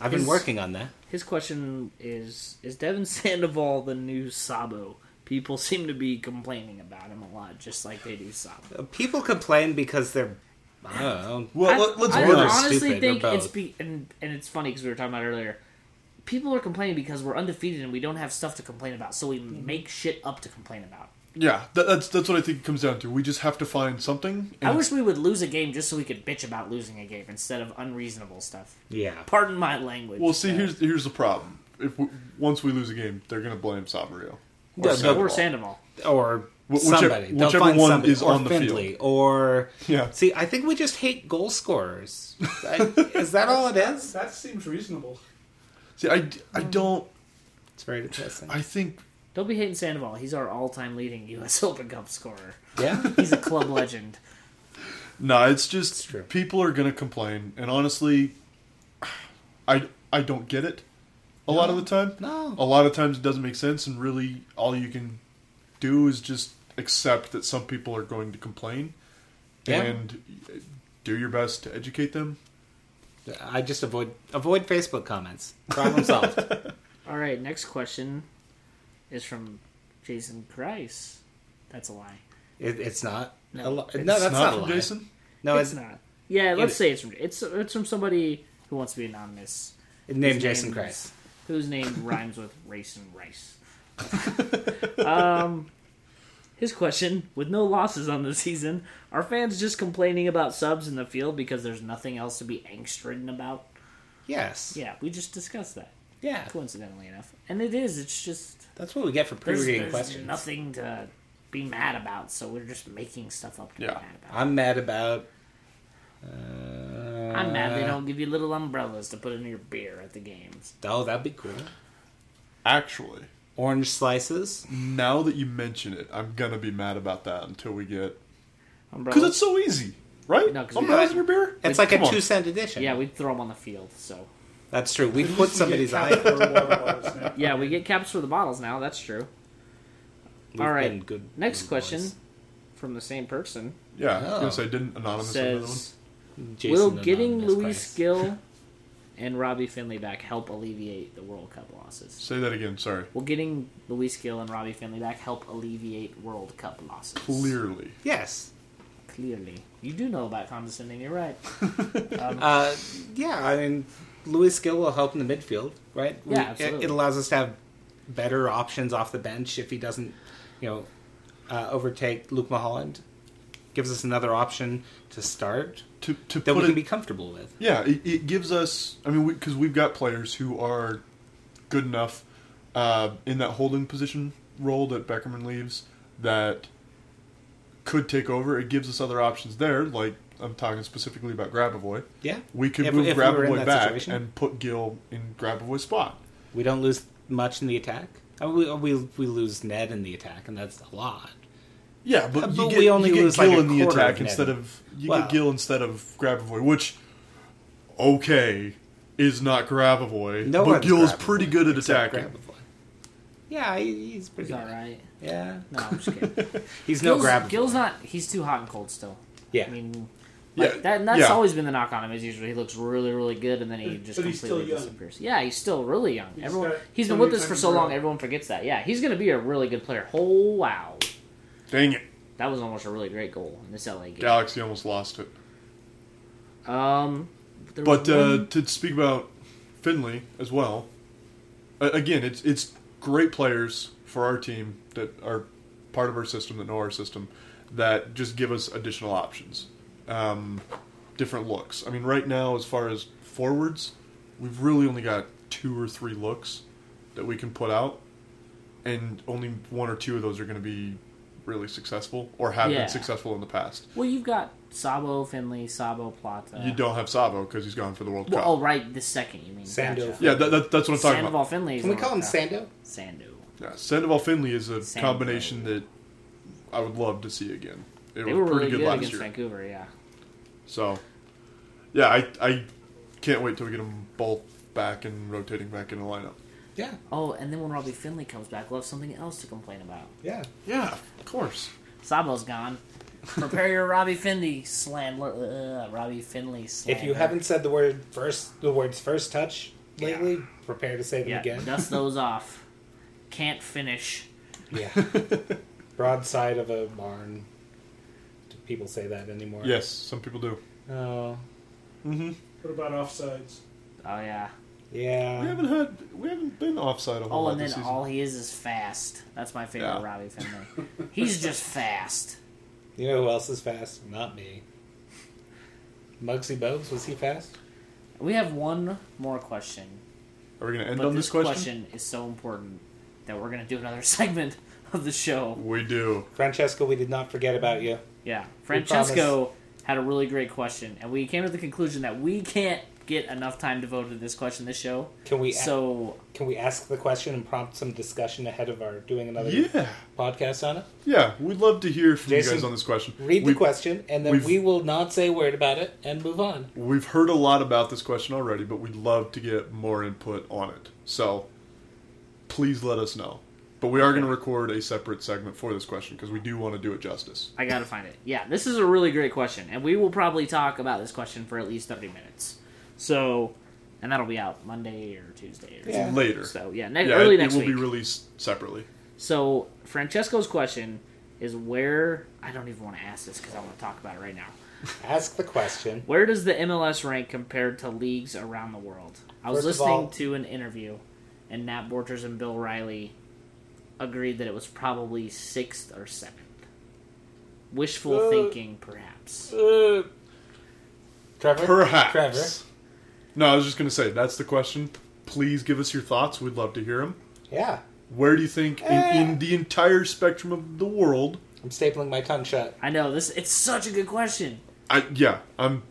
S1: I've
S2: been
S1: been
S2: Is-
S1: working on that.
S2: His question is Is Devin Sandoval the new Sabo? People seem to be complaining about him a lot, just like they do Sabo.
S1: People complain because they're. I don't know.
S3: Well,
S2: I-
S3: let, us
S2: I,
S1: order
S2: honestly
S1: stupid or
S2: think
S1: both.
S2: it's be, and, and it's funny because we were talking about it earlier. People are complaining because we're undefeated and we don't have stuff to complain about, so we make shit up to complain about.
S3: Yeah, that, that's that's what I think it comes down to. We just have to find something.
S2: I
S3: and
S2: wish we would lose a game just so we could bitch about losing a game instead of unreasonable stuff.
S1: Yeah.
S2: Pardon my language. Uh,
S3: Well, see,
S2: but-
S3: here's here's the problem. If we, once we lose a game, they're going to blame Sabrio.
S1: Yeah,
S2: or,
S1: no-
S2: or Sandoval.
S1: or
S3: Wh- whichever-
S1: somebody. They'll
S3: whichever
S1: find
S3: one
S1: somebody.
S3: is
S1: or
S3: on the
S1: Findlay, Or
S3: Yeah.
S1: see, I think we just hate goal scorers. I- is that all it is?
S4: That seems reasonable.
S3: See, I, I
S2: Mm-hmm.
S3: don't.
S1: It's very depressing.
S3: I think
S2: Don't be hating Sandoval. He's our all-time leading U.S. Open Cup scorer.
S1: Yeah,
S2: He's a club legend.
S3: no. It's just
S1: true.
S3: people are going to complain, and honestly, I I don't get it. A lot of the time,
S1: No.
S3: A lot of times it doesn't make sense, and really, all you can do is just accept that some people are going to complain,
S1: Yeah.
S3: and do your best to educate them.
S1: I just avoid avoid Facebook comments. Problem solved.
S2: All right, next question is from Jason Christ. That's a lie.
S1: It, it's not.
S2: No,
S1: a li-
S2: it's
S1: no, that's
S3: It's
S1: not,
S3: not,
S1: a
S3: from
S1: lie.
S3: Jason.
S1: No,
S2: it's
S1: it's,
S2: not. Yeah, let's
S1: is.
S2: say it's from it's it's from somebody who wants to be anonymous, His
S1: named Jason
S2: name
S1: Christ.
S2: whose name rhymes with race and rice. um, his question: With no losses on the season, are fans just complaining about subs in the field because there's nothing else to be angst-ridden about?
S1: Yes. Yeah.
S2: Yeah, we just discussed that. coincidentally enough. And it is. It's just
S1: That's what we get for
S2: there's,
S1: pre-reading
S2: there's
S1: questions.
S2: nothing to be mad about, so we're just making stuff up to
S3: Yeah.
S2: be mad about.
S1: I'm mad about. Uh,
S2: I'm mad they don't give you little umbrellas to put in your beer at the games.
S1: Oh, that'd be cool.
S3: Actually,
S1: Orange slices.
S2: Mm-hmm.
S3: now that you mention it, I'm gonna be mad about that until we get because
S2: Umbrellas.
S3: it's so easy, right?
S2: No, 'cause we-
S3: umbrellas in your beer.
S1: It's like a
S3: Come on.
S1: two-cent edition.
S2: yeah, we'd throw them on the field. So
S1: that's true. We put somebody's eye.
S4: Or water bottles now.
S2: yeah, we get caps for the bottles now. That's true.
S1: We've
S2: All
S1: been
S2: right.
S1: good
S2: Next
S1: boys.
S2: question from the same person
S3: Yeah, I was
S1: Oh.
S3: gonna say didn't anonymous another one.
S2: says,
S1: Jason um,
S2: "Will
S1: Anonymous
S2: getting Luis
S1: Christ.
S2: Gill and Robbie Finley back help alleviate the World Cup losses?"
S3: Say that again. Sorry.
S2: Will getting Luis Gill and Robbie Finley back help alleviate World Cup losses?
S3: Clearly,
S1: Yes.
S2: Clearly. You do know about condescending, you're right.
S1: Uh, yeah, I mean, Luis Gill will help in the midfield, right? We-
S2: Yeah,
S1: it-
S2: absolutely.
S1: It, allows us to have better options off the bench if he doesn't, you know, uh, overtake Luke Mulholland. Gives us another option to start
S3: to to
S1: that
S3: put
S1: we
S3: it,
S1: can be comfortable with.
S3: yeah, it, it gives us. I mean, because we, have got players who are good enough uh, in that holding position role that Beckerman leaves that could take over. It gives us other options there. Like I'm talking specifically about Grabovoy.
S1: Yeah,
S3: We could
S1: If-
S3: move
S1: if we were in
S3: Grabovoy
S1: that
S3: back
S1: situation.
S3: and put Gill in Grabovoy's spot.
S1: we don't lose much in the attack. I mean, we, we we lose Ned in the attack, and that's a lot.
S3: Yeah, but,
S1: Uh,
S3: you
S1: but
S3: get,
S1: we only
S3: you get
S1: lose,
S3: Gill
S1: like, a
S3: in the
S1: quarter
S3: attack
S1: of net.
S3: instead of you
S1: Well-
S3: get Gill instead of Grabovoy, which okay is not Grabovoy,
S1: No
S3: but
S1: one's
S3: Gill's
S1: Grabovoy
S3: pretty good at
S1: except
S3: attacking.
S1: Grabovoy. Yeah, he, he's pretty
S2: He's
S1: good.
S2: alright.
S1: Yeah,
S2: No, I'm just kidding.
S1: he's
S2: Gil's,
S1: no grab.
S2: Gil's not he's too hot and cold still.
S1: Yeah,
S2: I mean
S3: Yeah,
S2: like, that, and that's
S3: yeah.
S2: always been the knock on him is usually he looks really, really good and then he
S4: But-
S2: just
S4: but he's
S2: completely
S4: still young.
S2: disappears. Yeah, he's still really young.
S4: He's
S2: everyone
S4: got
S2: he's
S4: so
S2: been with
S4: many
S2: us for
S4: times
S2: so
S4: to
S2: long
S4: grow.
S2: everyone forgets that. Yeah, he's gonna be a really good player. Oh wow.
S3: Dang it,
S2: That was almost a really great goal in this LA game.
S3: Galaxy almost lost it.
S2: Um there was
S3: But uh,
S2: one-
S3: to speak about Finley as well, a- again, it's it's great players for our team that are part of our system that know our system that just give us additional options, um, different looks. I mean, right now as far as forwards, we've really only got two or three looks that we can put out, and only one or two of those are going to be really successful or have
S2: Yeah.
S3: been successful in the past.
S2: Well, you've got Sabo Finley, Sabo Plata.
S3: You don't have Sabo because he's gone for the World
S2: Well,
S3: Cup.
S2: oh, right, this second you mean.
S1: Sando.
S2: Gotcha.
S3: Yeah, that, that, that's what I'm talking
S2: Sandoval
S3: about.
S2: Finley. is
S1: Can we
S2: the
S1: call him
S2: one-
S1: Sando?
S2: Sando.
S3: Yeah, Sandoval Finley is a
S2: Sandoval.
S3: combination that I would love to see again. It
S2: They
S3: was
S2: were
S3: pretty
S2: really
S3: good,
S2: good,
S3: last
S2: against
S3: year.
S2: Vancouver. Yeah.
S3: So, yeah, I, I can't wait till we get them both back and rotating back in the lineup.
S1: Yeah,
S2: Oh, and then when Robbie Finley comes back, we'll have something else to complain about.
S1: yeah.
S3: Yeah, of course.
S2: Sabo's gone. Prepare your Robbie Finley slander. Uh, Robbie Finley slander.
S1: If you haven't said the word first, the words first touch lately, prepare to say them
S2: yeah,
S1: again.
S2: dust those off. Can't finish.
S1: Yeah. Broadside of a barn. Do people say that anymore?
S3: Yes, some people do.
S1: Oh.
S3: Mm-hmm.
S4: What about offsides?
S2: Oh yeah.
S1: Yeah.
S3: We haven't had, we haven't been offside a whole
S2: Oh,
S3: lot
S2: and
S3: this
S2: then
S3: season.
S2: Um, all he is is fast. That's my favorite
S3: Yeah.
S2: Robbie Finley. He's just fast.
S1: You know who else is fast? Not me. Muggsy Bogues, was he fast?
S2: We have one more question,
S3: Are we going to end
S2: but
S3: on
S2: this,
S3: this question?
S2: question is so important that we're gonna do another segment of the show.
S3: We do.
S1: Francesco, we did not forget about you.
S2: Yeah,
S1: promise.
S2: Francesco had a really great question, and we came to the conclusion that we can't get enough time devoted to this question this show.
S1: Can we
S2: So
S1: can we ask the question and prompt some discussion ahead of our doing another
S3: Yeah,
S1: podcast on it?
S3: yeah. We'd love to hear from
S1: Jason,
S3: you guys on this question.
S1: Read
S3: We-
S1: the question, and then
S3: we've-
S1: we will not say a word about it and move on.
S3: We've heard a lot about this question already, but we'd love to get more input on it. So please let us know. But we are going to record a separate segment for this question because we do want to do it justice.
S2: I gotta find it. Yeah, this is a really great question, and we will probably talk about this question for at least thirty minutes. So, and that'll be out Monday or Tuesday or
S1: Yeah.
S2: something.
S3: Later.
S2: So yeah, ne-
S3: yeah,
S2: early
S3: it,
S2: next
S3: it will
S2: week.
S3: be released separately.
S2: so Francesco's question is where I don't even want to ask this because I want to talk about it right now.
S1: Ask the question.
S2: Where does the MLS rank compared to leagues around the world? I was
S1: First of
S2: listening
S1: all-
S2: to an interview, and Nat Borchers and Bill Riley agreed that it was probably sixth or seventh. Wishful
S1: Uh,
S2: thinking, perhaps.
S1: Uh, Trevor?
S3: Perhaps.
S1: Trevor.
S3: No, I was just going to say that's the question. Please give us your thoughts. We'd love to hear them.
S1: Yeah.
S3: Where do you think,
S1: Eh.
S3: in, in the entire spectrum of the world,
S1: I'm stapling my tongue shut.
S2: I know this. It's such a good question.
S3: I yeah, I'm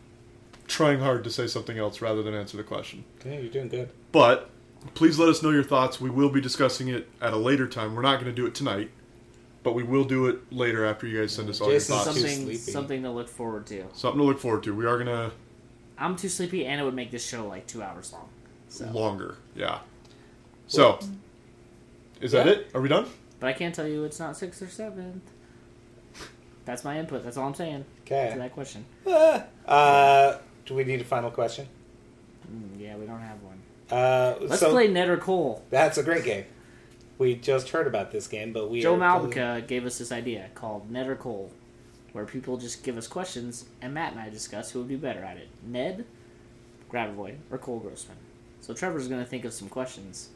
S3: trying hard to say something else rather than answer the question.
S1: Yeah, you're doing good.
S3: But please let us know your thoughts. We will be discussing it at a later time. We're not going to do it tonight, but we will do it later after you guys send us all
S1: Jason's
S3: your thoughts.
S1: too
S2: Something,
S1: sleepy.
S2: something to look forward to.
S3: Something to look forward to. We are going
S2: I'm too sleepy, and it would make this show like two hours long.
S3: to
S2: So,
S3: longer. Yeah. So, is that
S1: Yeah.
S3: it? Are we done?
S2: but I can't tell you it's not sixth or seventh. That's my input. That's all I'm saying to
S1: Okay.
S2: that question.
S1: Uh, do we need a final question?
S2: Mm, yeah, we don't have one.
S1: Uh,
S2: Let's
S1: so
S2: play Ned or Cole.
S1: That's a great game. We just heard about this game, but we
S2: Joe
S1: are totally-
S2: Malbica gave us this idea called Ned or Cole, where people just give us questions and Matt and I discuss who would be better at it Ned, Grabovoy, or Cole Grossman. So Trevor's going to think of some questions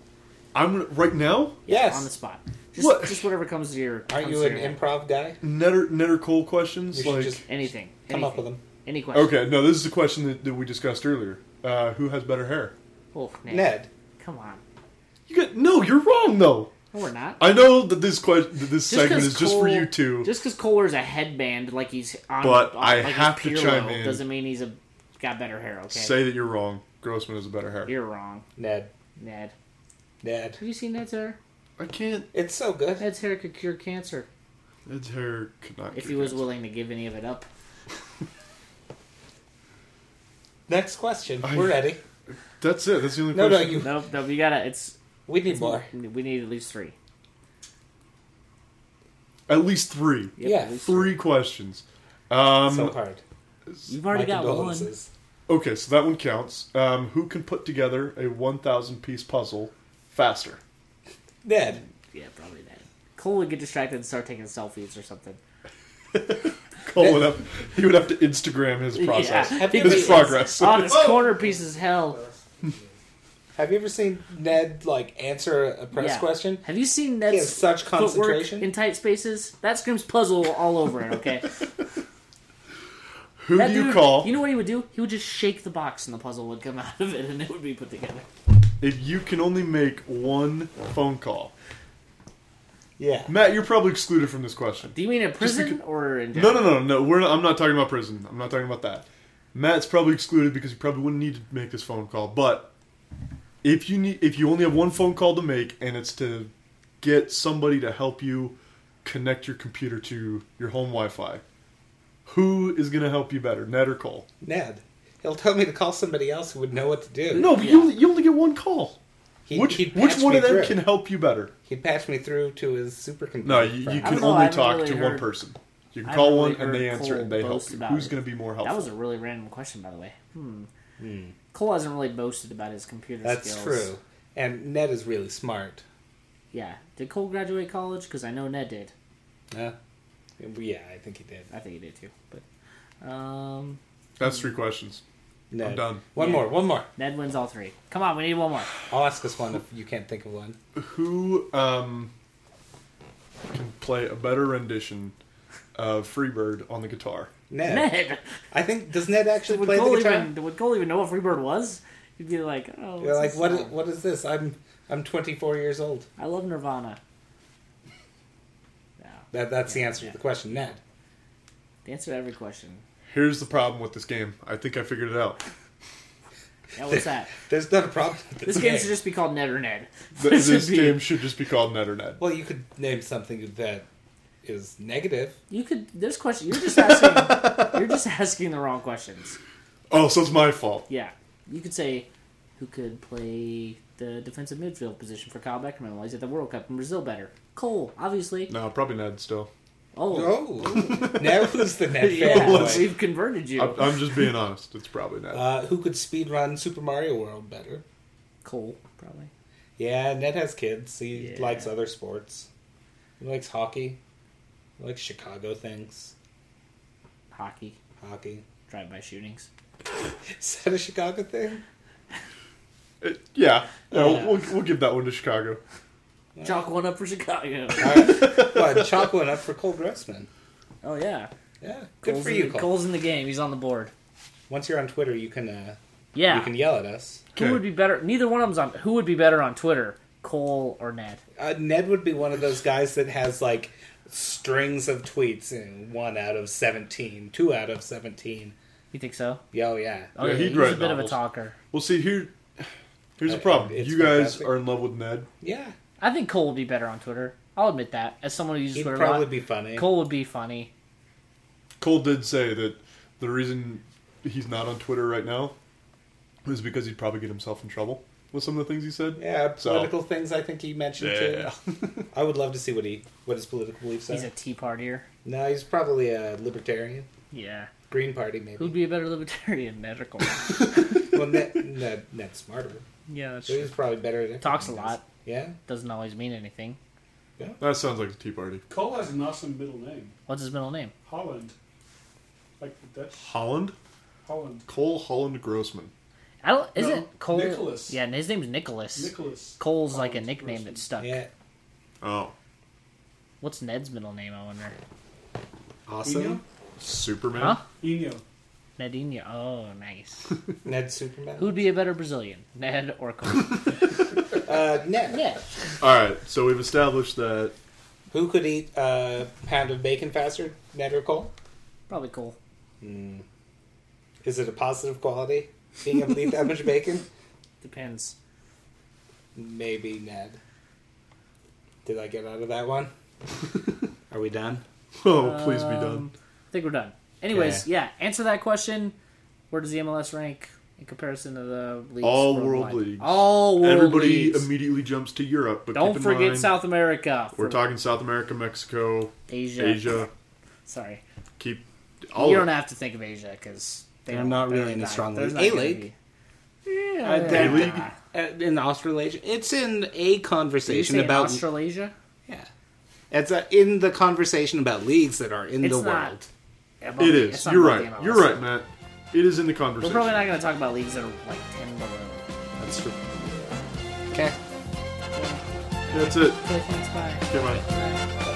S3: I'm gonna- right now.
S2: on the
S1: Yes.
S2: spot. Just,
S3: What?
S2: just whatever comes to your.
S1: Aren't
S2: comes
S1: you
S2: to
S1: an
S2: your head.
S1: improv guy?
S3: Netter netter Cole
S1: You
S3: questions
S1: should
S3: like
S1: just
S2: Anything.
S1: come up with
S2: anything.
S1: them.
S2: Any question?
S3: okay. No, this is a question that, that we discussed earlier. Uh, who has better hair?
S2: Oh, Ned.
S1: Ned.
S2: Come on.
S3: You got no. You're wrong though.
S2: No, we're not.
S3: I know that this question, that this
S2: Just 'cause
S3: segment is just for
S2: Cole-
S3: you two.
S2: Just because Cole wears a headband like he's on,
S3: But
S2: on-
S3: I
S2: like he's
S3: have to
S2: Pirlo
S3: chime in.
S2: doesn't mean he's a got better hair. Okay,
S3: Say that you're wrong. Grossman has a better hair.
S2: you're wrong,
S1: Ned.
S2: Ned.
S1: Ned.
S2: Have you seen Ned's hair?
S3: I can't.
S1: It's so good.
S2: Ned's hair could cure cancer
S3: His hair could not.
S2: if
S3: get
S2: he was
S3: cancer.
S2: willing to give any of it up.
S1: Next question.
S3: I-
S1: We're ready.
S3: That's it. That's the only
S1: No, no,
S3: question.
S1: you.
S2: Nope, nope. You gotta. It's
S1: We need more.
S2: we need at least three.
S3: At least three.
S2: Yep,
S1: Yeah.
S2: at least
S3: Three questions. Um,
S1: so hard.
S2: You've already
S1: My
S2: got one.
S1: condolences.
S3: okay, so that one counts. Um, who can put together a 1,000 piece puzzle faster?
S1: Ned.
S2: Yeah, probably that. Cole would get distracted and start taking selfies or something.
S3: Cole would have, he would have to Instagram his process.
S2: Yeah.
S1: Have you
S3: His
S1: ever-
S3: progress.
S2: Oh, this corner piece is hell.
S1: Have you ever seen Ned like answer a press
S2: Yeah.
S1: question?
S2: Have you seen
S1: He
S2: Ned's
S1: has such
S2: footwork
S1: concentration.
S2: in tight spaces? That screams puzzle all over it. Okay.
S3: Who
S2: That
S3: do you
S2: dude-
S3: call
S2: You know what he would do? He would just shake the box and the puzzle would come out of it and it would be put together.
S3: if you can only make one phone call?
S1: yeah.
S3: Matt, you're probably excluded from this question.
S2: Do you mean in prison
S3: because-
S2: or in
S3: No,
S2: jail?
S3: no, no, no. We're not, I'm not talking about prison. I'm not talking about that. Matt's probably excluded because he probably wouldn't need to make this phone call. But if you need, if you only have one phone call to make, and it's to get somebody to help you connect your computer to your home Wi-Fi, who is going to help you better, Ned or Cole?
S1: Ned. He'll tell me to call somebody else who would know what to do.
S3: No, but
S2: Yeah.
S3: you, only, you only get one call.
S1: He'd,
S3: which
S1: he'd
S3: which
S1: patch
S3: one
S1: me
S3: of them
S1: through.
S3: can help you better?
S1: He'd patch me through to his supercomputer.
S3: No, you, you
S1: friend.
S3: can
S2: don't know, I
S3: only
S2: haven't
S3: talk
S2: really
S3: to one
S2: heard-
S3: person. You can
S2: I
S3: call
S2: haven't
S3: one
S2: really
S3: and they
S2: heard
S3: answer it and
S2: Cole
S3: they help
S2: boast
S3: you.
S2: about
S3: Who's
S2: it.
S3: going to be more helpful?
S2: That was a really random question, by the way. Hmm. Cole hasn't really boasted about his computer
S1: That's
S2: skills.
S1: true. And Ned is really smart.
S2: Yeah. Did Cole graduate college? Because I know Ned did.
S1: Yeah. Yeah, I think he did.
S2: I think he did too. But um,
S3: That's three questions.
S1: Ned.
S3: done.
S1: One
S2: Yeah.
S1: more, one more.
S2: Ned wins all three. Come on, we need one more.
S1: I'll ask us one if you can't think of one.
S3: Who um, can play a better rendition of Freebird on the guitar?
S1: Ned.
S2: Ned.
S1: I think does Ned actually
S2: Would
S1: play the
S2: Cole,
S1: guitar?
S2: even, would Cole even know what Freebird was? He'd be like, oh,
S1: You're like,
S2: what's this
S1: what? i-
S2: song?
S1: What is this? I'm I'm 24 years old.
S2: I love Nirvana. No.
S1: That that's the answer
S2: yeah.
S1: to the question, Ned.
S2: The answer to every question.
S3: Here's the problem with this game. I think I figured it out.
S2: Yeah, what's that?
S1: There's not a problem. With
S2: This game should just be called Ned or Ned.
S3: Th- This,
S2: would be-
S3: game should just be called Ned or Ned.
S1: Well, you could name something that is negative.
S2: You could. There's question. You're just asking. you're just asking the wrong questions.
S3: Oh, so it's my fault.
S2: Yeah. You could say, who could play the defensive midfield position for Kyle Beckerman while he's at the World Cup in Brazil better? Cole, obviously.
S3: No, probably Ned still.
S2: Oh.
S1: Oh, now who's the Ned
S2: Yeah,
S3: Let's-
S1: fanboy?
S2: we've converted you.
S3: I'm, I'm just being honest. It's probably Ned.
S1: Uh, who could speedrun Super Mario World better?
S2: Cole, probably.
S1: Yeah, Ned has kids. He
S2: Yeah.
S1: likes other sports. He likes hockey. He likes Chicago things.
S2: Hockey,
S1: Hockey.
S2: drive-by shootings.
S1: Is that a Chicago thing?
S3: It- yeah, No,
S1: Yeah.
S3: We'll, we'll give that one to Chicago.
S2: Chalk one up for Chicago.
S1: All right. well, chalk one up for Cole Grossman.
S2: oh yeah.
S1: Yeah, good
S2: Cole's
S1: for
S2: in
S1: you,
S2: the-
S1: Cole.
S2: Cole's in the game. He's on the board.
S1: Once you're on Twitter, you can uh,
S2: Yeah.
S1: you can yell at us.
S3: Okay.
S2: Who would be better? Neither one of them's on. Who would be better on Twitter, Cole or Ned?
S1: Uh, Ned would be one of those guys that has like strings of tweets and one out of 17, two out of 17.
S2: You think so?
S1: Yeah, Oh, yeah.
S2: Oh,
S3: Yeah, he'd
S2: he's
S3: write
S2: a bit of a
S3: novels.
S2: talker.
S3: Well, see here. Here's the
S1: Uh,
S3: problem.
S1: it's
S3: You guys
S1: fantastic.
S3: are in love with Ned.
S1: Yeah.
S2: I think Cole would be better on Twitter. I'll admit that. As someone who uses
S1: He'd
S2: Twitter a
S1: probably
S2: lot,
S1: be funny.
S2: Cole would be funny.
S3: Cole did say that the reason he's not on Twitter right now is because he'd probably get himself in trouble with some of the things he said.
S1: Yeah,
S3: So-
S1: political things I think he mentioned too. I would love to see what he what his political beliefs are.
S2: He's a Tea Partier.
S1: no, he's probably a libertarian.
S2: Yeah.
S1: Green Party, maybe.
S2: Who'd be a better libertarian, Ned or Cole?
S1: well, Ned, Ned, Ned's smarter.
S2: yeah, that's
S1: So he's probably better at everything
S2: Talks a
S1: he does.
S2: lot.
S1: Yeah?
S2: Doesn't always mean anything.
S3: That sounds like the Tea Party.
S4: Cole has an awesome middle name,
S2: What's his middle name?
S4: Holland, like the Dutch
S3: Holland?
S4: Holland.
S3: Cole Holland Grossman.
S2: I don't. Is
S4: No,
S2: it Cole?
S4: Nicholas.
S2: Yeah, his name's Nicholas.
S4: Nicholas.
S2: Cole's like a
S4: Holland
S2: nickname
S4: Grossman.
S2: that stuck.
S1: Yeah.
S3: Oh.
S2: What's Ned's middle name? I wonder.
S1: Awesome.
S3: Superman?
S2: Huh?
S4: Eno.
S2: Nedinho. Oh, nice.
S1: Ned Superman.
S2: Who'd be a better Brazilian, Ned or Cole?
S1: Uh, Ned.
S2: Ned.
S3: Alright, so we've established that
S1: Who could eat a pound of bacon faster, Ned or Cole?
S2: Probably Cole.
S1: Is it a positive quality? Being able to eat that much bacon?
S2: Depends.
S1: Maybe Ned. Did I get out of that one? Are we done?
S3: Oh, please be done.
S2: Um, I think we're done. Anyways, yeah. Answer that question. Where does the MLS rank in comparison to the leagues?
S3: All world
S2: worldwide?
S3: leagues.
S2: All world
S3: Everybody
S2: leagues.
S3: immediately jumps to Europe, but
S2: Don't
S3: keep in
S2: forget
S3: mind,
S2: South America.
S3: We're
S2: for
S3: talking South America, Mexico,
S2: Asia.
S3: Asia. Oh,
S2: Sorry,
S3: Keep all
S2: you
S3: of
S2: don't
S3: it.
S2: have to think of Asia because they
S1: They're
S2: don't-
S1: not
S2: they're
S1: really in a
S2: not-
S1: strong
S2: there's
S1: league.
S2: not gonna
S1: A-League?
S2: be-
S1: Uh,
S2: Yeah,
S1: that-
S3: A-League?
S2: yeah.
S1: in Australasia, it's in a
S2: Did you
S1: conversation
S2: say
S1: about
S2: Australasia.
S1: yeah. It's uh in the conversation about leagues that are in
S2: It's
S1: the
S2: not-
S1: world.
S2: Above-
S3: It
S2: it's
S3: is.
S2: not
S3: You're
S2: above
S3: right.
S2: the MLS.
S3: You're right, Matt. It is in the
S2: We're
S3: conversation.
S2: probably not going to talk about leagues that are like ten below.
S1: That's true.
S5: Okay.
S3: That's it.
S1: Okay, thanks. Bye.
S3: Goodbye.
S1: Bye.